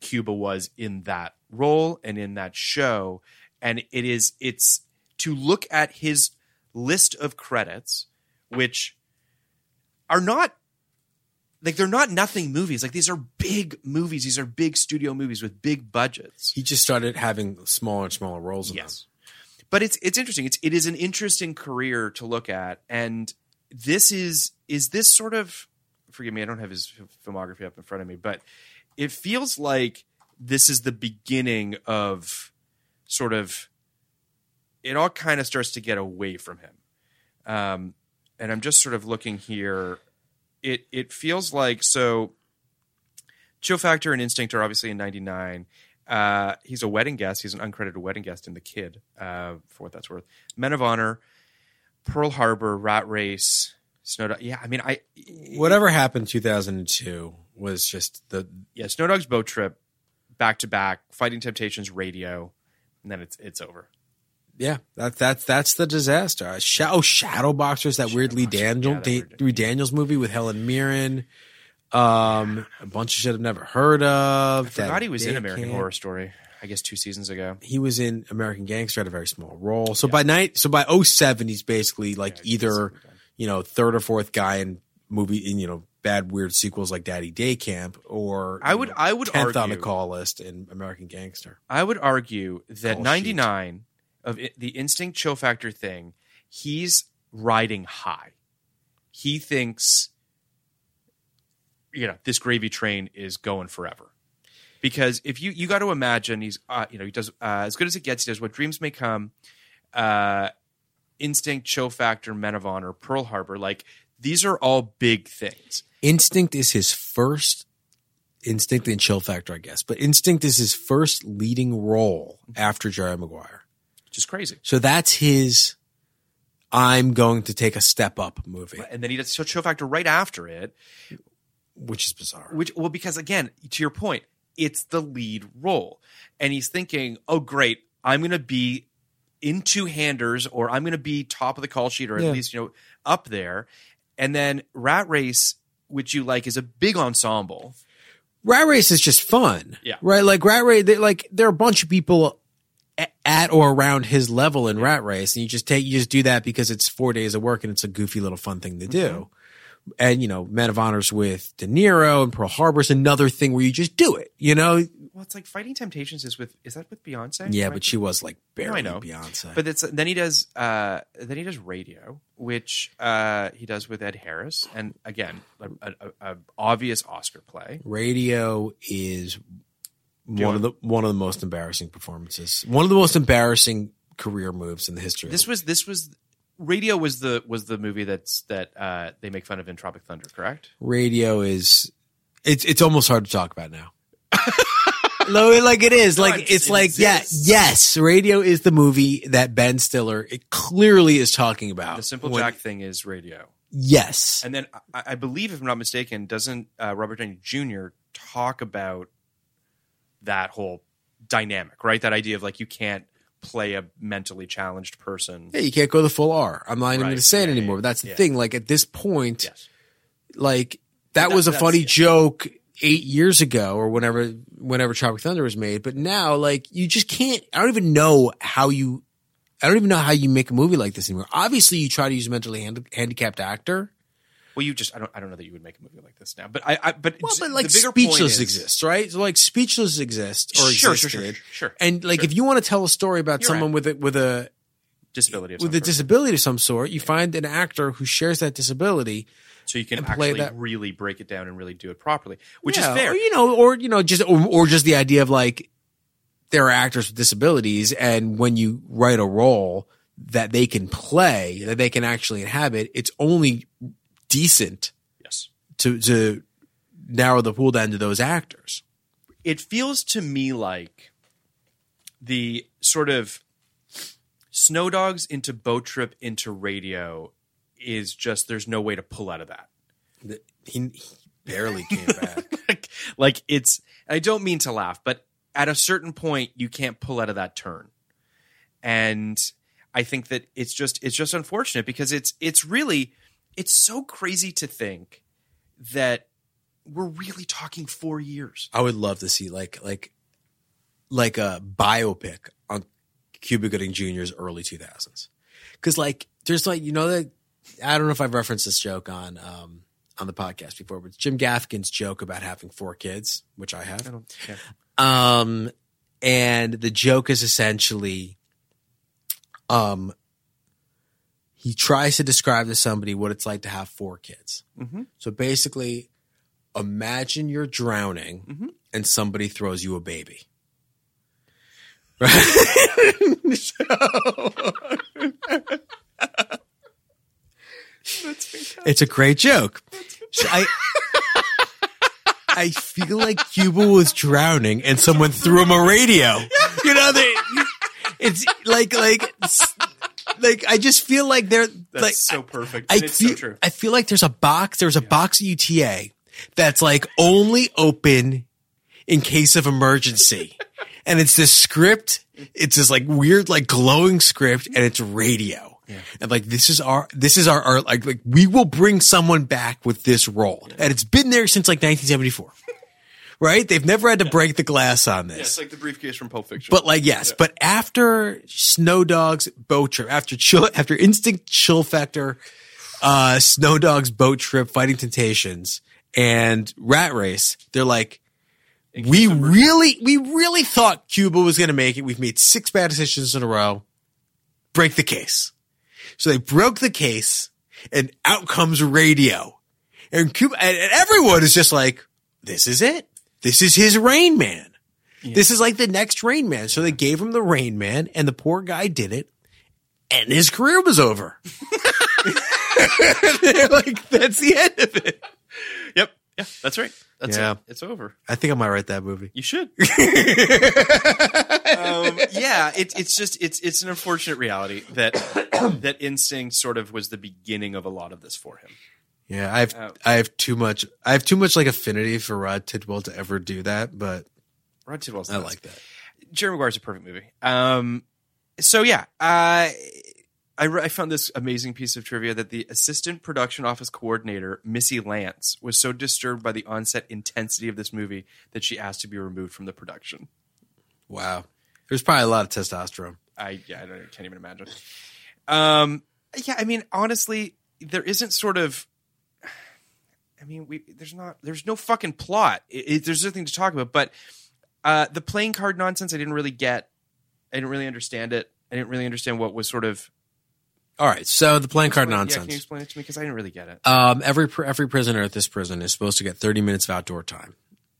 Speaker 3: cuba was in that role and in that show and it is it's to look at his list of credits which are not like they're not nothing movies like these are big movies these are big studio movies with big budgets
Speaker 2: he just started having smaller and smaller roles. In
Speaker 3: Yes. But it's it's interesting. It's it is an interesting career to look at, and this is is this sort of forgive me, I don't have his filmography up in front of me, but it feels like this is the beginning of sort of it all kind of starts to get away from him. Um, and I'm just sort of looking here. It it feels like so. Chill Factor and Instinct are obviously in '99. Uh, he's a wedding guest. He's an uncredited wedding guest in The Kid, uh, for what that's worth. Men of Honor, Pearl Harbor, Rat Race, Snow Dog. Yeah, I mean, I
Speaker 2: them. Whatever happened two thousand and two was just the
Speaker 3: yeah, Snow Dog's Boat Trip, back to back, Fighting Temptations, Radio, and then it's it's over.
Speaker 2: yeah that that's that's the disaster. Uh, Sha- oh, Shadow Boxers, that weird Lee Daniel
Speaker 3: yeah, that
Speaker 2: Da-
Speaker 3: weird-
Speaker 2: Lee Daniels movie with Helen Mirren. Um, a bunch of shit I've never heard of.
Speaker 3: I forgot
Speaker 2: that
Speaker 3: he was in
Speaker 2: day
Speaker 3: American
Speaker 2: camp.
Speaker 3: Horror Story. I guess two seasons ago.
Speaker 2: he was in American Gangster had a very small role. So by night, so by 07, he's basically like either you know third or fourth guy in movie in you know bad weird sequels like Daddy Day Camp or
Speaker 3: I
Speaker 2: you
Speaker 3: would-
Speaker 2: know,
Speaker 3: I would
Speaker 2: 10th Mm. on the
Speaker 3: argue-
Speaker 2: call list in American Gangster.
Speaker 3: I would argue that
Speaker 2: Call sheet.
Speaker 3: 99 of it, the instinct chill factor thing, he's riding high. He thinks, you know, this gravy train is going forever. Because if you you got to imagine he's uh, you know he does uh, as good as it gets he does what dreams may come, uh, instinct chill factor men of honor Pearl Harbor like these are all big things
Speaker 2: Instinct is his first instinct and chill factor, I guess, but Instinct is his first leading role after Jerry Maguire.
Speaker 3: which is crazy
Speaker 2: So that's his. I'm going to take a step up movie,
Speaker 3: and then he does chill factor right after it
Speaker 2: which is bizarre.
Speaker 3: Which well, because again, to your point, it's the lead role, and he's thinking, "Oh, great, I'm going to be in two handers, or I'm going to be top of the call sheet, or
Speaker 2: Yeah.
Speaker 3: at least you know up there." And then Rat Race, which you like, is a big ensemble.
Speaker 2: Rat Race is just fun.
Speaker 3: Yeah.
Speaker 2: Right? Like Rat Race, they, like there are a bunch of people a- at or around his level in Rat Race and you just take, you just do that because it's four days of work and it's a goofy little fun thing to do.
Speaker 3: Mm-hmm.
Speaker 2: And you know, Men of Honors with De Niro and Pearl Harbor's another thing where you just do it. You know,
Speaker 3: Well, it's like Fighting Temptations is with is that with Beyonce?
Speaker 2: Yeah,
Speaker 3: Am I-
Speaker 2: but she was like barely
Speaker 3: No, I know.
Speaker 2: Beyonce.
Speaker 3: But it's then he does uh then he does radio, which uh he does with Ed Harris, and again, a, a, a obvious Oscar play.
Speaker 2: radio is
Speaker 3: you
Speaker 2: one of the one of the most embarrassing performances. One of the most embarrassing career moves in the history.
Speaker 3: This was this was radio was the was the movie that's that uh they make fun of in Tropic Thunder, correct?
Speaker 2: radio is it's it's almost hard to talk about now. no, it- like it is. Like
Speaker 3: it
Speaker 2: it's like yeah, yes. Radio is the movie that Ben Stiller it clearly is talking about.
Speaker 3: The Simple
Speaker 2: Uh, When-
Speaker 3: Jack thing is radio.
Speaker 2: Yes.
Speaker 3: And then I, I believe, if I'm not mistaken, doesn't uh, Robert Downey Jr. talk about that whole dynamic, right? That idea of like you can't play a mentally challenged person.
Speaker 2: Yeah, you can't go the full R. I'm not even
Speaker 3: Right.
Speaker 2: going to say it
Speaker 3: Yeah,
Speaker 2: anymore. But that's the
Speaker 3: yeah.
Speaker 2: thing. Like at this point, like that,
Speaker 3: That-
Speaker 2: was a
Speaker 3: that's-
Speaker 2: funny
Speaker 3: yeah.
Speaker 2: joke eight years ago or whenever whenever Tropic Thunder was made. But now, like you just can't. I don't even know how you. I don't even know how you make a movie like this anymore. Obviously, you try to use a mentally handi- handicapped actor.
Speaker 3: Well, you just I don't I don't know that you would make a movie like this now, but I, I but
Speaker 2: Well,
Speaker 3: it's-
Speaker 2: but like
Speaker 3: the bigger point
Speaker 2: speechless
Speaker 3: is-
Speaker 2: exists, right? So like speechless exists or
Speaker 3: Sure, sure,
Speaker 2: existed.
Speaker 3: sure, sure,
Speaker 2: And like if you want to tell a story about someone with a with a
Speaker 3: disability of
Speaker 2: with
Speaker 3: some
Speaker 2: a
Speaker 3: sort.
Speaker 2: disability of some sort, you find an actor who shares that disability.
Speaker 3: so you can
Speaker 2: and play
Speaker 3: actually
Speaker 2: that-
Speaker 3: really break it down and really do it properly, which
Speaker 2: Yeah,
Speaker 3: is fair.
Speaker 2: Or, you know, or you know, just or, or just the idea of like there are actors with disabilities, and when you write a role that they can play, that they can actually inhabit, it's only decent.
Speaker 3: Yes.
Speaker 2: To to narrow the pool down to those actors.
Speaker 3: it feels to me like the sort of snow dogs into boat trip into radio is just there's no way to pull out of that
Speaker 2: He, he barely came back.
Speaker 3: like it's i don't mean to laugh but at a certain point you can't pull out of that turn and i think that it's just it's just unfortunate because it's it's really it's so crazy to think that we're really talking four years
Speaker 2: I would love to see like like like a biopic on Cuba Gooding Jr.'s early two thousands. Because like there's like you know that I don't know if I've referenced this joke on um on the podcast before, but it's Jim Gaffigan's joke about having four kids, which I have. Um and the joke is essentially um he tries to describe to somebody what it's like to have four kids.
Speaker 3: Mhm.
Speaker 2: So basically, imagine you're drowning and somebody throws you a baby. Right? it's a great joke. So I I feel like Cuba was drowning and someone threw him a radio. You know, they it's like like it's- like I just feel like they're
Speaker 3: that's
Speaker 2: like
Speaker 3: so perfect
Speaker 2: I
Speaker 3: and it's
Speaker 2: feel,
Speaker 3: so true
Speaker 2: I feel like there's a box. There's a box at UTA that's like only open in case of emergency, and it's this script. It's this like weird, like glowing script, and it's radio. And like this is our this is our, our like like we will bring someone back with this role, and it's been there since like 1974. Right? They've never had to break the glass on this.
Speaker 3: it's like the briefcase from Pulp Fiction.
Speaker 2: But like yes, but after Snow Dogs Boat Trip, after chill, after Instinct Chill Factor, uh, Snow Dogs Boat Trip, Fighting Temptations, and Rat Race, they're like, we really, we really thought Cuba was going to make it. We've made six bad decisions in a row. Break the case. So they broke the case, and out comes radio, and Cuba, and, and everyone is just like, this is it. This is his Rain Man. This is like the next Rain Man. So they gave him the Rain Man, and the poor guy did it, and his career was over. They're like, that's the end of it.
Speaker 3: yep, yeah, that's right. That's
Speaker 2: Yeah.
Speaker 3: it. It's over.
Speaker 2: I think I might write that movie.
Speaker 3: You should. um, yeah, it's it's just it's it's an unfortunate reality that that instinct sort of was the beginning of a lot of this for him.
Speaker 2: Yeah, I've
Speaker 3: Oh.
Speaker 2: I have too much I have too much like affinity for Rod Tidwell to ever do that, but
Speaker 3: Rod Tidwell's
Speaker 2: I
Speaker 3: nuts.
Speaker 2: like that.
Speaker 3: Jerry Maguire's a perfect movie. Um, so yeah, uh, I re- I found this amazing piece of trivia that the assistant production office coordinator Missy Lance was so disturbed by the onset intensity of this movie that she asked to be removed from the production.
Speaker 2: Wow, there's probably a lot of testosterone.
Speaker 3: I yeah, I, don't, I can't even imagine. Um, yeah, I mean, honestly, there isn't sort of. I mean, we there's not there's no fucking plot. It, it- there's nothing to talk about. But Uh, the playing card nonsense, I didn't really get. I didn't really understand it. I didn't really understand what was sort of.
Speaker 2: All right, so the playing card
Speaker 3: Yeah,
Speaker 2: nonsense.
Speaker 3: can you explain it to me? Because I didn't really get it.
Speaker 2: Um, every pr- every prisoner at this prison is supposed to get 30 minutes of outdoor time.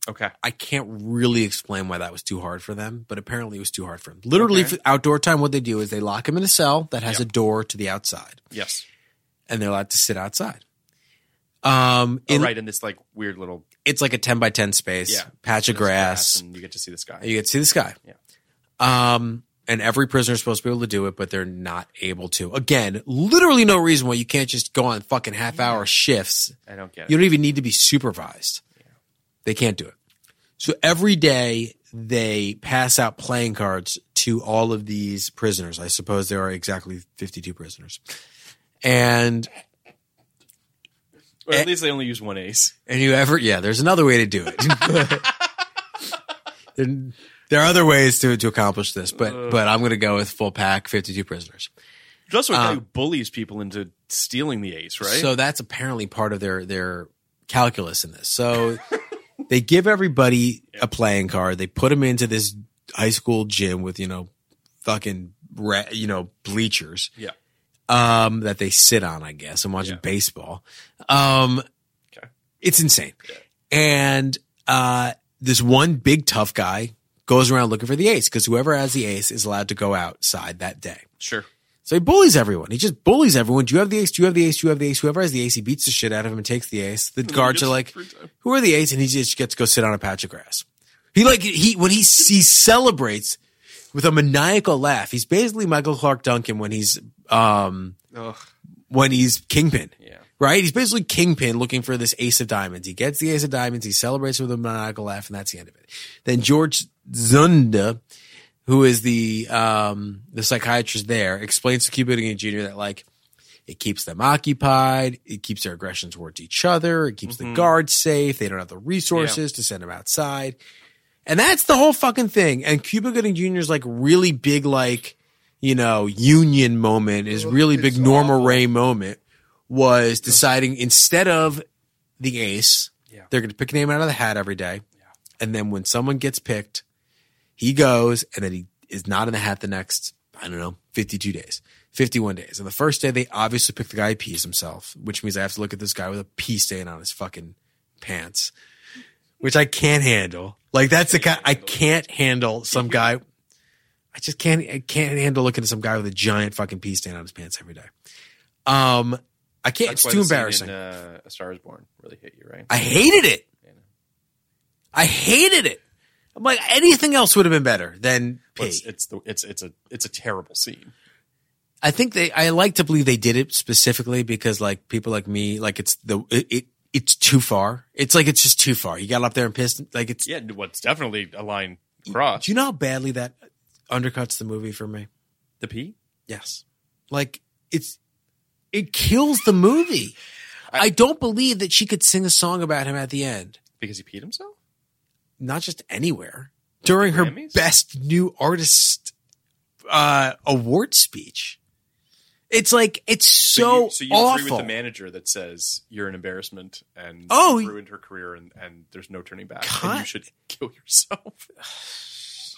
Speaker 3: Okay.
Speaker 2: I can't really explain why that was too hard for them, but apparently it was too hard for them. Literally,
Speaker 3: Okay.
Speaker 2: for outdoor time, what they do is they lock him in a cell that has a door to the outside,
Speaker 3: Yes.
Speaker 2: and they're allowed to sit outside. Um,
Speaker 3: Oh,
Speaker 2: in-
Speaker 3: right in this like weird little
Speaker 2: it's like a 10 by 10 space,
Speaker 3: Yeah.
Speaker 2: patch of
Speaker 3: there's
Speaker 2: grass.
Speaker 3: and you get to see the sky.
Speaker 2: You get to see the sky.
Speaker 3: Yeah.
Speaker 2: Um, and every prisoner is supposed to be able to do it, but they're not able to. Again, literally no reason why you can't just go on fucking half hour shifts.
Speaker 3: I don't get it.
Speaker 2: You don't even need to be supervised. They can't do it. So every day they pass out playing cards to all of these prisoners. I suppose there are exactly 52 prisoners. And
Speaker 3: Or at least they only use one ace.
Speaker 2: and you ever, yeah, there's another way to do it. there, there are other ways to, to accomplish this, but, but I'm going to go with full pack, 52 prisoners.
Speaker 3: There's also a guy
Speaker 2: Um,
Speaker 3: who bullies people into stealing the ace, right?
Speaker 2: So that's apparently part of their, their calculus in this. So they give everybody a playing card. They put them into this high school gym with, you know, fucking, re, you know, bleachers.
Speaker 3: Yeah.
Speaker 2: Um, that they sit on, I guess. I'm watching baseball. Um, it's insane. And uh, this one big tough guy goes around looking for the ace because whoever has the ace is allowed to go outside that day.
Speaker 3: sure.
Speaker 2: So he bullies everyone. He just bullies everyone. Do you have the ace? Do you have the ace? Do you have the ace? Whoever has the ace, he beats the shit out of him and takes the ace. The guards are like, "Who are the ace?" And he just gets to go sit on a patch of grass. He like he when he he celebrates with a maniacal laugh. He's basically Michael Clark Duncan when he's um
Speaker 3: Ugh.
Speaker 2: when he's Kingpin.
Speaker 3: Yeah.
Speaker 2: Right? He's basically Kingpin looking for this ace of diamonds. He gets the ace of diamonds, he celebrates with a maniacal laugh, and that's the end of it. Then George Zunda, who is the um the psychiatrist there, explains to Cuba Gooding Jr. that like it keeps them occupied, it keeps their aggression towards each other, it keeps the guards safe, they don't have the resources to send them outside. And that's the whole fucking thing. And Cuba Gooding Jr.'s like really big, like, you know, union moment, is really big Norma Ray moment was deciding instead of the ace,
Speaker 3: Yeah.
Speaker 2: they're going to pick a name out of the hat every day. And then when someone gets picked, he goes and then he is not in the hat the next, I don't know, 52 days, 51 days. And the first day, they obviously pick the guy who pees himself, which means I have to look at this guy with a pee stain on his fucking pants, which I can't handle. Like that's the guy I can't handle some guy. I just can't, I can't handle looking at some guy with a giant fucking pee stain on his pants every day. Um, I can't,
Speaker 3: That's why
Speaker 2: it's too
Speaker 3: the scene
Speaker 2: embarrassing.
Speaker 3: In, uh, a Star is Born really hit you, right?
Speaker 2: I hated it. I hated it. I'm like, anything else would have been better than
Speaker 3: Well,
Speaker 2: pee.
Speaker 3: it's, it's the it's it's a it's a terrible scene.
Speaker 2: I think they. I like to believe they did it specifically because, like, people like me, like it's the it. it it's too far. It's like it's just too far. You got up there and pissed. Like it's.
Speaker 3: Yeah, what's definitely a line crossed.
Speaker 2: Do you know how badly that undercuts the movie for me?
Speaker 3: the P?
Speaker 2: Yes. Like it's. It kills the movie. I don't believe that she could sing a song about him at the end.
Speaker 3: Because he peed himself?
Speaker 2: not just anywhere during her
Speaker 3: Grammys?
Speaker 2: best new artist uh award speech it's like it's so,
Speaker 3: you, so you
Speaker 2: awful
Speaker 3: agree with the manager that says you're an embarrassment and
Speaker 2: Oh,
Speaker 3: you've ruined her career and, and there's no turning back. And you
Speaker 2: God.
Speaker 3: should kill yourself.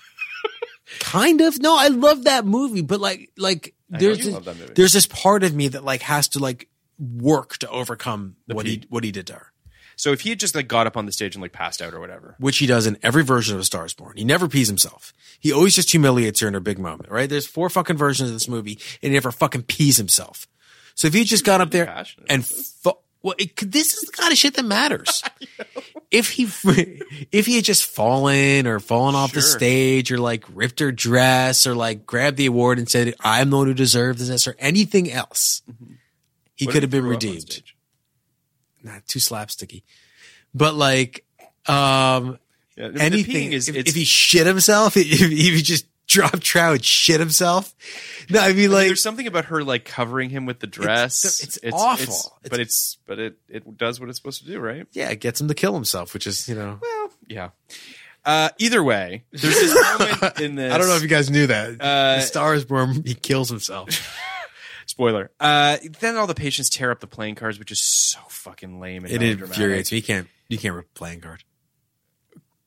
Speaker 2: kind of no i love that movie but like like
Speaker 3: I know
Speaker 2: there's
Speaker 3: you
Speaker 2: this,
Speaker 3: love that movie.
Speaker 2: there's this part of me that like has to like work to overcome
Speaker 3: The
Speaker 2: what he
Speaker 3: peak.
Speaker 2: what he did to her
Speaker 3: So if he had just like got up on the stage and like passed out or whatever.
Speaker 2: which he does in every version of A Star is Born. He never pees himself. He always just humiliates her in her big moment, right? There's four fucking versions of this movie and he never fucking pees himself. So if he just got up there
Speaker 3: Passionate
Speaker 2: and fu- well, it, could- this is the kind of shit that matters. if he if he had just fallen or fallen off the
Speaker 3: Sure.
Speaker 2: stage or like ripped her dress or like grabbed the award and said I'm the one who deserves this or anything else, he
Speaker 3: Mm-hmm. What if
Speaker 2: could have been
Speaker 3: threw up on
Speaker 2: redeemed
Speaker 3: stage?
Speaker 2: not too slapsticky, but like um
Speaker 3: Yeah, the
Speaker 2: anything
Speaker 3: peeing is-
Speaker 2: if,
Speaker 3: it's-
Speaker 2: if he shit himself, if, if he just dropped trout and shit himself. No, I mean
Speaker 3: I mean,
Speaker 2: like
Speaker 3: there's something about her like covering him with the dress.
Speaker 2: it's awful.
Speaker 3: but it's but it it does what it's supposed to do, right?
Speaker 2: yeah, it gets him to kill himself, which is you know
Speaker 3: Yeah. Uh, either way, there's this moment in this.
Speaker 2: I don't know if you guys knew that.
Speaker 3: Uh,
Speaker 2: the star is born, he kills himself.
Speaker 3: spoiler. Uh, then all the patients tear up the playing cards, which is so fucking lame. And
Speaker 2: it
Speaker 3: melodramatic.
Speaker 2: infuriates me. You can't you can't rip playing guard.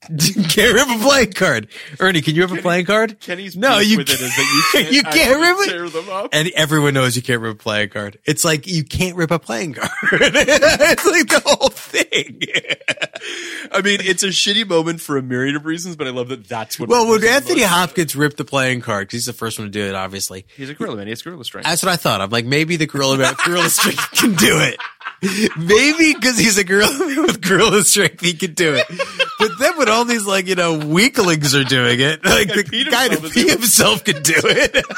Speaker 2: can't rip a playing card. Ernie, can you rip a playing card?
Speaker 3: Kenny's
Speaker 2: no,
Speaker 3: beef
Speaker 2: you
Speaker 3: with it
Speaker 2: can't,
Speaker 3: is that you can't
Speaker 2: you can't
Speaker 3: actually
Speaker 2: rip it.
Speaker 3: tear them up.
Speaker 2: And everyone knows you can't rip a playing card. It's like you can't rip a playing card. it's like the whole thing.
Speaker 3: I mean, it's a shitty moment for a myriad of reasons, but I love that that's what.
Speaker 2: Well,
Speaker 3: would
Speaker 2: when Anthony Hopkins ripped the playing card, 'cause he's the first one to do it, obviously.
Speaker 3: He's a gorilla man. He has gorilla strength.
Speaker 2: That's what I thought. I'm like, maybe the gorilla man with gorilla strength can do it. Maybe because he's a gorilla man with gorilla strength, he can do it. But then when all these like you know weaklings are doing it, like the
Speaker 3: Pete
Speaker 2: guy to
Speaker 3: himself is
Speaker 2: pee
Speaker 3: doing it.
Speaker 2: himself can do it.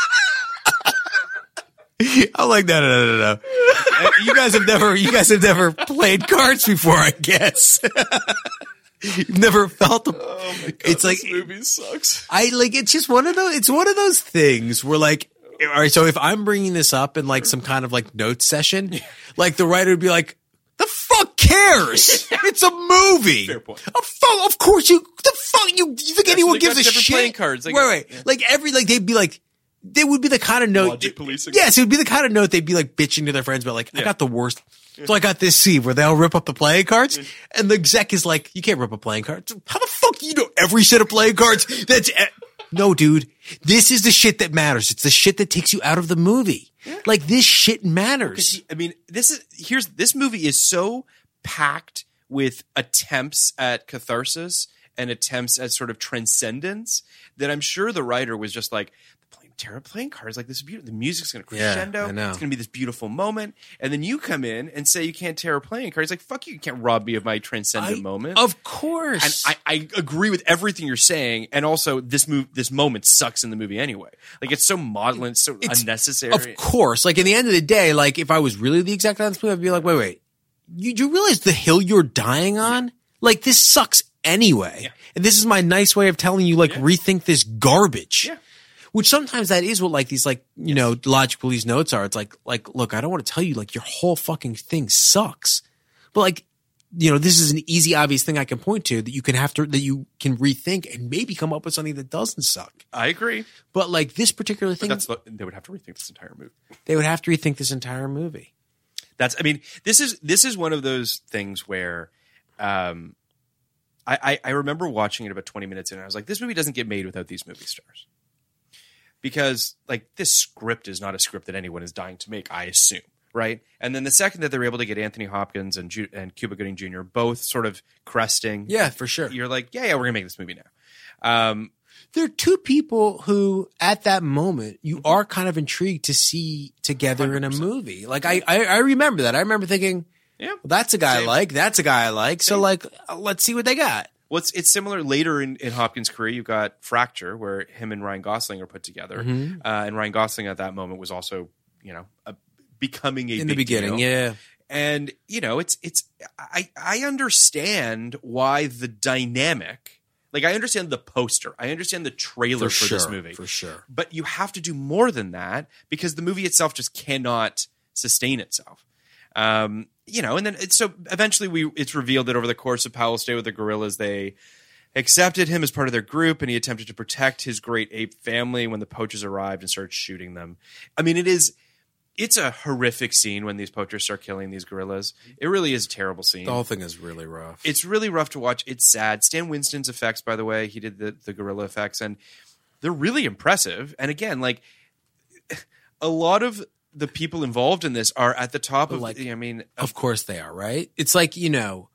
Speaker 2: I'm like, no, no, no, no, no. Uh, You guys have never, you guys have never played cards before, I guess. You've never felt. A, it's like
Speaker 3: Oh this movie sucks.
Speaker 2: I like it's just one of those it's one of those things where like all right so if I'm bringing this up in like some kind of like note session like the writer would be like the fuck cares it's a movie
Speaker 3: Fair point.
Speaker 2: Of, fu- of course you the fuck you, you think anyone
Speaker 3: they
Speaker 2: gives
Speaker 3: got
Speaker 2: a
Speaker 3: different
Speaker 2: shit
Speaker 3: playing cards, I
Speaker 2: right,
Speaker 3: guess.
Speaker 2: right. like every like they'd be like they would be the kind of note
Speaker 3: Logic policing.
Speaker 2: yes it would be the kind of note they'd be like bitching to their friends about like I got the worst so I got this scene where they all rip up the playing
Speaker 3: Mm.
Speaker 2: cards, and the exec is like, "You can't rip a playing card. How the fuck you know every set of playing cards?" That's e-" no, dude. This is the shit that matters. It's the shit that takes you out of the movie. Like this shit matters.
Speaker 3: I mean, this is here's this movie is so packed with attempts at catharsis and attempts at sort of transcendence that I'm sure the writer was just like playing Terra playing cards like this is beautiful. The music's going to
Speaker 2: Yeah,
Speaker 3: crescendo.
Speaker 2: I know.
Speaker 3: It's going to be this beautiful moment, and then you come in and say you can't Terra playing cards. Like fuck you, you can't rob me of my transcendent moment.
Speaker 2: Of course.
Speaker 3: and I, I agree with everything you're saying, and also this move, this moment sucks in the movie anyway. Like it's so maudlin, it's so
Speaker 2: It's-
Speaker 3: unnecessary.
Speaker 2: Of course. Like in the end of the day, like if I was really the exact on this movie, I'd be like, wait, wait. You, you realize the hill you're dying on? Like this sucks anyway. And this is my nice way of telling you, like, rethink this garbage. Which sometimes that is what like these like, you know, logical these notes are. It's like, like, look, I don't want to tell you like your whole fucking thing sucks. But like, you know, this is an easy, obvious thing I can point to that you can have to, that you can rethink and maybe come up with something that doesn't suck.
Speaker 3: I agree.
Speaker 2: But like this particular thing,
Speaker 3: That's the, they would have to rethink this entire movie.
Speaker 2: they would have to rethink this entire movie.
Speaker 3: That's I mean this is this is one of those things where, um, I I, I remember watching it about twenty minutes in, and I was like, this movie doesn't get made without these movie stars, because like this script is not a script that anyone is dying to make. I assume. Right, and then the second that they're able to get Anthony Hopkins and Ju- and Cuba Gooding Jr. both sort of cresting,
Speaker 6: Yeah, for sure.
Speaker 3: you're like, yeah, yeah, we're gonna make this movie now. Um,
Speaker 6: There are two people who, at that moment, you are kind of intrigued to see together in a movie. Like I, I, I remember that. I remember thinking,
Speaker 3: yeah,
Speaker 6: well, that's a guy
Speaker 3: Same.
Speaker 6: I like. That's a guy I like. So like, uh, let's see what they got.
Speaker 3: Well, it's, it's similar later in, in Hopkins' career. You've got Fracture, where him and Ryan Gosling are put together,
Speaker 6: Mm-hmm.
Speaker 3: uh, and Ryan Gosling at that moment was also, you know, a, becoming a
Speaker 6: In the
Speaker 3: big
Speaker 6: beginning,
Speaker 3: deal.
Speaker 6: yeah.
Speaker 3: And you know, it's it's I I understand why the dynamic, like I understand the poster, I understand the trailer for, this movie,
Speaker 6: for sure.
Speaker 3: but you have to do more than that because the movie itself just cannot sustain itself. Um, you know, and then it's, so eventually we it's revealed that over the course of Powell's stay with the gorillas, they accepted him as part of their group, and he attempted to protect his great ape family when the poachers arrived and started shooting them. I mean, it is it's a horrific scene when these poachers start killing these gorillas. It really is a terrible scene.
Speaker 6: The whole thing is really rough.
Speaker 3: It's really rough to watch. It's sad. Stan Winston's effects, by the way, he did the, the gorilla effects, and they're really impressive. And again, like a lot of the people involved in this are at the top of.
Speaker 6: Like-
Speaker 3: I mean,
Speaker 6: Of course they are, right? It's like, you know,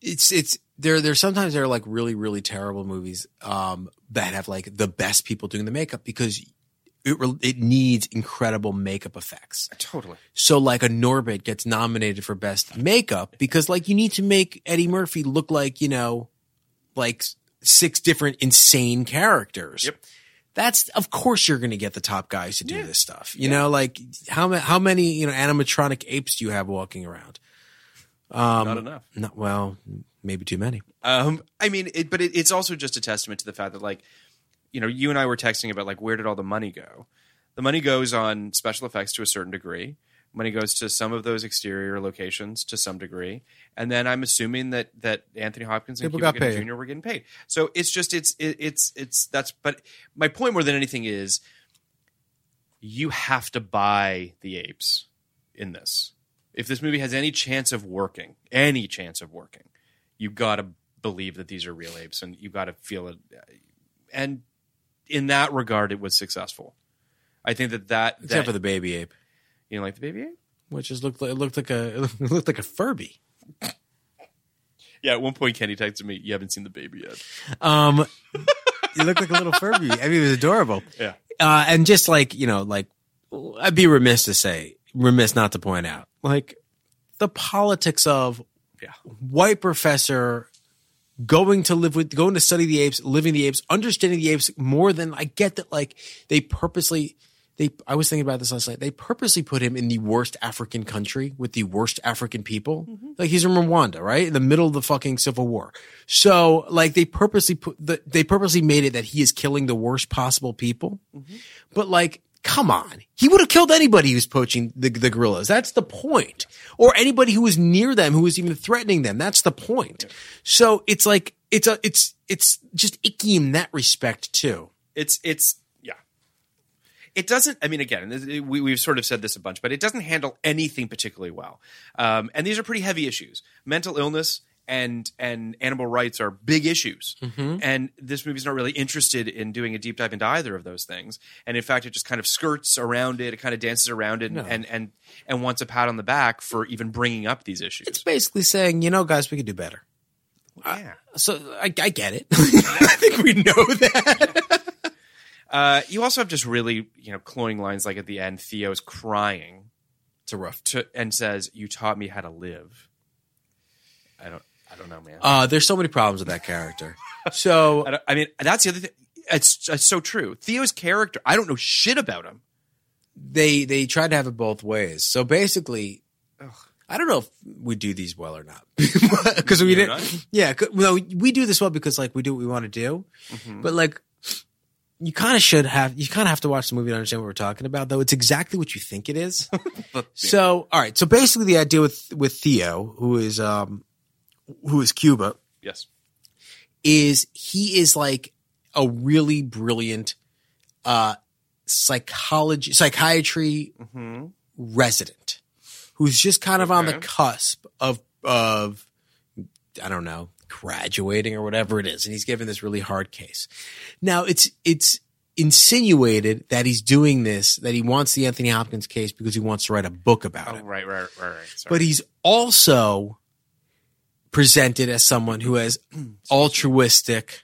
Speaker 6: it's it's there there's sometimes there are like really, really terrible movies um that have like the best people doing the makeup because it re- it needs incredible makeup effects.
Speaker 3: totally.
Speaker 6: So like a Norbit gets nominated for best makeup because like you need to make Eddie Murphy look like, you know, like s- six different insane characters.
Speaker 3: Yep.
Speaker 6: That's of course you're going to get the top guys to do this stuff. You know, like how ma- how many, you know, animatronic apes do you have walking around? Um
Speaker 3: Not enough.
Speaker 6: Not well, maybe too many.
Speaker 3: Um, I mean, it, but it, it's also just a testament to the fact that, like, you know, you and I were texting about like where did all the money go? The money goes on special effects to a certain degree. Money goes to some of those exterior locations to some degree, and then I'm assuming that that Anthony Hopkins and
Speaker 6: People
Speaker 3: Cuba
Speaker 6: got
Speaker 3: Gooding
Speaker 6: paid.
Speaker 3: Jr. were getting paid. So it's just it's it, it's it's that's. But my point more than anything is, you have to buy the apes in this. If this movie has any chance of working, any chance of working, you got to believe that these are real apes, and you got to feel it. And in that regard, it was successful. I think that that
Speaker 2: Except for
Speaker 3: the baby ape. You know, like the baby ape.
Speaker 2: which is looked like it looked like a it looked like a Furby.
Speaker 3: Yeah, at one point, Kenny texted me, "You haven't seen the baby yet."
Speaker 2: Um,
Speaker 7: You look like a little Furby. I mean, it was adorable.
Speaker 3: Yeah,
Speaker 2: uh, and just like you know, like I'd be remiss to say, remiss not to point out, like the politics of
Speaker 3: Yeah.
Speaker 2: white professor going to live with, going to study the apes, living the apes, understanding the apes more than I get that. Like they purposely, they I was thinking about this last night. They purposely put him in the worst African country with the worst African people. Like he's in Rwanda, right in the middle of the fucking civil war. So like they purposely put the, they purposely made it that he is killing the worst possible people. But like, come on, he would have killed anybody who's poaching the, the gorillas. That's the point. Or anybody who was near them, who was even threatening them. That's the point. So it's like it's a it's it's just icky in that respect too.
Speaker 3: it's it's yeah. It doesn't. I mean, again, this- it- we, we've sort of said this a bunch, but it doesn't handle anything particularly well. Um, and these are pretty heavy issues. Mental illness and and animal rights are big issues. And this movie's not really interested in doing a deep dive into either of those things. And in fact, it just kind of skirts around it. It kind of dances around it, and and, and and wants a pat on the back for even bringing up these issues.
Speaker 2: It's basically saying, you know, guys, we could do better. Uh,
Speaker 3: yeah.
Speaker 2: So I, I get it. I think we know that.
Speaker 3: Uh, you also have just really, you know, cloying lines like at the end, Theo's crying
Speaker 2: It's a rough.
Speaker 3: to and says, "You taught me how to live." I don't, I don't know, man.
Speaker 2: Uh, there's so many problems with that character. So
Speaker 3: I, don't- I mean, that's the other thing. It's, it's so true. Theo's character, I don't know shit about him.
Speaker 2: they they tried to have it both ways. So basically, I don't know if we do these well or not because we
Speaker 3: You and
Speaker 2: didn't. Yeah, 'cause- no, we do this well because like we do what we want to do, but like you kind of should have you kind of have to watch the movie to understand what we're talking about. Though it's exactly what you think it is. so all right, so basically the idea with with Theo, who is um who is Cuba,
Speaker 3: Yes.
Speaker 2: is he is like a really brilliant uh psychology psychiatry resident who's just kind of on the cusp of of I don't know graduating or whatever it is and he's given this really hard case. Now it's it's insinuated that he's doing this that he wants the Anthony Hopkins case because he wants to write a book about
Speaker 3: Oh,
Speaker 2: it.
Speaker 3: right, right, right, right. Sorry.
Speaker 2: But he's also presented as someone who has altruistic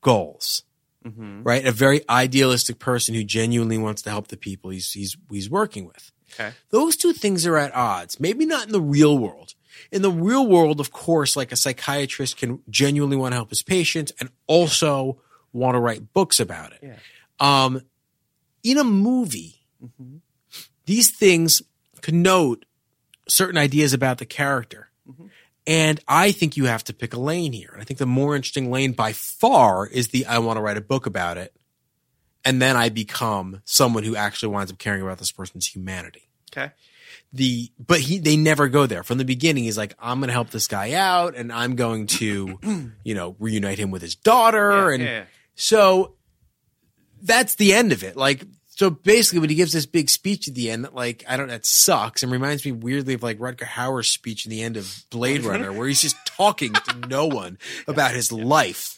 Speaker 2: goals,
Speaker 3: Mm-hmm.
Speaker 2: right? A very idealistic person who genuinely wants to help the people he's, he's, he's working with.
Speaker 3: Okay.
Speaker 2: Those two things are at odds. Maybe not in the real world. In the real world, of course, like a psychiatrist can genuinely want to help his patients and also want to write books about it. Um, in a movie,
Speaker 3: Mm-hmm.
Speaker 2: these things connote certain ideas about the character.
Speaker 3: Mm-hmm.
Speaker 2: And I think you have to pick a lane here. And I think the more interesting lane by far is the I want to write a book about it. And then I become someone who actually winds up caring about this person's humanity
Speaker 3: okay.
Speaker 2: the but he they never go there from the beginning he's like i'm gonna help this guy out and i'm going to you know reunite him with his daughter
Speaker 3: Yeah,
Speaker 2: and
Speaker 3: yeah, yeah.
Speaker 2: so that's the end of it like so basically when he gives this big speech at the end that like i don't that sucks and reminds me weirdly of like rutger hauer's speech in the end of blade runner where he's just talking to no one about his life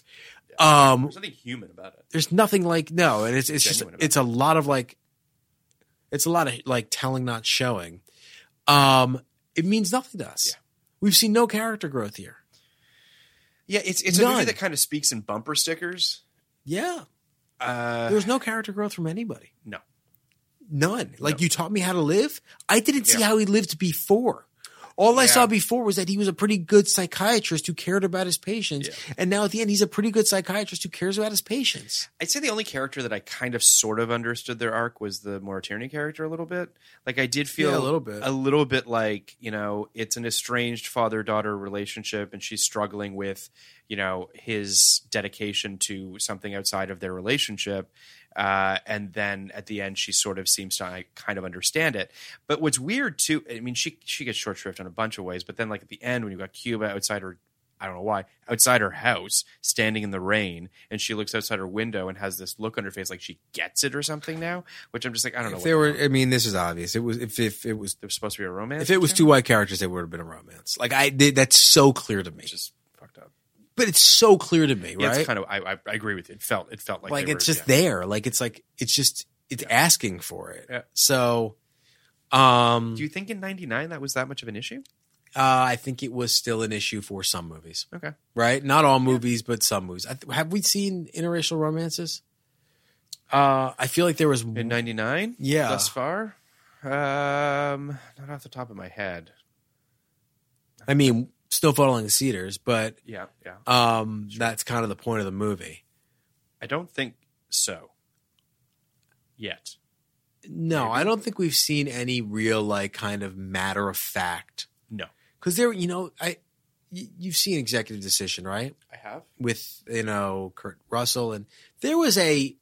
Speaker 2: um
Speaker 3: There's nothing human about it.
Speaker 2: there's nothing like no and it's it's just
Speaker 3: Genuine about
Speaker 2: it's a lot of like it's a lot of like telling not showing um it means nothing to us we've seen no character growth here
Speaker 3: Yeah, it's, it's a
Speaker 2: None.
Speaker 3: movie that kind of speaks in bumper stickers.
Speaker 2: yeah
Speaker 3: Uh,
Speaker 2: there's no character growth from anybody
Speaker 3: no.
Speaker 2: none like you taught me how to live i didn't see how he lived before all I saw before was that he was a pretty good psychiatrist who cared about his patients. And now at the end, he's a pretty good psychiatrist who cares about his patients.
Speaker 3: I'd say the only character that I kind of sort of understood their arc was the Mauritania character a little bit. Like I did feel
Speaker 2: Yeah, a little bit.
Speaker 3: a little bit like, you know, it's an estranged father-daughter relationship and she's struggling with, you know, his dedication to something outside of their relationship. Uh, and then at the end, she sort of seems to like, kind of understand it. But what's weird too, I mean, she she gets short shrift in a bunch of ways. But then, like at the end, when you got Cuba outside her I don't know why, outside her house, standing in the rain, and she looks outside her window and has this look on her face like she gets it or something now. Which I'm just like, I don't know.
Speaker 2: If
Speaker 3: what
Speaker 2: there
Speaker 3: the
Speaker 2: were,
Speaker 3: hell.
Speaker 2: I mean, this is obvious. It was if if it was
Speaker 3: there was supposed to be a romance.
Speaker 2: If it was two white characters, it would have been a romance. Like I, they, that's so clear to me.
Speaker 3: just fucked up.
Speaker 2: But it's so clear to me, right?
Speaker 3: Yeah, it's kind of I, I I agree with you. It felt it felt like,
Speaker 2: like,
Speaker 3: they
Speaker 2: it's
Speaker 3: were-
Speaker 2: just
Speaker 3: yeah.
Speaker 2: there. Like it's like it's just it's asking for it.
Speaker 3: Yeah.
Speaker 2: So, um,
Speaker 3: Do you think in '99 that was that much of an issue?
Speaker 2: uh, I think it was still an issue for some movies,
Speaker 3: Okay.
Speaker 2: right? Not all movies, but some movies. I th- have we seen interracial romances?
Speaker 3: Uh,
Speaker 2: I feel like there was
Speaker 3: in '99,
Speaker 2: Yeah.
Speaker 3: thus far, um, not off the top of my head.
Speaker 2: I mean, still following the Cedars, but
Speaker 3: Yeah, yeah.
Speaker 2: um, that's kind of the point of the movie.
Speaker 3: I don't think so. Yet,
Speaker 2: No, I don't think we've seen any real like kind of matter of fact
Speaker 3: no.
Speaker 2: because there, you know, I y- you've seen Executive Decision, right?
Speaker 3: I have.
Speaker 2: With you know Kurt Russell, and there was a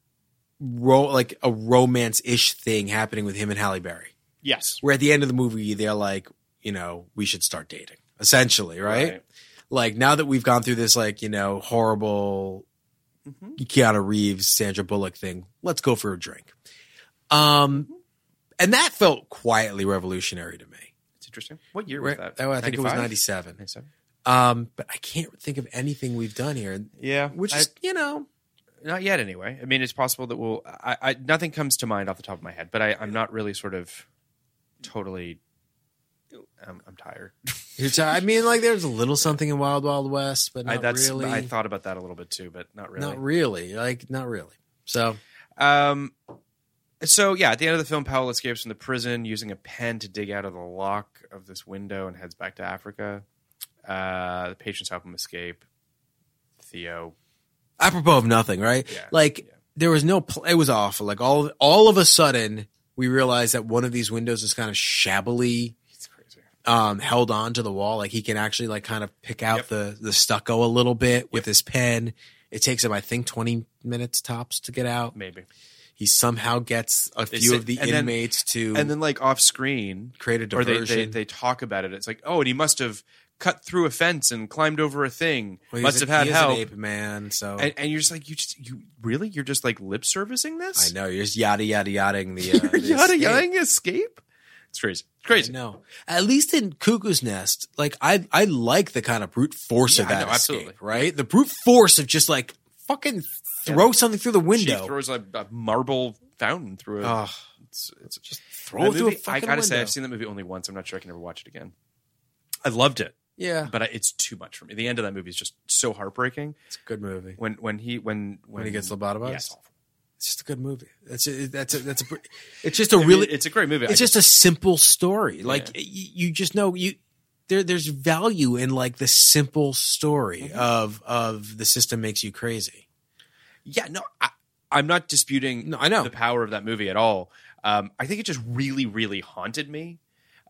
Speaker 2: ro- like a romance ish thing happening with him and Halle Berry,
Speaker 3: Yes.
Speaker 2: where at the end of the movie they're like, you know, we should start dating, essentially, right?
Speaker 3: Right.
Speaker 2: Like now that we've gone through this like you know horrible
Speaker 3: Mhm.
Speaker 2: Keanu Reeves, Sandra Bullock thing. Let's go for a drink. Um,
Speaker 3: Mm-hmm.
Speaker 2: and that felt quietly revolutionary to me. Oh,
Speaker 3: It's interesting. What year was that?
Speaker 2: I think it was
Speaker 3: 95?
Speaker 2: '97.
Speaker 3: 97.
Speaker 2: Um, but I can't think of anything we've done here,
Speaker 3: Yeah,
Speaker 2: which
Speaker 3: I-
Speaker 2: is you know,
Speaker 3: not yet anyway i mean it's possible that we'll I, I nothing comes to mind off the top of my head but i i'm not really sort of totally i'm, I'm tired
Speaker 2: you're ti- I mean, like there's a little something in Wild Wild West, but not
Speaker 3: I, that's
Speaker 2: really.
Speaker 3: i thought about that a little bit too but not really
Speaker 2: Not really, like not really. So
Speaker 3: um so yeah at the end of the film powell escapes from the prison using a pen to dig out of the lock of this window and heads back to africa uh the patients help him escape theo
Speaker 2: apropos of nothing, right?
Speaker 3: Yeah.
Speaker 2: Like
Speaker 3: Yeah.
Speaker 2: there was no. Pl- it was awful. Like all all of a sudden, we realized that one of these windows is kind of shabbily
Speaker 3: it's crazy
Speaker 2: um, held on to the wall. Like he can actually like kind of pick out the the stucco a little bit with his pen. It takes him, I think, twenty minutes tops to get out.
Speaker 3: maybe
Speaker 2: He somehow gets a
Speaker 3: They
Speaker 2: few
Speaker 3: sit-
Speaker 2: of the
Speaker 3: and then-
Speaker 2: inmates to
Speaker 3: and then like off screen
Speaker 2: create a
Speaker 3: or they,
Speaker 2: diversion.
Speaker 3: they they talk about it. It's like, oh, and he must have cut through a fence and climbed over a thing.
Speaker 2: Well, he's
Speaker 3: must
Speaker 2: a-
Speaker 3: have had
Speaker 2: he is an
Speaker 3: help.
Speaker 2: ape man. So
Speaker 3: And, and you're just like, you just you really, you're just like lip servicing
Speaker 2: I
Speaker 3: this.
Speaker 2: know you're just yada yada yadaing the uh,
Speaker 3: You're yada
Speaker 2: this-
Speaker 3: yadaing escape. It's crazy. It's crazy.
Speaker 2: No, at least in Cuckoo's Nest, like I, I like the kind of brute force of
Speaker 3: Yeah, I
Speaker 2: that
Speaker 3: know,
Speaker 2: escape,
Speaker 3: absolutely.
Speaker 2: right? The brute force of just like fucking throw something through the
Speaker 3: She
Speaker 2: window,
Speaker 3: throws a, a marble fountain through a.
Speaker 2: Ugh.
Speaker 3: it's, it's just
Speaker 2: throw it through a
Speaker 3: I
Speaker 2: fucking
Speaker 3: gotta say,
Speaker 2: window.
Speaker 3: I've seen that movie only once. I'm not sure I can ever watch it again. I loved it,
Speaker 2: yeah,
Speaker 3: but I, it's too much for me. The end of that movie is just so heartbreaking.
Speaker 2: it's a good movie.
Speaker 3: When when he when when,
Speaker 2: When he gets lobotomized?
Speaker 3: Yes.
Speaker 2: It's just a good movie. That's a, that's a, that's a, br- it's just a
Speaker 3: I mean,
Speaker 2: really,
Speaker 3: it's a great movie. I
Speaker 2: it's just a simple story. Like y you, just know you there. There's value in like the simple story of of the system makes you crazy.
Speaker 3: Yeah, no, I, I'm not disputing.
Speaker 2: No, I know.
Speaker 3: the power of that movie at all. Um, I think it just really, really haunted me.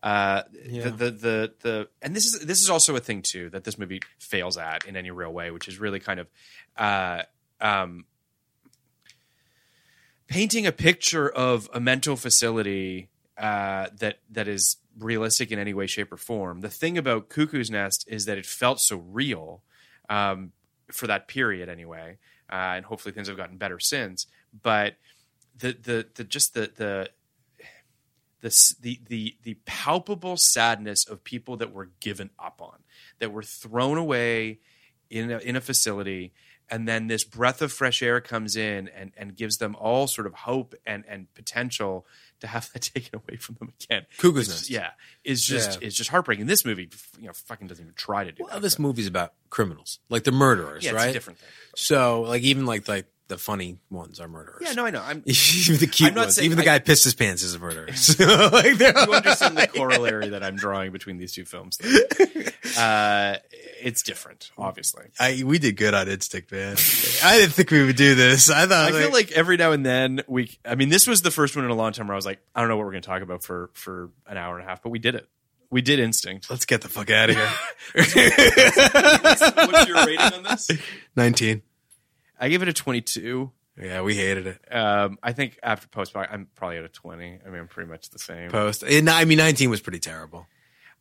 Speaker 3: Uh,
Speaker 2: Yeah.
Speaker 3: the, the the the and this is this is also a thing too that this movie fails at in any real way, which is really kind of uh, um, painting a picture of a mental facility uh, that that is realistic in any way, shape, or form. The thing about Cuckoo's Nest is that it felt so real um, for that period, anyway, uh, and hopefully things have gotten better since. But the the the just the the the s- the the the palpable sadness of people that were given up on, that were thrown away in a, in a facility, and then this breath of fresh air comes in and and gives them all sort of hope and and potential to have that taken away from them again.
Speaker 2: Cuckoo's
Speaker 3: It's-
Speaker 2: Nest.
Speaker 3: yeah, is just
Speaker 2: Yeah.
Speaker 3: is just heartbreaking. This movie, you know, fucking doesn't even try to do
Speaker 2: Well,
Speaker 3: that.
Speaker 2: this
Speaker 3: but-
Speaker 2: movie's about criminals, like the murderers,
Speaker 3: yeah, it's
Speaker 2: right?
Speaker 3: a different thing.
Speaker 2: So like even like like the funny ones are murderers.
Speaker 3: Yeah, no, I know. I'm
Speaker 2: even the cute
Speaker 3: I'm not
Speaker 2: ones.
Speaker 3: saying-
Speaker 2: even the guy
Speaker 3: I-
Speaker 2: pissed his pants is a murderer. So, like they're
Speaker 3: you understand the corollary that I'm drawing between these two films. though. Uh, it's different, obviously.
Speaker 2: I, we did good on instinct, man. I didn't think we would do this. I thought
Speaker 3: I feel like every now and then we. I mean, this was the first one in a long time where I was like, I don't know what we're going to talk about for for an hour and a half, but we did it. We did instinct.
Speaker 2: let's get the fuck out of here.
Speaker 3: What's your rating on this?
Speaker 2: Nineteen.
Speaker 3: I gave it a 22.
Speaker 2: Yeah, we hated it.
Speaker 3: Um, I think after post, I'm probably at a 20. I mean, I'm pretty much the same.
Speaker 2: Post. And I mean, nineteen was pretty terrible.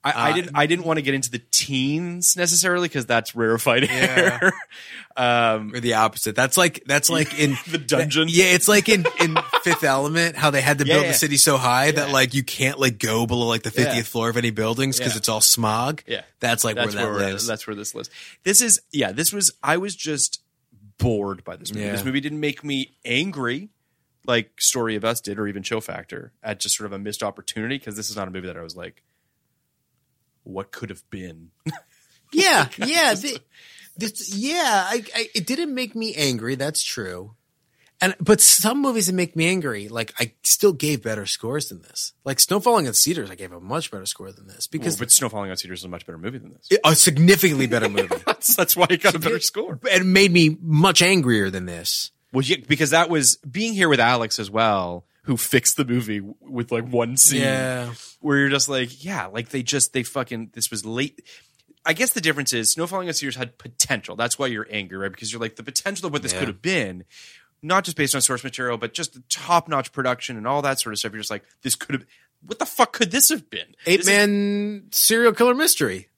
Speaker 3: I, I
Speaker 8: Uh,
Speaker 3: didn't. I didn't want to get into the teens necessarily because that's rarefied air. um,
Speaker 2: or the opposite. That's like that's like in
Speaker 3: the dungeon.
Speaker 2: Yeah, it's like in in Fifth Element how they had to build
Speaker 3: Yeah.
Speaker 2: the city so high that like you can't like go below like the
Speaker 3: Yeah.
Speaker 2: fiftieth floor of any buildings because
Speaker 3: Yeah.
Speaker 2: it's all smog.
Speaker 3: Yeah.
Speaker 2: that's like where that
Speaker 3: we're-
Speaker 2: lives.
Speaker 3: That's where this lives. This is yeah. This was I was just bored by this movie.
Speaker 2: Yeah.
Speaker 3: This movie didn't make me angry like Story of Us did, or even Chill Factor at just sort of a missed opportunity because this is not a movie that I was like, what could have been.
Speaker 6: Yeah, yeah, thi- this, yeah. I, I, it didn't make me angry. That's true. And but some movies that make me angry, like I still gave better scores than this. Like Snow Falling on Cedars, I gave a much better score than this because
Speaker 3: Because but Snow Falling on Cedars is a much better movie than this.
Speaker 2: a significantly better movie.
Speaker 3: that's, that's why it got a better score.
Speaker 6: it made me much angrier than this.
Speaker 3: Well, yeah, because that was being here with Alex as well, who fixed the movie w- with like one scene.
Speaker 6: Yeah.
Speaker 3: Where you're just like, yeah, like they just, they fucking, this was late. I guess the difference is Snow Falling on Cedars had potential. That's why you're angry, right? Because you're like, the potential of what this could have been, not just based on source material, but just top notch production and all that sort of stuff. You're just like, this could have, what the fuck could this have been?
Speaker 6: Eight
Speaker 3: This is-
Speaker 6: Man serial killer mystery.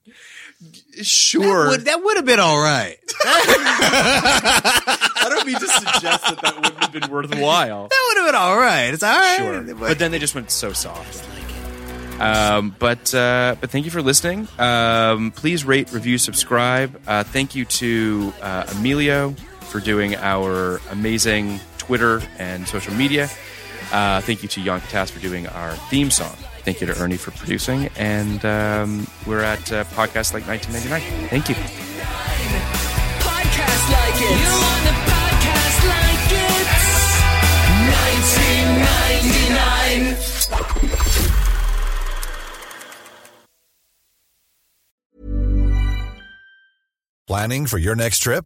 Speaker 3: sure.
Speaker 6: Would- that would have been all right.
Speaker 3: I don't mean to suggest that that wouldn't have been worthwhile.
Speaker 6: That would have been all right. It's all right.
Speaker 3: sure. But then they just went so soft. Um, but uh, but thank you for listening. Um, please rate, review, subscribe. Uh, thank you to uh, Emilio for doing our amazing Twitter and social media. Uh, thank you to Jan Katas for doing our theme song. Thank you to Ernie for producing. And um, we're at uh, Podcast Like 1999. Thank you.
Speaker 1: Podcast like it. You want a podcast like it? 1999.
Speaker 9: Planning for your next trip?